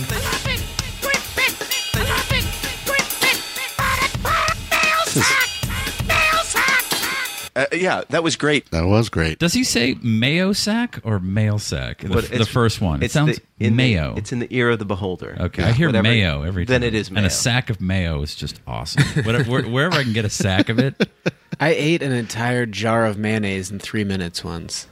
B: Uh, yeah, that was great.
E: That was great.
D: Does he say mayo sack or mail sack? The,
B: But
D: f-
B: it's-
D: the first one. It
B: it's
D: sounds
B: the- in the-
D: mayo.
B: it's in the ear of the beholder.
D: okay, I hear
B: Whatever-
D: mayo every time.
B: Then it is mayo.
D: And a sack of mayo is just awesome. Whatever, where- wherever I can get a sack of it,
G: I ate an entire jar of mayonnaise in three minutes once.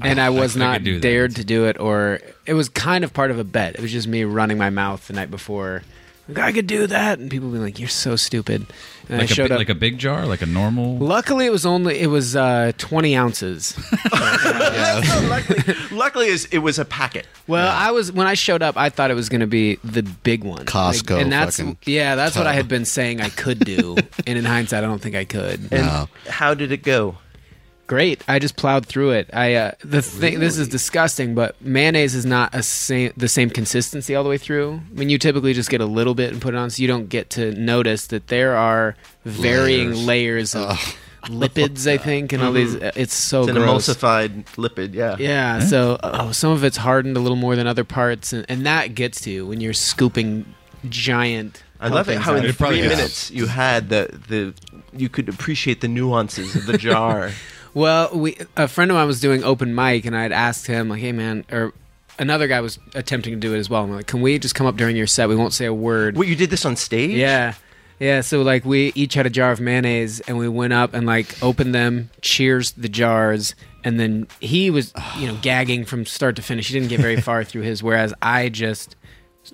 G: And I was
D: Ah, I could
G: not
D: do that.
G: dared to do it, or it was kind of part of a bet. It was just me running my mouth the night before. Like, I could do that, and people would be like, "You're so stupid." And I
D: like a,
G: showed
D: bi-
G: up.
D: like a big jar, like a normal.
G: Luckily, it was only it was uh, twenty ounces.
B: luckily, luckily is it was a packet.
G: Well, I was when I showed up, I thought it was going to be the big one,
E: Costco
G: and that's
E: fucking
G: yeah, that's what I
E: tub.
G: had been saying I could do, and in hindsight, I don't think I could.
B: And
E: No.
B: how did it go?
G: Great. I just plowed through it. I uh, the thing. This is disgusting, but mayonnaise is not a same the same consistency all the way through. I mean, you typically just get a little bit and put it on, so you don't get to notice that there are varying layers, of lipids. I think, and all these. uh, It's so
B: Mm-hmm. It's an
G: Oh,
B: Eh?
G: gross.
B: emulsified lipid. Yeah.
G: Yeah, so oh, some of it's hardened a little more than other parts, and, and that gets to you when you're scooping giant.
B: I love it
G: helpings
B: how
G: out.
B: in
C: It probably
B: three
C: is.
B: minutes you had the the you could appreciate the nuances of the jar.
G: Well, we a friend of mine was doing open mic, and I had asked him like, "Hey, man," or another guy was attempting to do it as well. I'm like, "Can we just come up during your set? We won't say a word."
B: Wait, you did this on stage?
G: Yeah. Yeah, so like we each had a jar of mayonnaise and we went up and like opened them, cheers the jars, and then he was, you know, gagging from start to finish. He didn't get very far through his, whereas I just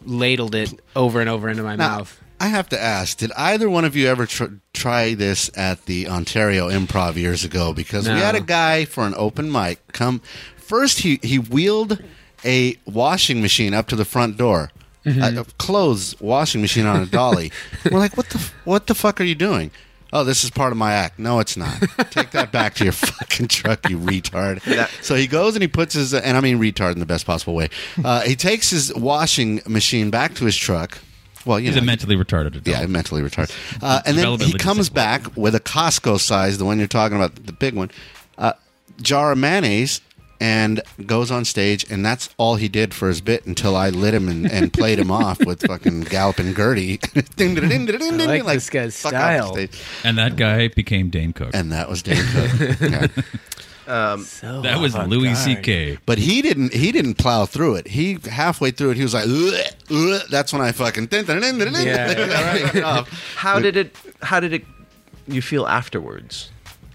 G: ladled it over and over into my
E: Now,
G: mouth.
E: I have to ask, did either one of you ever tr- try this at the Ontario Improv years ago? Because we
G: No.
E: had a guy for an open mic come. First, he, he wheeled a washing machine up to the front door.
D: Mm-hmm.
E: A, a clothes washing machine on a dolly. We're like, what the f- what the fuck are you doing? Oh, this is part of my act. No, it's not. Take that back to your fucking truck, you retard. So he goes and he puts his, and I mean retard in the best possible way. Uh, he takes his washing machine back to his truck. Well, you
D: He's
E: know,
D: a mentally retarded adult.
E: yeah, I'm mentally retarded. Uh, and then
D: Developmentally
E: he comes
D: disabled.
E: back with a Costco size, the one you're talking about, the big one, uh, jar of mayonnaise, and goes on stage, and that's all he did for his bit until I lit him and, and played him off with fucking Galloping Gertie. Ding, ding, ding, ding, ding,
G: I
E: ding,
G: like this guy's
E: fuck off the
G: style.
E: stage.
D: And that guy became Dane Cook.
E: And that was Dane Cook. Yeah.
D: that
G: Oh,
D: was Louis C.K.
E: But he didn't. He didn't plow through it. He halfway through it, he was like, "Ugh, ugh." "That's when I fucking." ding, ding, ding, ding, ding, ding, ding, ding.
B: How did it? How did it? You feel afterwards?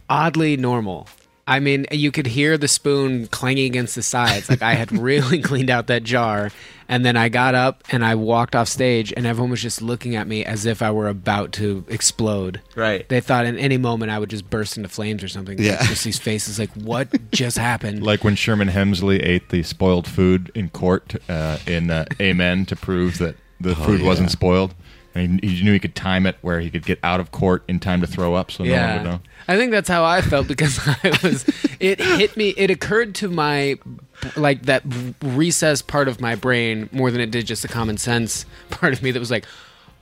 G: Oddly normal. I mean, you could hear the spoon clanging against the sides. Like I had really cleaned out that jar. And then I got up and I walked off stage, and everyone was just looking at me as if I were about to explode.
B: Right.
G: They thought in any moment I would just burst into flames or something.
E: Yeah.
G: Like, just these faces like, what just happened?
C: like when Sherman Hemsley ate the spoiled food in court uh, in uh, Amen to prove that
G: Oh,
C: the food wasn't spoiled. And he, he knew he could time it where he could get out of court in time to throw up, so no one would know.
G: I think that's how I felt because I was. It hit me. It occurred to my like that recessed part of my brain more than it did just the common sense part of me that was like,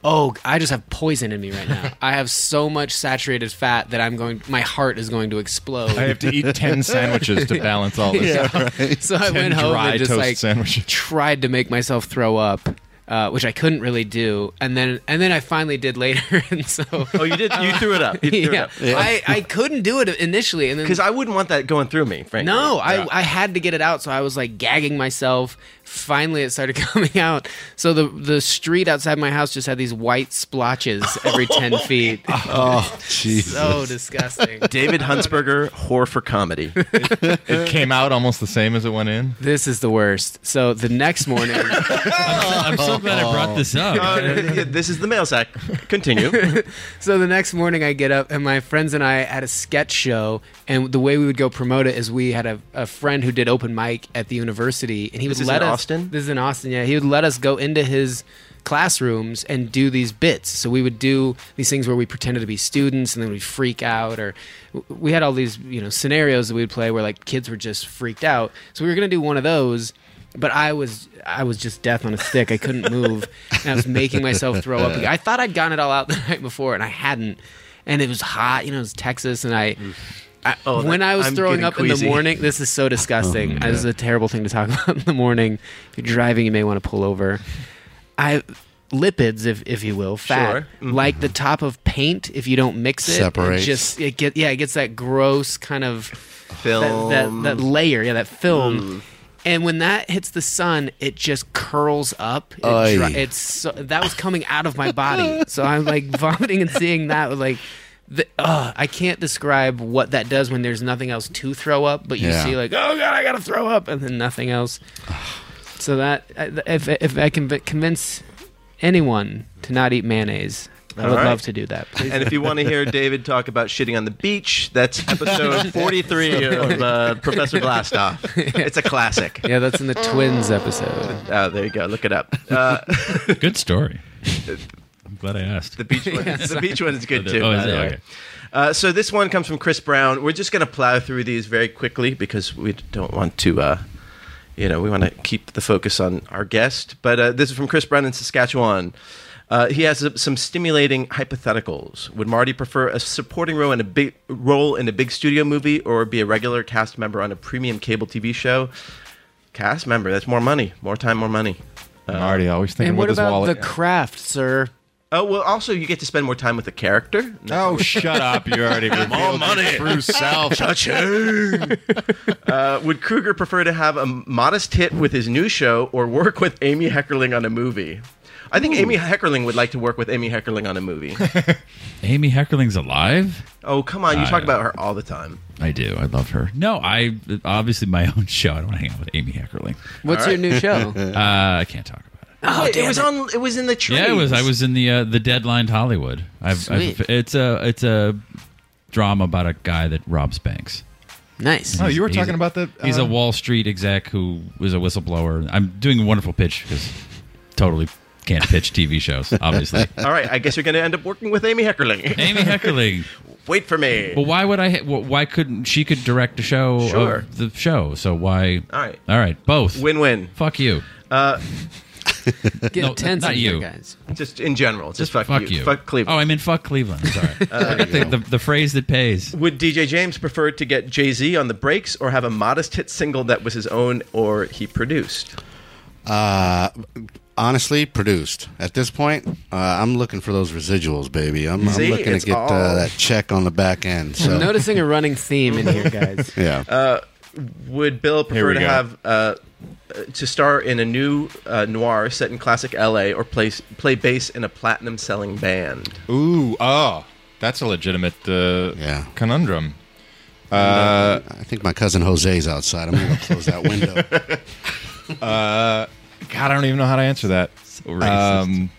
G: oh, I just have poison in me right now. I have so much saturated fat that I'm going. My heart is going to explode.
C: I have to eat ten sandwiches to balance all this. out.
G: so I went home
C: dry
G: and just
C: toast
G: like
C: sandwiches.
G: tried to make myself throw up. Uh, which I couldn't really do, and then and then I finally did later, and so
B: Oh, you did. You threw it up. You threw it
G: yeah,
B: up.
G: I, I couldn't do it initially, and then
B: Because I wouldn't want that going through me, frankly.
G: No, I, I had to get it out, so I was like gagging myself, finally it started coming out. So the the street outside my house just had these white splotches every ten feet.
E: Oh, jeez.
G: so disgusting.
B: David Huntsberger, whore for comedy.
C: It came out almost the same as it went in.
G: This is the worst. So the next morning,
D: I'm so glad I
E: Oh.
D: brought this up.
B: this is the mail sack. Continue.
G: so the next morning I get up and my friends and I had a sketch show, and the way we would go promote it is we had a, a friend who did open mic at the university, and he would
B: This is
G: let
B: in
G: us.
B: Austin?
G: This is in Austin. Yeah, he would let us go into his classrooms and do these bits. So we would do these things where we pretended to be students and then we'd freak out or we had all these, you know, scenarios that we'd play where like kids were just freaked out. So we were going to do one of those, but I was I was just death on a stick. I couldn't move. and I was making myself throw up. I thought I'd gotten it all out the night before and I hadn't. And it was hot, you know, it was Texas and I I,
B: Oh,
G: when
B: that-
G: I was
B: I'm
G: throwing
B: getting
G: up in
B: queasy.
G: the morning, this is so disgusting. this is a terrible thing to talk about in the morning. If you're driving, you may want to pull over. I lipids, if if you will, fat,
B: Sure. mm-hmm.
G: like the top of paint. If you don't mix it,
E: Separates.
G: It just it get yeah, it gets that gross kind of
B: Film.
G: that, that,
C: Mm.
G: that layer, yeah, that film. And when that hits the sun, it just curls up. It
E: Aye.
G: dri- it's so, that was coming out of my body, so I'm like vomiting and seeing that was like. The, uh, I can't describe what that does when there's nothing else to throw up, but you
E: Yeah.
G: see like, oh god, I gotta throw up, and then nothing else. so that I- if if I can convince anyone to not eat mayonnaise, I
B: All
G: would
B: right.
G: love to do that. Please.
B: And if you want to hear David talk about shitting on the beach, that's episode 43 of uh, Professor Blastoff. It's a classic.
G: yeah, that's in the twins episode.
B: Oh, there you go. Look it up. Uh,
D: Good story. I'm glad I asked.
B: the beach one. the beach one is good
D: Oh,
B: too. by
D: is it?
B: the way.
D: Okay.
B: Uh, so this one comes from Chris Brown. We're just going to plow through these very quickly because we don't want to, uh, you know, we want to keep the focus on our guest. But uh, this is from Chris Brown in Saskatchewan. Uh, he has uh, some stimulating hypotheticals. Would Marty prefer a supporting role in a big role in a big studio movie, or be a regular cast member on a premium cable TV show? Cast member. That's more money, more time, more money.
C: I'm already always thinking
G: Uh, And what
C: with his
G: about the
C: wallet.
G: craft, sir?
B: Oh well. Also, you get to spend more time with the character.
C: oh, shut up! You already more money. True self.
B: Would Kruger prefer to have a modest hit with his new show or work with Amy Heckerling on a movie? I think Amy Heckerling would like to work with Amy Heckerling on a movie.
D: Amy Heckerling's alive.
B: oh, come on. You
D: I
B: talk
D: know.
B: about her all the time.
D: I do. I love her. No, I obviously my own show. I don't want to hang out with Amy Heckerling.
G: What's your new show?
D: Uh, I can't talk about it.
B: Wait, it was on it was in the trade.
D: Yeah, it was. I was in the uh, the Deadline Hollywood. I've,
G: Sweet.
D: I've, it's a it's a drama about a guy that robs banks.
G: nice.
C: Oh, you were
D: He's-
C: talking about the.
D: He's
C: uh,
D: a Wall Street exec who is a whistleblower. I'm doing a wonderful pitch because totally can't pitch TV shows. Obviously,
B: All right, I guess you're going to end up working with Amy Heckerling.
D: Amy Heckerling.
B: Wait for me.
D: Well, why would I? ha- wh- Why couldn't she could direct a show? of
B: Sure.
D: the show. So why?
B: All right.
D: All right. Both.
B: Win-win.
D: Fuck you.
G: Get
D: No,
G: tense
D: not
G: in here,
D: you.
G: guys.
B: Just in general, just, fuck,
D: Fuck
B: you.
D: you.
B: Fuck Cleveland.
D: Oh, I mean fuck Cleveland. I'm Sorry. I got the, the, the phrase that pays.
B: Would DJ James prefer to get Jay Z on the breaks or have a modest hit single that was his own or he produced?
E: Uh, honestly, produced at this point. Uh, I'm looking for those residuals, baby. I'm,
B: See,
E: I'm looking
B: it's
E: to get
B: all-
E: uh, that check on the back end. So
G: I'm noticing a running theme in here, guys.
E: yeah,
B: Uh, Would Bill
C: we
B: prefer to
C: go.
B: have uh, uh, to star in a new uh, noir set in classic LA or play play bass in a platinum selling band?
C: Ooh, oh, that's a legitimate uh,
E: Yeah.
C: conundrum. Uh,
E: I think my cousin Jose's outside. I'm gonna go close that window.
C: God, I don't even know how to answer that. Um,
D: So racist.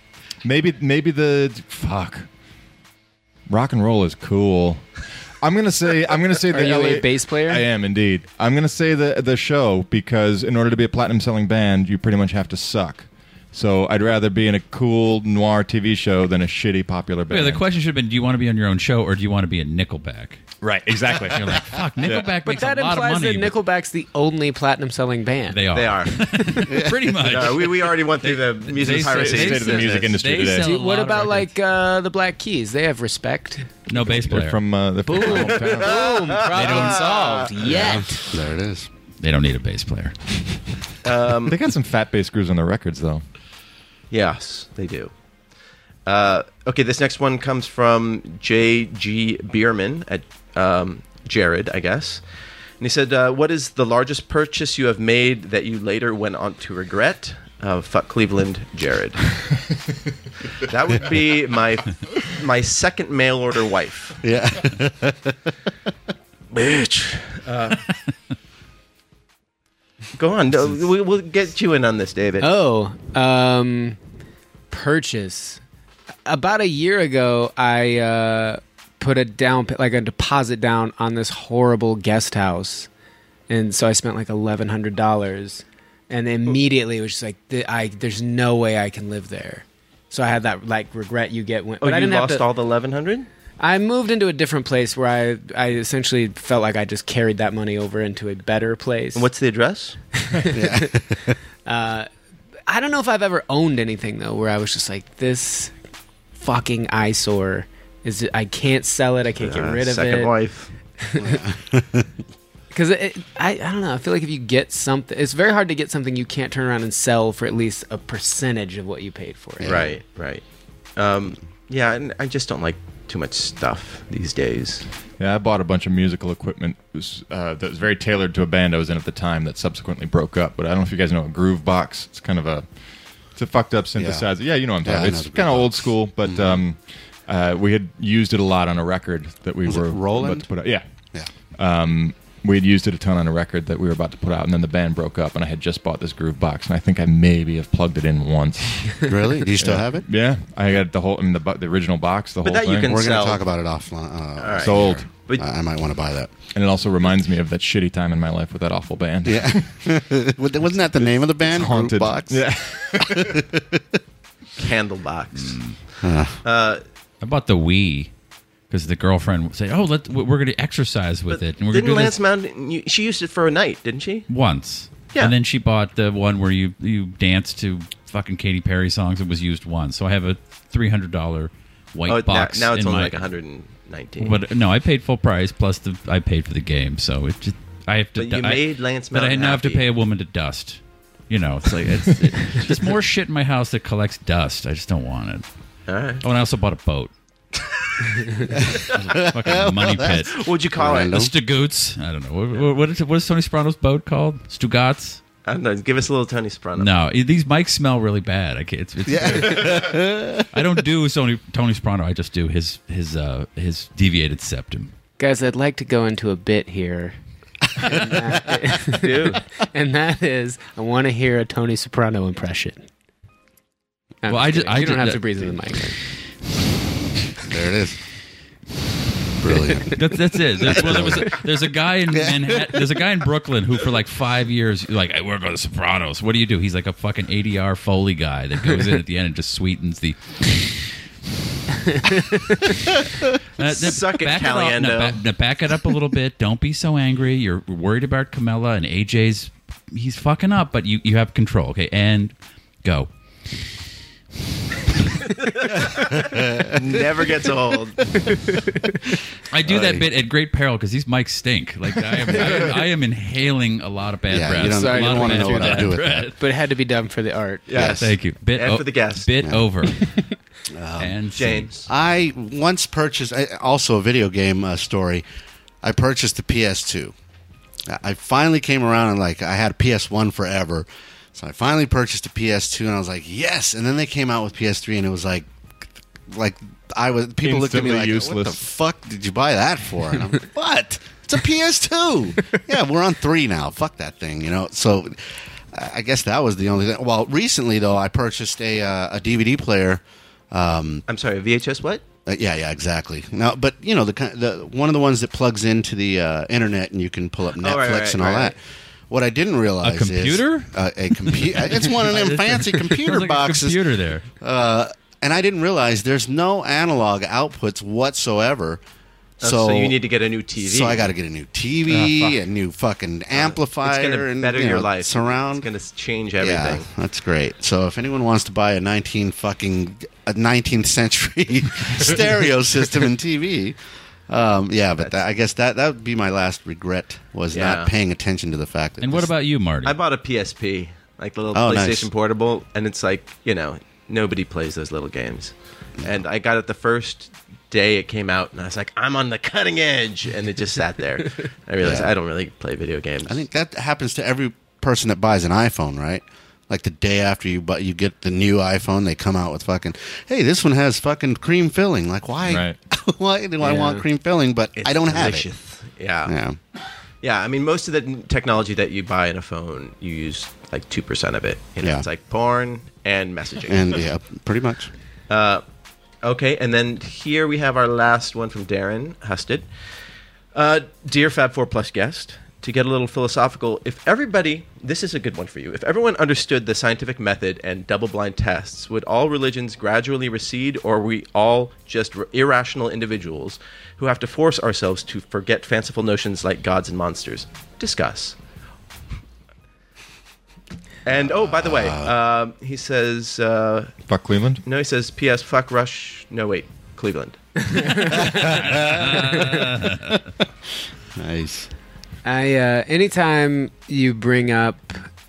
C: maybe, maybe the fuck. Rock and roll is cool. I'm gonna say I'm gonna say
G: Are
C: the
G: you
C: LA
G: a bass player?
C: I am indeed. I'm gonna say the the show because in order to be a platinum selling band, you pretty much have to suck. So I'd rather be in a cool noir TV show than a shitty popular
D: Yeah,
C: band.
D: the question should have been: Do you want to be on your own show, or do you want to be in Nickelback?
C: right? Exactly.
D: You're like, fuck, Nickelback
G: But
D: makes
G: that
D: a lot
G: implies
D: of money.
G: that
D: but
G: Nickelback's the only platinum selling band.
D: they are.
B: They are.
D: pretty much.
B: No, we, we already went through the
D: they
B: music
D: say-
B: piracy.
D: they
C: State of the
D: say-
C: music industry
D: they
C: today.
D: sell a
G: Dude, what
D: lot of
G: about
D: records.
G: like uh, the Black Keys? They have respect.
D: no bass
C: They're
D: player?
C: from uh, the
D: Oh,
C: from my hometown.
G: Boom, problem solved. Yet.
E: there it is.
D: they don't need a bass player.
C: They got some fat bass grooves on their records, though.
B: Yes, they do. Uh, okay, this next one comes from J.G. Bierman at um, Jared, I guess. And he said, uh, "What is the largest purchase you have made that you later went on to regret?" Uh, fuck Cleveland, Jared. that would be my my second mail order wife.
E: Yeah.
B: Bitch. Uh, go on. No, we, we'll get you in on this, David.
G: Oh, um, purchase. About a year ago, I uh, put a down, pa- like a deposit down on this horrible guest house, and so I spent like eleven hundred dollars, and immediately it was just like, th- I there's no way I can live there. So I had that like regret you get when.
B: oh,
G: but
B: you
G: I didn't have
B: lost
G: to-
B: all the eleven hundred.
G: I moved into a different place where I I essentially felt like I just carried that money over into a better place.
B: What's the address?
G: I don't know if I've ever owned anything though, where I was just like, this fucking eyesore is. I can't sell it. I can't get
B: Uh,
G: rid of
B: second
G: it.
B: wife.
G: Because I, I don't know. I feel like if you get something, it's very hard to get something you can't turn around and sell for at least a percentage of what you paid for it.
B: Right, right. Um, yeah, and I just don't like too much stuff these days.
C: Yeah, I bought a bunch of musical equipment it was, uh, that was very tailored to a band I was in at the time that subsequently broke up. But I don't know if you guys know a Groove Box. It's kind of a it's a fucked up synthesizer. Yeah, you know what I'm
E: Yeah,
C: talking
E: I know
C: about. It's
E: the Groove
C: kind of old
E: Box. Mm-hmm.
C: school, but um, uh, we had used it a lot on a record that we
E: Was it
C: were about
E: Roland?
C: to put out. Yeah,
E: yeah.
C: um, we had used it a ton on a record that we were about to put out, and then the band broke up, and I had just bought this Groove Box, and I think I maybe have plugged it in once.
E: Really? Do you still have it?
C: yeah, I got the whole, I mean, the, bu- the original box, the
B: But
C: whole
B: that
C: thing.
B: you can
E: We're going
B: sell.
E: to talk about it offline. Uh,
B: right.
C: Sold.
B: But-
E: I I might want to buy that.
C: And it also reminds me of that shitty time in my life with that awful band.
E: Yeah. Wasn't that the name of the band? Group
C: haunted
E: Box?
C: Yeah.
B: Candle box.
E: Mm.
D: I bought the Wii because the girlfriend would say, "Oh, let we're going to exercise with it, and we're going
B: Didn't
D: to do
B: Lance
D: this
B: Mountain? You, she used it for a night, didn't she?
D: once."
B: Yeah.
D: And then she bought the one where you you dance to fucking Katy Perry songs. It was used once, so I have a three hundred dollar white
B: Oh, now,
D: box.
B: now it's
D: in
B: only
D: my,
B: like 119.
D: But no, I paid full price plus the I paid for the game, so it just I have to.
B: But you
D: I-
B: made Lance
D: But I
B: Mountain
D: now have to
B: happy.
D: pay a woman to dust. You know, it's like it's, it, there's more shit in my house that collects dust. I just don't want it.
B: All right.
D: Oh, and I also bought a boat. It was a fucking money pit.
B: What'd you call it?
D: A
E: Random.
D: Stugoots. I don't know. What, what- what, is, what is Tony Soprano's boat called? Stugats?
B: I don't know. Give us a little Tony Soprano.
D: No, i- these mics smell really bad. I can't. It's, it's, I don't do Tony Tony Soprano. I just do his his uh, his deviated septum.
G: Guys, I'd like to go into a bit here.
B: Dude.
G: and that is, I want to hear a Tony Soprano impression. I'm
D: Well, I
G: just
D: ju-
G: kidding.
D: I
G: you don't
D: ju-
G: have to breathe in the mic.
E: There it is. Brilliant.
D: That's that's it. That's, well, there was a, there's a guy in Manhattan. There's a guy in Brooklyn who, for like five years, like I work on The Sopranos. What do you do? He's like a fucking ADR Foley guy that goes in at the end and just sweetens the. Uh, then
B: Suck it,
D: back up-
B: Caliendo.
D: no, back, no, back it up a little bit. Don't be so angry. You're worried about Camilla and AJ's. He's fucking up, but you you have control. Okay, and go.
B: Never gets old.
D: I do that bit at great peril because these mics stink. Like I am, I am, I am inhaling a lot of bad
E: Yeah,
D: breath.
E: you don't-
G: Sorry,
D: A
G: you
D: lot
G: don't
D: of
G: wanna
D: bad
G: know what I
D: breath.
E: do with that.
G: But it had to be done for the art.
B: Yes.
D: Thank you. Bit
B: And for the guest.
D: Bit over. and scene.
B: James.
E: I once purchased, I- also a video game uh, story, I purchased the PS2. I- I finally came around and like, I had a PS1 forever. So I finally purchased a PS2 and I was like, yes. And then they came out with PS3 and it was like, like, I was, people looked at me
C: Instantly
E: like, what the
C: useless.
E: fuck did you buy that for? And I'm like, what? It's a PS2. yeah, we're on three now. Fuck that thing, you know? So I I guess that was the only thing. Well, recently though, I purchased a, uh, a DVD player.
B: I'm sorry, VHS what?
E: Uh, yeah, yeah, exactly. Now, but you know the ki- the one of the ones that plugs into the uh, internet and you can pull up Netflix
B: Oh, right, right,
E: and all
B: right.
E: that. What I didn't realize is-
D: computer?
E: uh, a computer. it's one of them fancy computer
D: Sounds like
E: boxes.
D: A computer there.
E: Uh, and I didn't realize there's no analog outputs whatsoever.
B: Oh,
E: so,
B: you need to get a new TV.
E: So I got to get a new
D: Ah,
E: TV, a new fucking amplifier,
B: It's going to
E: and
B: better
E: you know,
B: your life.
E: surround.
B: It's going to change everything.
E: Yeah, that's great. So if anyone wants to buy a 19 fucking a 19th century stereo system and TV, um, yeah, but that, I guess that that would be my last regret was
B: Yeah.
E: not paying attention to the fact that.
D: And what
E: this-
D: about you, Marty?
B: I bought a PSP, like the little
E: Oh,
B: PlayStation
E: nice.
B: Portable, and it's like you know nobody plays those little games. And I got it the first day it came out, and I was like, I'm on the cutting edge, and it just sat there. I realized I don't really play video games.
E: I think that happens to every person that buys an iPhone, right? Like the day after you but you get the new iPhone, they come out with fucking, hey, this one has fucking cream filling. Like why? why do I want cream filling? But I don't
B: have it. Yeah.
E: have
B: yeah,
E: it. Yeah.
B: I mean, most of the n- technology that you buy in a phone, you use like two percent of it. You know,
E: Yeah.
B: it's like porn and messaging.
E: And yeah, pretty much.
B: Okay, and then here we have our last one from Darren Husted. Uh, dear Fab 4 Plus guest, to get a little philosophical, if everybody, this is a good one for you, if everyone understood the scientific method and double blind tests, would all religions gradually recede, or are we all just r- irrational individuals who have to force ourselves to forget fanciful notions like gods and monsters? Discuss. And oh, by the way, um he says. Uh,
C: Fuck Cleveland.
B: no, he says, P.S. Fuck Rush. No, wait, Cleveland.
E: Nice.
G: I uh, anytime you bring up,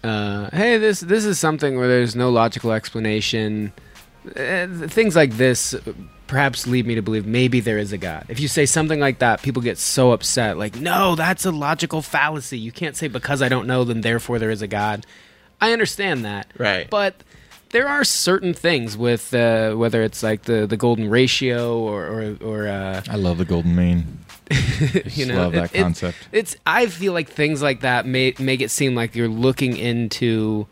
G: uh, hey, this this is something where there's no logical explanation. Uh, things like this perhaps lead me to believe maybe there is a god. If you say something like that, people get so upset. Like, no, that's a logical fallacy. You can't say because I don't know, then therefore there is a god. I understand that,
B: Right.
G: But there are certain things with uh, whether it's like the the golden ratio or or, or uh,
C: I love the Golden Mean.
G: you
C: Just
G: know
C: love that
G: it- it-
C: concept.
G: it's i feel like things like that may, make it seem like you're looking into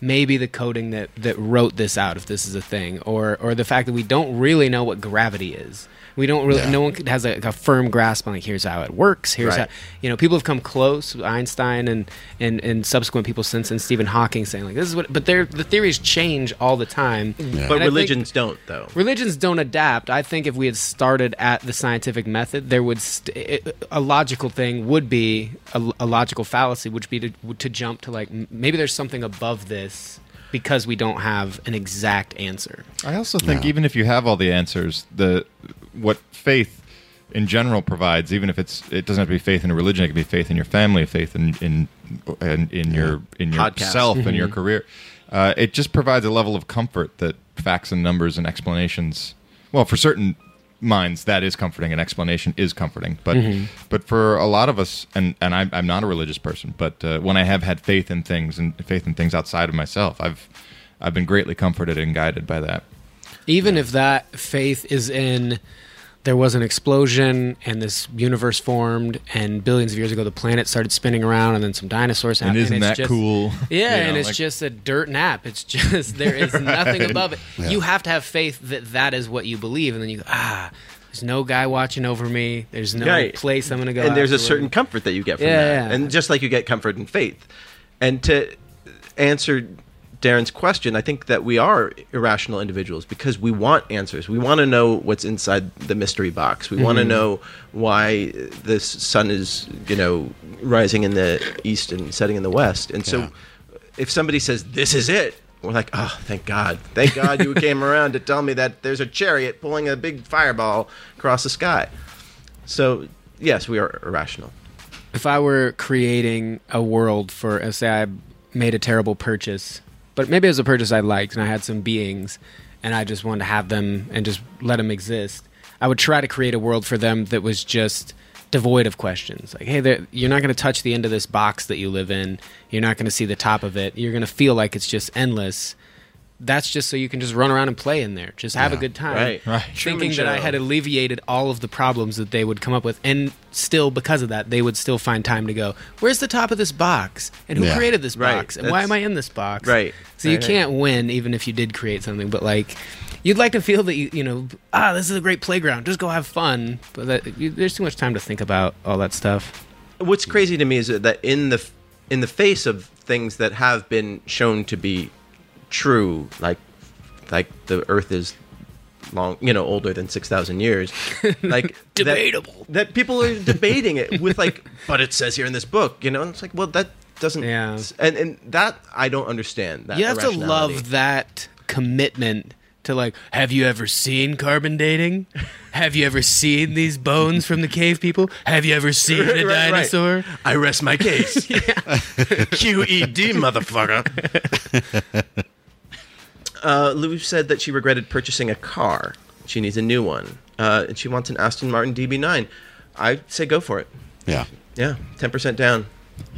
G: maybe the coding that that wrote this out if this is a thing or or the fact that we don't really know what gravity is we don't really
E: Yeah.
G: no one has a, a firm grasp on like here's how it works here's
B: Right.
G: how you know people have come close einstein and and and subsequent people since and stephen hawking saying like this is what but they're the theories change all the time
B: But
G: And I think-
B: religions don't, though.
G: religions don't adapt. I think if we had started at the scientific method, there would st- it- a logical thing would be a, a logical fallacy, which be to, to jump to like m- maybe there's something above this because we don't have an exact answer.
C: I also think even if you have all the answers, the what faith in general provides, even if it's it doesn't have to be faith in a religion, it can be faith in your family, faith in in in, in your in
B: Podcast.
C: yourself and your career. Uh, it just provides a level of comfort that facts and numbers and explanations. Well, for certain minds, that is comforting. An explanation is comforting, but but for a lot of us, and and I'm, I'm not a religious person, but uh, when I have had faith in things and faith in things outside of myself, I've I've been greatly comforted and guided by that.
G: Even if that faith is in there was an explosion and this universe formed and billions of years ago the planet started spinning around and then some dinosaurs happened.
C: And isn't
G: it's
C: that
G: just-
C: cool?
G: Yeah,
C: You know,
G: and it's
C: like-
G: just a dirt nap. It's just there is nothing above it. You have to have faith that that is what you believe, and then you go, ah, there's no guy watching over me. There's no
B: Right.
G: place I'm gonna go.
B: and there's a
G: afterward."
B: certain comfort that you get from
G: Yeah,
B: that.
G: yeah.
B: And just like you get comfort in faith. And to answer Darren's question, I think that we are irrational individuals because we want answers. We want to know what's inside the mystery box. We
G: Mm-hmm.
B: want to know why the s- sun is, you know, rising in the east and setting in the west. And so if somebody says this is it, we're like, "Oh, thank God. Thank God you came around to tell me that there's a chariot pulling a big fireball across the sky." So yes, we are irrational.
G: If I were creating a world for, uh, say, I made a terrible purchase, but maybe it was a purchase I liked, and I had some beings, and I just wanted to have them and just let them exist. I would try to create a world for them that was just devoid of questions. Like, hey, there- you're not going to touch the end of this box that you live in. You're not going to see the top of it. You're going to feel like it's just endless. That's just so you can just run around and play in there. Just have a good time.
B: Right. Right.
G: Thinking
B: Truman
G: that I
B: Show.
G: had a alleviated all of the problems that they would come up with and still because of that they would still find time to go where's the top of this box and who
E: Yeah.
G: created this
B: Right.
G: box and why
B: That's-
G: am i in this box
B: Right.
G: so you
B: Right, right.
G: can't win even if you did create something but like you'd like to feel that you you know ah this is a great playground just go have fun but that, you, there's too much time to think about all that stuff
B: What's crazy to me is that in the in the face of things that have been shown to be true, like like the Earth is long, you know, older than six thousand years, like that-
G: Debatable.
B: That, people are debating it with like, but it says here in this book, you know, and it's like, well, that doesn't,
G: Yeah.
B: and and that I don't understand. That
G: you have to
B: irrationality.
G: love that commitment to like have you ever seen carbon dating have you ever seen these bones from the cave people have you ever seen a
B: Right, right.
G: dinosaur
B: I rest my case. E QED, motherfucker. uh, Lou said that she regretted purchasing a car. She needs a new one, uh, and she wants an Aston Martin DB9. I say go for it.
E: Yeah.
B: Yeah, ten percent down.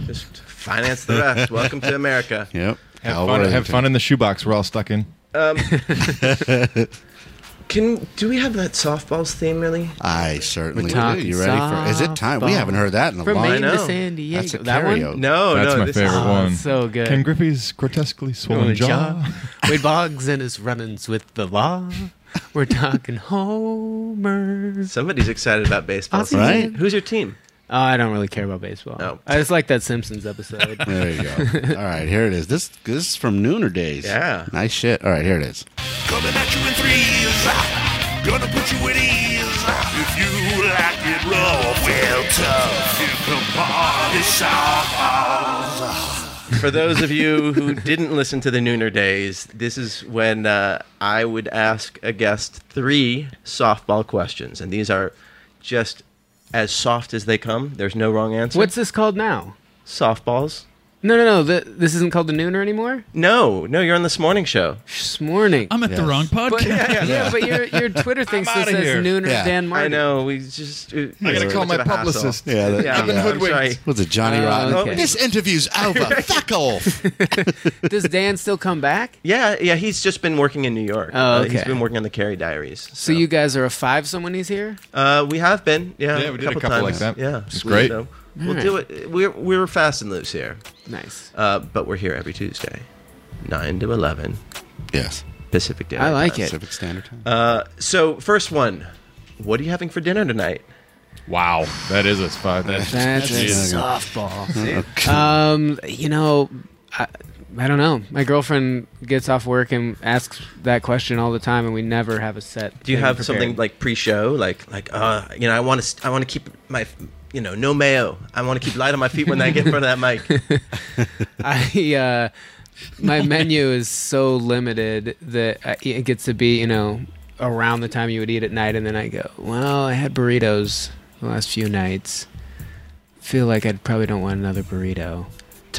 B: Just finance the rest. Welcome to America.
E: Yep.
C: Have fun, have fun in the shoebox we're all stuck in.
B: Can do we have that softballs theme really?
E: I certainly
G: We're
E: do. You ready for? Is it time? We
G: talking
E: haven't heard that in a
G: From
E: long.
G: Maine
E: time.
B: I
G: to
B: know.
G: San Diego.
E: That's a
G: that
E: karaoke.
G: one?
B: No,
C: That's
B: Oh, no.
C: my
B: this
C: favorite
B: Is,
C: one.
G: so good.
C: Ken Griffey's grotesquely swollen jaw.
G: Wade Boggs and his run-ins with the law. We're talking homers.
B: somebody's excited about baseball.
G: Awesome.
E: Right?
B: Who's your team?
G: Oh, I don't really care about baseball.
B: Oh.
G: I just like that Simpsons episode.
E: There you go. All right, here it is. This this is from Nooner Days.
B: Yeah.
E: Nice shit. All right, here it is.
H: Coming at you in threes. Gonna put you at ease. If you like it raw, well, tough. You can party soft.
B: For those of you who didn't listen to the Nooner Days, this is when uh, I would ask a guest three softball questions, and these are just as soft as they come. There's no wrong answer.
G: What's this called now?
B: softballs?
G: No, no, no. th this isn't called the Nooner anymore.
B: No, no. You're on this morning show.
G: This morning.
D: I'm at the wrong podcast.
G: yeah, but your your Twitter thing still
C: outta
G: says
C: here.
G: Nooner
E: Yeah.
G: Dan Martin.
B: I know. We just. uh, I
C: gotta call my publicist.
E: Yeah.
B: Yeah,
E: That, yeah.
B: I've been hoodwinked.
E: What's it, Johnny
G: Oh,
E: Rotten?
G: okay.
E: This interview's over. Fuck off.
G: Does Dan still come back?
B: Yeah, yeah. He's just been working in New York.
G: Oh,
B: Uh, he's
G: okay.
B: been working on the Carey Diaries.
G: So you guys are a five someone he's here?
B: Uh, we have been. Yeah,
C: Yeah, we did a couple like
B: times.
C: that.
B: Yeah,
C: It's great.
B: So we'll do it. We're we're fast and loose here,
G: Nice.
B: uh, but we're here every Tuesday, nine to eleven
E: yes.
B: Pacific Day.
G: I like it.
E: Pacific Standard Time.
B: So first one, what are you having for dinner tonight?
C: Wow, Oh, that is a spot.
B: Uh,
C: That's,
G: That's a softball. um, you know, I, I don't know. My girlfriend gets off work and asks that question all the time, and we never have a set.
B: Do you
G: thing
B: have
G: prepared.
B: something like pre-show, like like uh, you know, I want to I want to keep my you know no mayo. I want to keep light on my feet when I get in front of that mic.
G: I uh, my menu is so limited that I, it gets to be you know around the time you would eat at night, and then I go, well, I had burritos the last few nights. Feel like I probably don't want another burrito.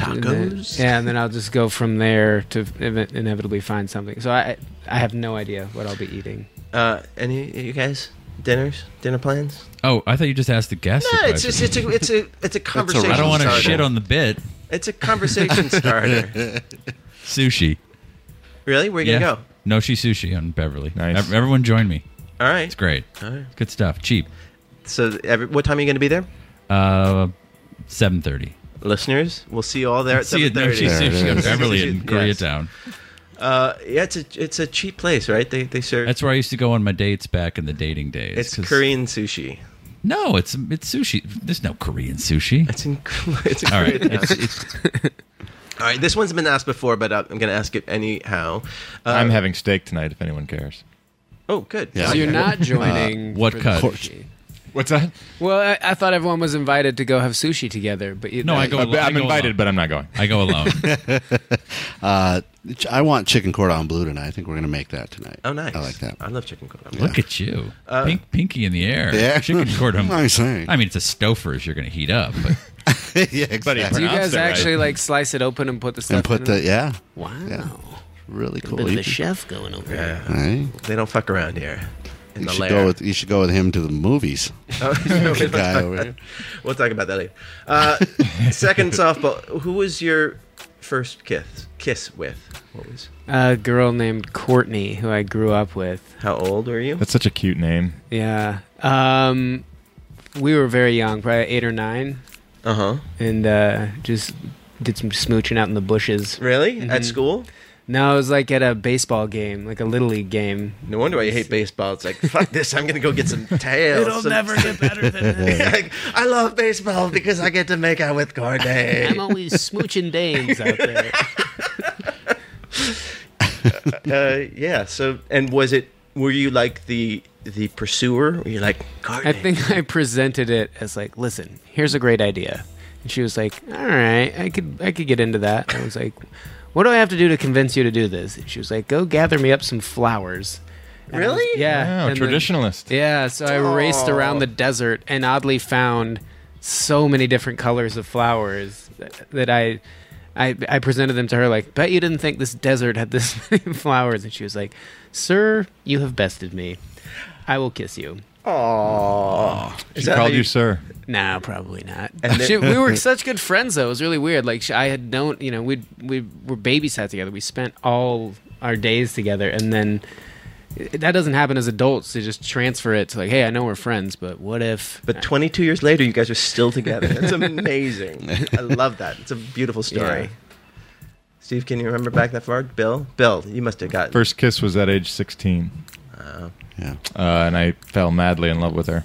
G: And then-
B: Tacos.
G: yeah, and then I'll just go from there to ev- inevitably find something. So I, I have no idea what I'll be eating.
B: Uh, any you guys dinners dinner plans?
D: Oh, I thought you just asked the guest.
B: No,
D: if
B: it's
D: I-
B: just it's a it's a it's a conversation.
D: I don't want to
B: starter.
D: shit on the bit.
B: It's a conversation starter.
D: Sushi.
B: Really, where you
D: yeah.
B: gonna
D: No, she sushi on Beverly.
C: Nice.
D: Ev- Everyone join me.
B: go? All right.
D: It's great.
B: All right.
D: Good stuff. Cheap.
B: So, every, what time are you going to be there?
D: Uh, seven thirty.
B: Listeners, we'll see you all there at
D: See you
B: seven
D: at No She
B: thirty.
E: There it
D: Sushi on
E: is.
D: Beverly in
B: Yes.
D: Koreatown.
B: Uh, yeah, it's a it's a cheap place, right? They they serve
D: That's where I used to go on my dates back in the dating days.
B: it's
D: 'cause-
B: Korean sushi.
D: No, it's it's sushi. There's no Korean sushi.
B: It's in it's in
D: All right.
B: Koreatown.
D: It's, it's,
B: all right, this one's been asked before, but uh, I'm going to ask it anyhow. Uh,
C: I'm having steak tonight if anyone cares.
B: oh, good.
E: Yeah.
G: So you're not joining.
D: what
G: for the
D: cut?
G: sushi.
C: What's that?
G: Uh, Well, I, I thought everyone was invited to go have sushi together, but you,
D: No, I go-
C: I'm
D: I go
C: invited,
D: along.
C: but I'm not going.
D: I go alone.
E: Uh, ch- I want chicken cordon bleu tonight. I think we're going to make that tonight.
B: Oh, nice.
E: I like that.
B: I love chicken cordon. bleu.
D: Look at you,
B: Uh,
D: Pink, pinky in the air.
E: Yeah.
D: chicken cordon.
E: I'm saying.
D: I mean, it's a Stouffer's. You're going to heat up, but
C: Buddy,
E: yeah, exactly.
G: Do you
C: pronounced
G: guys
C: it right.
G: actually like slice it open and put the stuff
E: And put
G: in
E: the
G: it?
E: yeah,
G: Wow.
E: yeah. really cool.
I: Bit of
E: You
I: a
E: can-
I: chef going over here.
E: all right.
B: They don't fuck around here. In
E: You
B: the
E: should
B: lair.
E: go with you should go with him to the movies.
B: Oh, okay,
E: Guy over here.
B: We'll talk about that later. Uh, second softball. Who was your first kiss? Kiss with? What was?
G: A girl named Courtney who I grew up with.
B: How old were you?
C: That's such a cute name.
G: Yeah. Um, we were very young, probably eight or nine,
B: Uh huh.
G: and uh, just did some smooching out in the bushes.
B: Really? At school?
G: No, it was like at a baseball game, like a little league game.
B: No wonder why you hate baseball. It's like fuck this. I'm gonna go get some tails. It'll never get better than this. I love baseball because I get to make out with Corday.
I: I'm always smooching dames out there.
B: uh, yeah. So and was it? Were you like the the pursuer? Were you like Corday?
G: I think I presented it as like, listen, here's a great idea. And she was like, all right, I could I could get into that. I was like, what do I have to do to convince you to do this? And she was like, go gather me up some flowers. And I was-
B: Really?
G: yeah.
C: Wow,
G: and then-
C: traditionalist.
G: yeah. So I raced around the desert and oddly found so many different colors of flowers that, that I. I, I presented them to her like, bet you didn't think this desert had this many flowers. And she was like, sir, you have bested me. I will kiss you.
C: She
B: that
C: called
B: how
C: you,
B: you-
C: sir.
G: No, probably not.
B: then-
G: She- we were such good friends though. It was really weird. Like she, I had known, you know, we we were babysat together. We spent all our days together, and then eh, that doesn't happen as adults to just transfer it to like, hey, I know we're friends, but what if?
B: But 22 years later, you guys are still together. That's amazing. I love that. It's a beautiful story.
G: Yeah.
B: Steve, can you remember back that far? Bill? Bill, you must have gotten.
C: First kiss was at age 16,
E: Yeah.
C: uh, and I fell madly in love with her.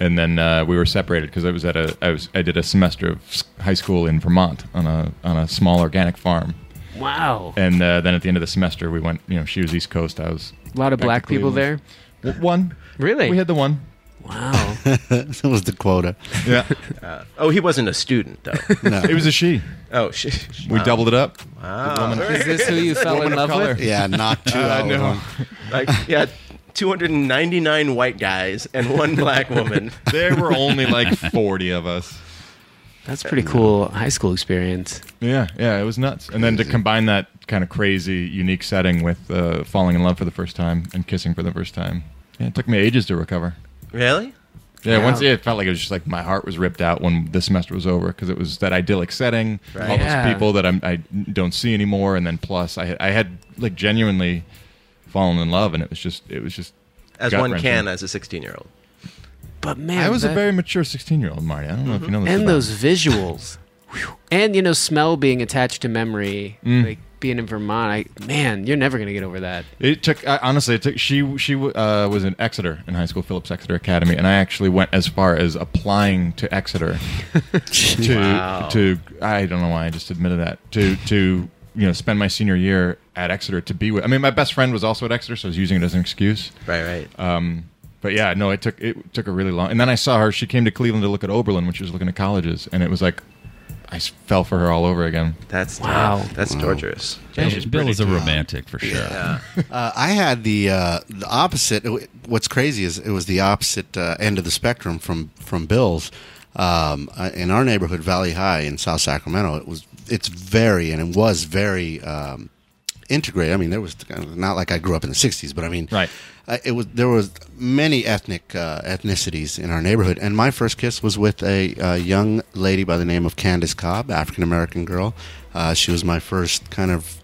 C: And then uh, we were separated because I was at a I was I did a semester of s- high school in Vermont on a on a small organic farm.
G: wow,
C: And uh, then at the end of the semester, we went. You know, she was East Coast. I was
G: a lot
C: back
G: of
C: to
G: black people there.
C: Cleveland. w- one.
G: Really?
C: We had the one.
G: wow.
E: that was the quota.
C: Yeah,
B: Oh, he wasn't a student, though.
C: it was a she.
B: oh, shit.
C: We doubled it up.
G: Is this who you fell in love with?
E: Yeah, not two. out of one.
B: Like, yeah, 299 white guys and one black woman.
C: There were only like 40 of us.
G: That's pretty cool high school experience.
C: Yeah, yeah, it was nuts. And then to combine that kind of crazy, unique setting with uh, falling in love for the first time and kissing for the first time, yeah, it took me ages to recover.
B: Really?
C: Yeah, once yeah, it felt like it was just like my heart was ripped out when the semester was over because it was that idyllic setting, all
G: Yeah.
C: those people that I'm, I don't see anymore, and then plus I had, I had like genuinely fallen in love, and it was just it was just
B: As one
C: gut-wrenching.
B: can as a 16 year old.
G: But man,
C: I was a
G: that-
C: very mature sixteen year old, Marty. I don't know if you know this.
G: and
C: about
G: those
C: me.
G: visuals and you know smell being attached to memory
B: Mm.
G: like being in vermont I, man you're never gonna get over that
C: It took I, honestly. It took she she uh, was in Exeter in high school, Phillips Exeter Academy, and I actually went as far as applying to Exeter to to I don't know why I just admitted that to to you know spend my senior year at Exeter to be with. I mean, my best friend was also at Exeter, so I was using it as an excuse.
B: Right, right.
C: But yeah, no, it took it took a really long. And then I saw her. She came to Cleveland to look at Oberlin when she was looking at colleges, and it was like I s- fell for her all over again.
B: That's
G: Wow.
B: tough. That's torturous.
D: Bill, Bill is a romantic for sure.
E: Uh, I had the uh, the opposite. What's crazy is it was the opposite uh, end of the spectrum from from Bill's. Um, uh, in our neighborhood, Valley High in South Sacramento, it was it's very and it was very um, integrated. I mean, there was not like I grew up in the '60s, but I mean,
C: Right.
E: Uh, it was there was many ethnic uh, ethnicities in our neighborhood, and my first kiss was with a, uh young lady by the name of Candace Cobb, African American girl. Uh, she was my first kind of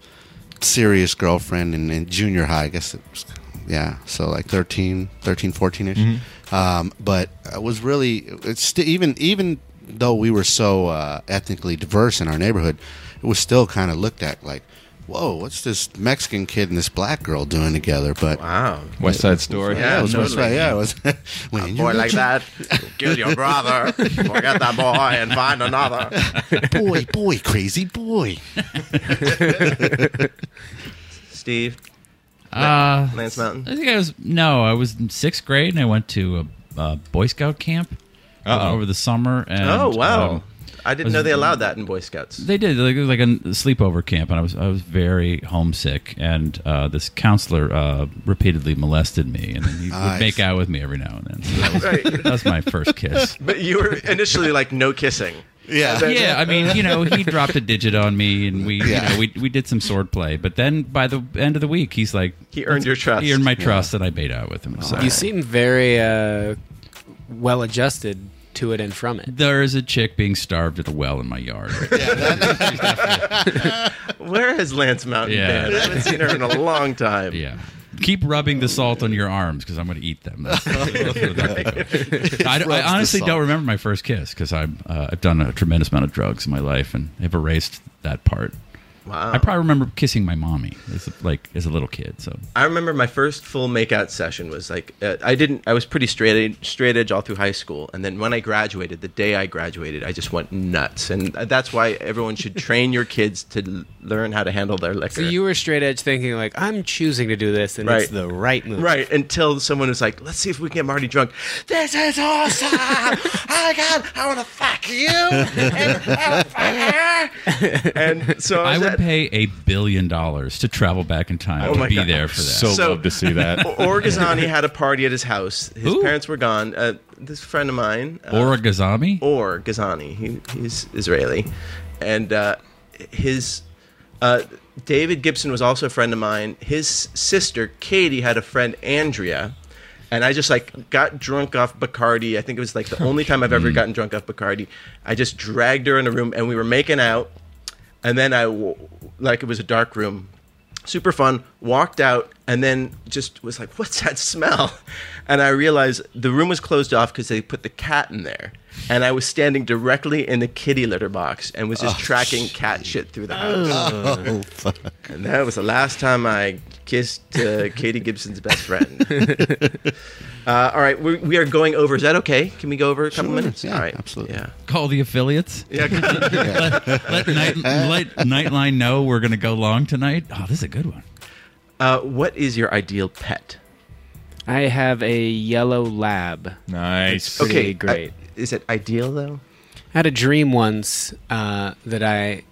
E: serious girlfriend in, in junior high. I guess it was, yeah, so like 13, 13, 14 ish. Um, but I was really, it's st- even, even though we were so uh, ethnically diverse in our neighborhood, it was still kind of looked at like, whoa, what's this Mexican kid and this black girl doing together? But
B: Wow.
C: West Side Story.
E: yeah, it was,
B: totally.
E: right, yeah, it was. when you
B: Boy
E: look
B: like that, kill your brother, forget that boy, and find another.
E: at- boy, boy, crazy boy.
B: Steve,
D: Uh,
B: Lance Mountain.
D: I think I was no, I was in sixth grade and I went to a, a Boy Scout camp
C: Uh-oh.
D: over the summer. And,
B: Oh wow!
D: um,
B: I didn't
D: was-
B: know they allowed that in Boy Scouts.
D: they did like, it was like a sleepover camp, and I was I was very homesick, and uh, this counselor uh, repeatedly molested me, and then he would
E: Nice.
D: make out with me every now and then. So that was, that was my first kiss.
B: But you were initially like no kissing.
E: Yeah.
D: Yeah, I mean, you know, he dropped a digit on me, and we, you know, we we did some sword play. But then by the end of the week, he's like,
B: He earned your trust.
D: he earned my trust, and I made out with him. So
G: you seem very uh, well adjusted to it and from it
D: there is a chick being starved at a well in my yard.
B: Where has Lance Mountain
D: Yeah.
B: been? I haven't seen her in a long time.
D: Yeah. Keep rubbing the salt on your arms because I'm going to eat them. That's- that's where that goes. I, I
E: the
D: honestly
E: salt.
D: don't remember my first kiss because I've uh, I've done a tremendous amount of drugs in my life and have erased that part.
B: Wow.
D: I probably remember kissing my mommy as a, like as a little kid. So
B: I remember my first full makeout session was like uh, I didn't. I was pretty straight edge, straight edge all through high school, and then when I graduated, the day I graduated, I just went nuts, and uh, that's why everyone should train your kids to l- learn how to handle their liquor.
G: so you were straight edge thinking like i'm choosing to do this and it's
B: Right.
G: the right move
B: Right, until someone was like, let's see if we can get Marty drunk. This is awesome! oh my god, I want to fuck you! And, and so I,
D: I
B: was
D: would
B: at-
D: pay a billion dollars to travel back in time
B: Oh
D: to
B: my
D: be
B: God.
D: there for that.
C: So,
B: So-
C: love to see that.
B: Orgazani had a party at his house. His
D: Who?
B: parents were gone. Uh, this friend of mine, uh,
D: Origazami?
B: or Ghazani. He, he's Israeli, and uh, his uh, David Gibson was also a friend of mine. His sister Katie had a friend Andrea, And I just like got drunk off Bacardi. I think it was like the only time I've ever gotten drunk off Bacardi. I just dragged her in a room and we were making out. And then I, w- like, it was a dark room, super fun. Walked out and then just was like, "What's that smell?" And I realized the room was closed off because they put the cat in there. And I was standing directly in the kitty litter box and was just tracking cat shit through the house.
E: Oh, fuck.
B: And that was the last time I kissed uh, Katie Gibson's best friend. uh, all right, we, we are going over. Is that okay? Can we go over a couple
E: Sure,
B: minutes?
E: yeah,
B: all right,
E: absolutely.
B: Yeah.
D: Call the affiliates.
B: Yeah.
D: Let, night, let Nightline know we're going to go long tonight. Oh, this is a good one.
B: uh, what is your ideal pet?
G: I have a yellow lab.
C: Nice.
G: Pretty
B: okay,
G: great.
B: I- is it ideal though?
G: I had a dream once uh, that I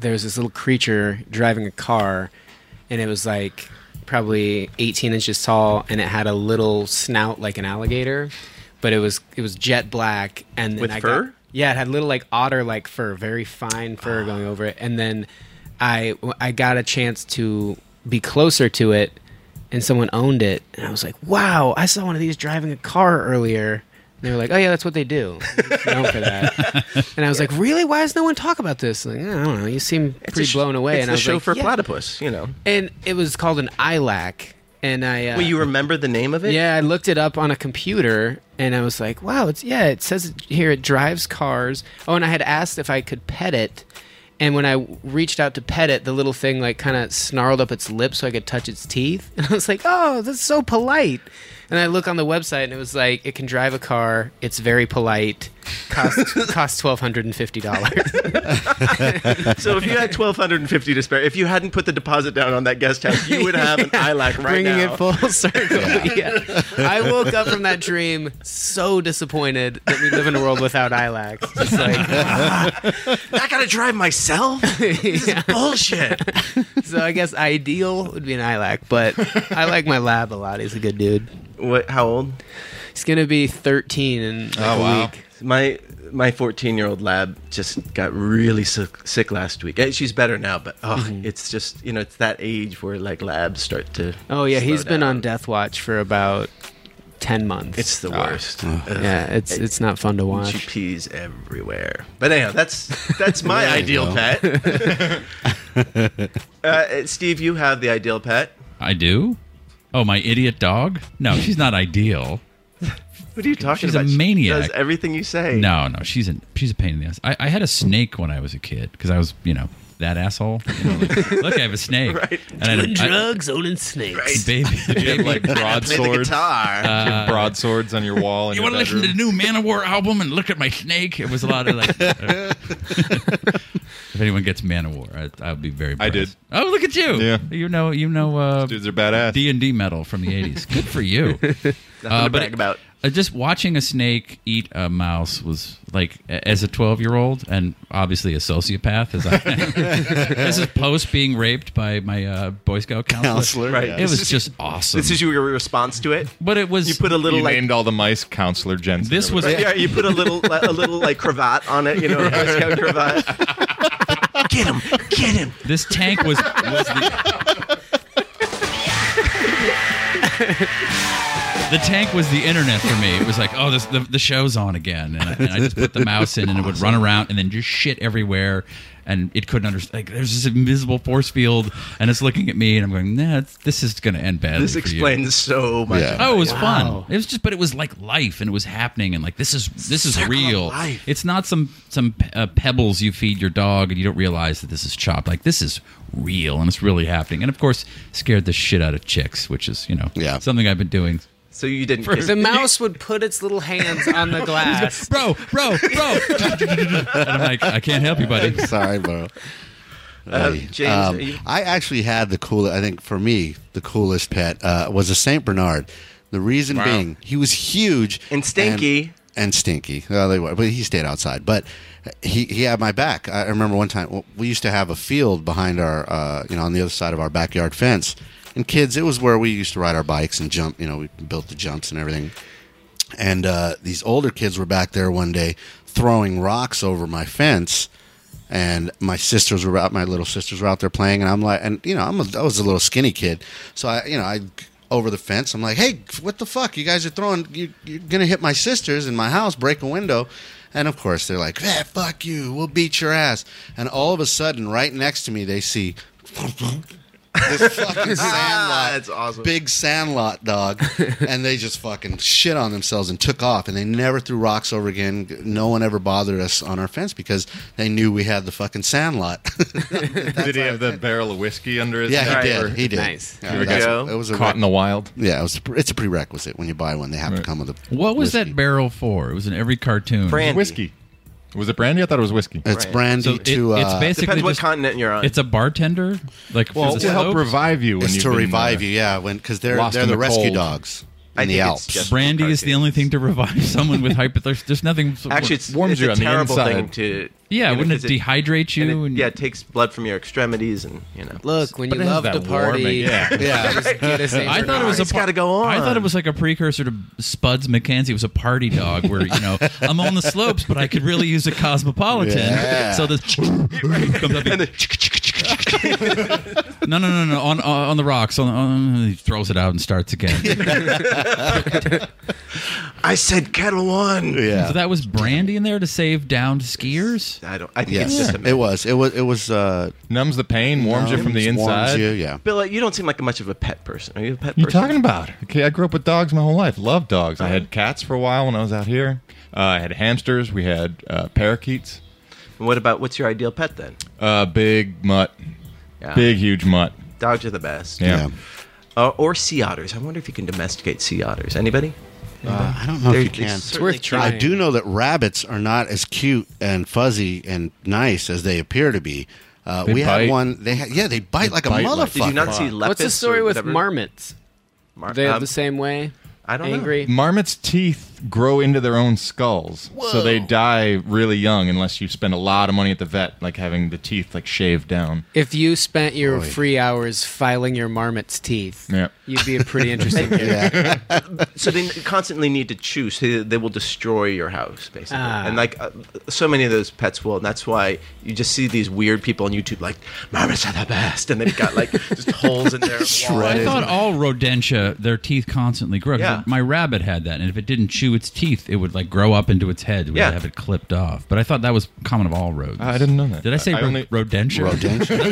G: there was this little creature driving a car, and it was like probably 18 inches tall, and it had a little snout like an alligator, but it was it was jet black and then
B: With
G: I
B: fur?
G: Got, yeah, it had little like otter like fur, very fine fur going
B: Ah.
G: over it, and then I I got a chance to be closer to it, and someone owned it, and I was like, wow, I saw one of these driving a car earlier. And they were like, oh yeah, that's what they do. They're known for that. And I was like, really? Why does no one talk about this? Like, I don't know. You seem
B: It's a
G: pretty
B: sh-
G: blown away.
B: It's
G: and
B: the
G: I was
B: show
G: like,
B: for
G: yeah.
B: platypus. You know.
G: And it was called an ILAC. And I uh,
B: Well, you remember the name of it?
G: yeah, I looked it up on a computer, and I was like, wow, it's yeah, it says it here it drives cars. Oh, and I had asked if I could pet it. And when I reached out to pet it, the little thing like kind of snarled up its lips so I could touch its teeth. And I was like, "Oh, that's so polite." And I look on the website, and it was like, "It can drive a car. It's very polite. Costs costs twelve hundred and fifty dollars."
B: So if you had twelve hundred and fifty to spare, if you hadn't put the deposit down on that guest house, you would have an ILAC right
G: bringing
B: now.
G: it full circle. Yeah. I woke up from that dream so disappointed that we live in a world without ILAC. Just like,
B: I gotta drive myself. This is bullshit.
G: so I guess ideal would be an ILAC, but I like my lab a lot. He's a good dude.
B: What? How old?
G: He's gonna be 13 in like a week.
B: My my 14 year old lab just got really sick, sick last week. Eh, She's better now, but oh,
G: Mm-hmm.
B: it's just you know it's that age where like labs start to.
G: Oh yeah,
B: slow
G: he's been
B: down.
G: on Ah. death watch for about 10 months.
B: It's the worst. Ugh.
G: yeah, it's it's not fun to
B: She
G: watch.
B: pees everywhere. But anyhow, that's that's my ideal pet. uh, eh, Steve, you have the ideal pet.
D: I do. Oh, my idiot dog? No, she's not ideal.
B: What are you talking
D: She's a
B: about? She
D: maniac.
B: does everything you say.
D: No, no, she's an she's a pain in the ass. I, I had a snake when I was a kid because I was you know that asshole. You know, like, Look, I have a snake.
B: Right.
D: And I had a- I-
I: Drugs, owning snakes.
D: baby.
C: You have like
B: Play the
C: broadswords,
D: Uh,
B: guitar.
C: broadswords on your wall. In
D: You
C: your
D: want to listen to the
C: bedroom.
D: new Manowar album and look at my snake? It was a lot of like. uh, if anyone gets Manowar, I, I'll be very.
C: I did.
D: impressed. Oh, look at you!
C: Yeah.
D: you know, you know. Uh,
C: Dudes are badass.
D: D and D metal from the '80s. Good for you.
B: Nothing
D: Uh,
B: to
D: but
B: brag
D: it-
B: about.
D: uh, just watching a snake eat a mouse was like, a- as a 12 year old, and obviously a sociopath, as I this is post being raped by my uh, Boy Scout counselor.
E: Counselor.
B: Right.
E: yeah.
D: It was just awesome.
B: This is your response to it.
D: but it was.
B: You put a little
C: you
B: like
C: named all the mice counselor Jensen.
D: this
C: or
D: was.
B: Yeah, you put a little a little like cravat on it, you know, a Boy Scout cravat. Get him, get him.
D: This tank was was the The tank was the internet for me. It was like, oh, this, the, the show's on again, and I, and I just put the mouse in, and it would run around, and then just shit everywhere, and it couldn't understand. Like, there's this invisible force field, and it's looking at me, and I'm going, nah, it's- this is gonna end badly.
B: This
D: for you."
B: explains so much.
E: Yeah.
D: Oh, it was fun. It was just, but it was like life, and it was happening, and like this is this is real.
B: life.
D: It's not some some uh, pebbles you feed your dog, and you don't realize that this is chopped. Like this is real, and it's really happening. And of course, scared the shit out of chicks, which is you know
E: Yeah.
D: something I've been doing.
B: So you didn't kiss
G: The mouse would put its little hands on the glass.
D: Bro, bro, bro. and I'm like, I can't help you, buddy.
E: Sorry, bro.
B: uh, James.
E: Um,
B: you-
E: I actually had the coolest. I think for me, the coolest pet uh, was a Saint Bernard. The reason being, he was huge
B: And stinky.
E: and, and stinky. Well, they were, but he stayed outside. But he he had my back. I remember one time well, we used to have a field behind our, uh, you know, on the other side of our backyard fence. And kids, it was where we used to ride our bikes and jump. You know, we built the jumps and everything. And uh, these older kids were back there one day throwing rocks over my fence. And my sisters were out, my little sisters were out there playing. And I'm like, and, you know, I'm a, I was a little skinny kid. So I, you know, I over the fence. I'm like, hey, what the fuck? You guys are throwing, you, you're going to hit my sisters in my house, break a window. And of course, they're like, eh, fuck you, we'll beat your ass. And all of a sudden, right next to me, they see this fucking sandlot,
B: ah, That's awesome.
E: big sandlot dog, and they just fucking shit on themselves and took off. And they never threw rocks over again. No one ever bothered us on our fence because they knew we had the fucking sandlot.
C: did he have the barrel of whiskey under his
E: yeah,
C: neck?
E: he
C: or
E: did. He did.
G: Nice.
E: Yeah,
B: Here we
E: that's-
B: go.
E: It was a
C: Caught in the wild.
E: yeah, it was, it's a prerequisite when you buy one. They have to come with a.
D: What was
E: whiskey.
D: that barrel for? It was in every cartoon.
B: Brandy.
C: Whiskey. Was it brandy? I thought it was whiskey.
E: It's
B: Right.
E: brandy
D: So it-
E: to. Uh,
D: it's basically
B: Depends what
D: just-
B: continent you're on.
D: It's a bartender, like for
C: Well,
D: the
C: to help
D: soap?
C: revive you. When
E: it's
C: you've
E: to
C: been,
E: revive
C: uh,
E: you, yeah, when because they're
C: lost
E: they're
C: in
E: the,
C: the
E: rescue
C: cold.
E: dogs in
B: I
E: the
B: think it's
E: Alps.
B: just-
D: Brandy is the only thing to revive someone with hypothermia. There's nothing.
B: Actually, it's,
C: warms
B: it's
C: you
B: a
C: on the
B: terrible
C: inside.
B: thing to.
D: yeah,
B: you know,
D: wouldn't it
B: 'cause
D: dehydrate you?
B: and it-
D: and-
B: yeah, it takes blood from your extremities and you know.
G: Look, when
C: But
G: you
C: it has
G: love
C: that
G: to party,
C: warming, yeah.
E: yeah,
G: get us in
D: I
G: your
D: thought it was a
B: It's gotta go
D: I thought
B: on.
D: it was like a precursor to Spuds McKenzie. It was a party dog where you know I'm on the slopes, but I could really use a cosmopolitan.
E: Yeah.
D: So this comes up. no, no, no, no. On on the rocks. On, on, he throws it out and starts again.
B: I said kettle one.
E: yeah.
D: So that was brandy in there to save downed skiers.
B: I don't. I think
E: Yes,
B: it's just a
E: it was. It was. It was. Uh, um,
C: Numbs the pain, warms you from the
E: warms
C: inside.
E: you, yeah.
B: Bill, you don't seem like much of a pet person. Are you a pet
C: You're
B: person?
C: talking about? Okay, I grew up with dogs my whole life. Love dogs. I had cats for a while when I was out here. Uh, I had hamsters. We had uh, parakeets.
B: And What about what's your ideal pet then?
C: Uh, big mutt.
B: Yeah.
C: Big huge mutt.
B: dogs are the best.
C: Yeah.
E: Yeah.
B: Uh, or sea otters. I wonder if you can domesticate sea otters. Anybody?
E: I don't know
B: They're-
E: if you
B: they
E: can.
B: certainly
G: worth
B: can.
G: trying.
E: I do know that rabbits are not as cute and fuzzy and nice as they appear to be. Uh,
C: They
E: we
C: bite.
E: had one. They had, yeah, they bite like
C: bite
E: a
C: like-
E: motherfucker.
B: Did you not see Lepus
G: What's the story
B: or
G: with
B: whatever?
G: marmots?
B: Mar-
G: They are
B: um,
G: the same way.
B: I don't know.
G: Angry.
C: Marmots' teeth grow into their own skulls, so they die really young unless you spend a lot of money at the vet, like having the teeth like shaved down.
G: If you spent your
E: Boy.
G: free hours filing your marmot's teeth,
C: Yeah.
G: you'd be a pretty interesting. character.
E: yeah,
B: So they constantly need to chew. So they will destroy your house, basically.
G: Ah.
B: And like uh, so many of those pets will, and that's why you just see these weird people on YouTube, like marmots are the best, and they've got like just holes in their
D: I
B: shredded.
D: thought all rodentia, their teeth constantly grow. 'Cause
B: Yeah.
D: My rabbit had that, and if it didn't chew its teeth, it would like grow up into its head. We'd
B: Yeah.
D: have it clipped off. But I thought that was common of all rodents.
C: I didn't know that.
D: Did I say
C: I
D: ro-
C: only-
D: rodentia?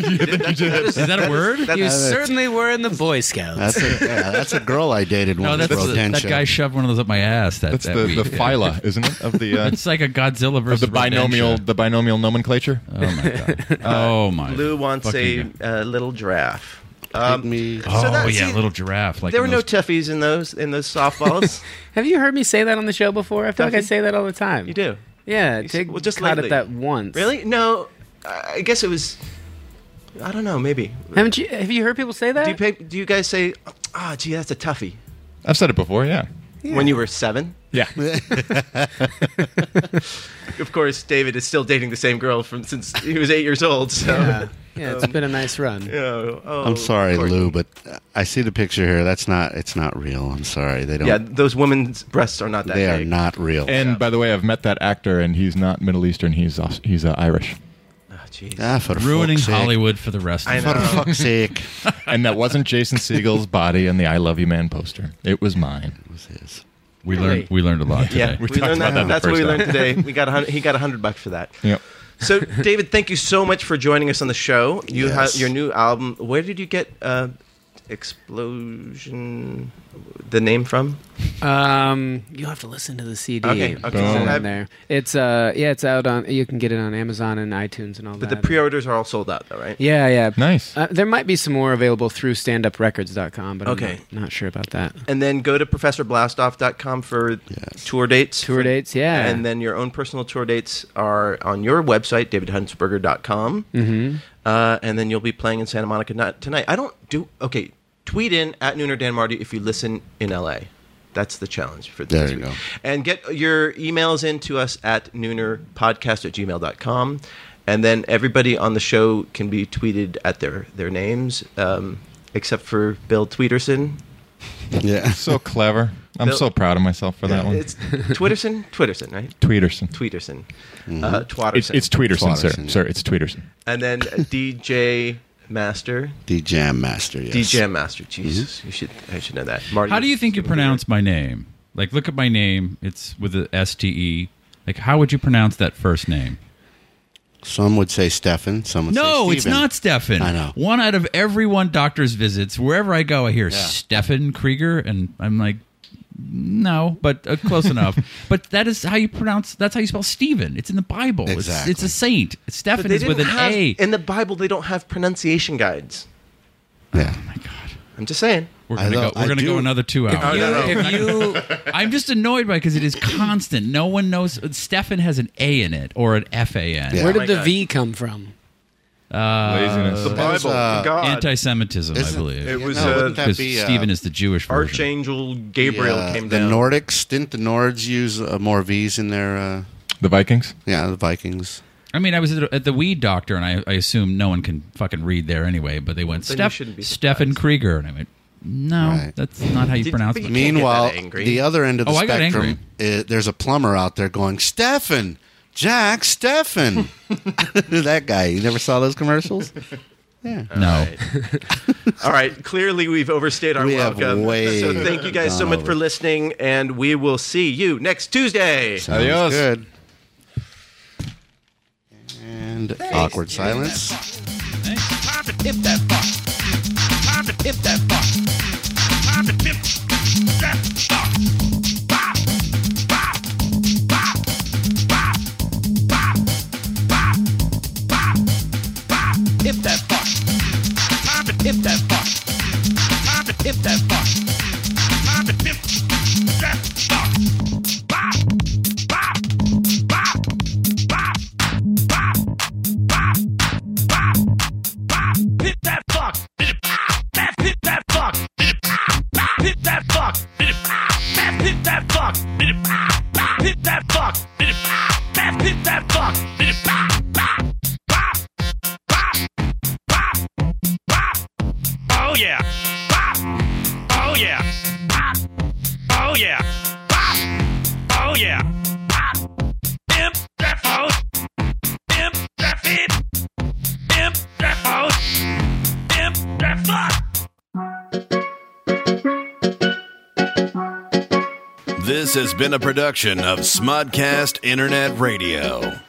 D: Is that a word?
G: You certainly were in the Boy Scouts.
E: that's a, yeah, that's a girl I dated once.
D: no, that's
E: rodentia.
D: that guy shoved one of those up my ass. That
C: That's
D: that
C: the,
D: week.
C: the
D: Yeah.
C: phyla, isn't it? Of the uh,
D: It's like a Godzilla versus
C: the binomial Uh,
D: rodentia.
C: the binomial nomenclature.
D: Oh my god! Oh my.
B: Lou wants a
D: fucking-
B: uh, little giraffe. Um,
E: Hit me.
D: Oh
B: that-
D: yeah,
B: see,
D: little giraffe. Like
B: There were
D: in
B: no
D: those-
B: tuffies in those in those softballs.
G: Have you heard me say that on the show before? I feel like I
B: Duffy?
G: say that all the time.
B: you do.
G: Yeah,
B: s-
G: Tig
B: well, just
G: caught
B: lately.
G: at that once.
B: Really? No. I I guess it was. I don't know. Maybe.
G: Haven't you? Have you heard people say
D: Uh,
G: that?
B: Do you, pay, do you guys say, "Ah, gee, that's a toughie"?
C: I've said it before. Yeah.
B: When you were seven,
C: Yeah.
B: of course, David is still dating the same girl from since he was eight years old. So,
G: yeah, yeah, it's been a nice run.
B: You know, oh,
E: I'm sorry,
B: of course.
E: Lou, but I see the picture here. That's not. It's not real. I'm sorry. They don't.
B: Yeah, those women's breasts are not that
E: they are
B: big.
E: not real.
C: And by the way, I've met that actor, and he's not Middle Eastern. He's aus- he's uh, Irish,
B: Ah, jeez.
E: Ah, for
D: ruining
E: fuck's sake.
D: Hollywood for the rest.
B: I
D: of
B: know.
E: For fuck's sake.
C: and that wasn't Jason Siegel's body on the "I Love You Man" poster. It was mine.
E: This is-
D: We learned. We learned a lot today.
B: yeah,
C: We talked
B: learned
C: about that in the
B: That's what
C: first
B: we learned
C: hour.
B: today. We got a hun- he got a hundred bucks for that.
C: Yep.
B: So, David, thank you so much for joining us on the show. You
E: Yes.
B: have your new album. Where did you get uh, Explosion? The name from?
G: Um, you have to listen to the CD.
B: Okay, okay.
G: It's
B: Boom.
G: on there. It's uh, yeah, it's out on. You can get it on Amazon and iTunes and all
B: But the
G: that.
B: pre-orders are all sold out, though, right?
G: Yeah, yeah.
C: Nice.
G: Uh, there might be some more available through standuprecords.com, but
B: Okay.
G: I'm not, not sure about that.
B: And then go to professorblastoff.com for tour dates.
G: Tour dates, yeah.
B: And then your own personal tour dates are on your website, davidhunsberger.com. Mm-hmm. Uh, and then you'll be playing in Santa Monica not tonight. I don't do... Okay, tweet in at Nooner Dan Marty if you listen in L.A. That's the challenge for
E: There
B: this
E: you
B: week.
E: go.
B: And get your emails in to us at noonerpodcast at gmail.com. And then everybody on the show can be tweeted at their, their names, um, except for Bill Tweederson.
E: Yeah.
C: So clever. I'm
B: Bill-
C: so proud of myself for that one.
B: It's Twitterson, Twitterson, right?
C: Tweederson.
E: Mm-hmm.
B: Tweeterson, uh, Twatterson,
C: It's, it's Tweederson,
E: Twatterson.
C: sir. Sir, it's Tweederson.
B: and then uh, DJ Master.
E: D Jam Master. Yes. Mm-hmm.
B: D Jam Master. Jesus, you should. I should know that. Marty.
D: How do you think you pronounce my name? Like, look at my name. It's with a S T E. Like, how would you pronounce that first name?
E: Some would say Stefan. Some would say
D: No, it's
E: Steven.
D: not Stefan.
E: I know.
D: One out of every one doctor's visits, wherever I go, I hear Stefan Krieger, and I'm like, no, but uh, close enough. But that is how you pronounce. That's how you spell Stephen. It's in the Bible. It's-
E: Exactly.
D: It's, a saint.
B: But
D: Stefan
B: they
D: is with an
B: didn't have-
D: A.
B: In the Bible, they don't have pronunciation guides.
E: Yeah.
B: I'm just saying.
D: We're
E: I
D: gonna
E: love-
D: go. We're
E: I
D: gonna
E: do-
D: go another two hours.
G: You-
B: no,
G: if you
D: I'm just annoyed by because it is constant. No one knows. Stefan has an A in it or an F A N.
E: Yeah.
G: where
E: Oh
G: did the V come from?
C: Laziness.
B: The Bible,
E: uh,
B: God,
D: Anti-Semitism, I
E: Isn't-
D: believe.
B: It was,
E: No,
B: uh,
E: wouldn't that
D: because
E: be, uh,
D: Stephen is the Jewish version.
B: Archangel Gabriel
E: uh,
B: came
E: the
B: down.
E: Nordics didn't the Nords use uh, more V's in their uh,
C: The Vikings.
E: yeah the Vikings.
D: I mean, I was at at the weed doctor, and I, I assume no one can fucking read there anyway. But they went
B: Then you
D: Steph,
B: shouldn't be
D: Stefan Krieger, and I went, no,
E: Right.
D: that's not how you
B: Did-
D: pronounce
B: but
D: it.
B: you- can't get
E: Meanwhile,
B: that angry.
E: the other end of the
D: Oh, I got
E: spectrum, uh, there's a plumber out there going Stefan, Jack Stefan. that guy, you never saw those commercials?
D: No,
B: All right. Clearly, we've overstayed our
E: We have
B: welcome.
E: way
B: so, thank you guys so
E: gone
B: much
E: over.
B: for listening, and we will see you next Tuesday.
E: Sounds
C: Adios.
E: Good. And awkward silence.
H: Time to pimp that fuck. Time to pimp that fuck. Time to pimp that fuck. Bop, bop, bop, bop, bop, bop, bop, bop. Pimp that fuck. Time to pimp that fuck. Time to pimp that fuck. Time to pimp that fuck. Bop, bop, bop, bop, bop, bop, bop bop, hit that fuck, hit it, pow, bap, hit that fuck, hit it, pow, bap, hit that fuck, hit it, pow, bap, hit that fuck, hit it, pow, bap, hit that fuck, hit it, pow, bap, hit that fuck, hit it, pow, bap, bop, bop, bop, bop, oh yeah, bop, oh yeah, bop, oh yeah, bop, oh yeah, bop, imp that fuck, imp that fit. Imp that house. Imp that fuck.
A: This has been a production of Smudcast Internet Radio.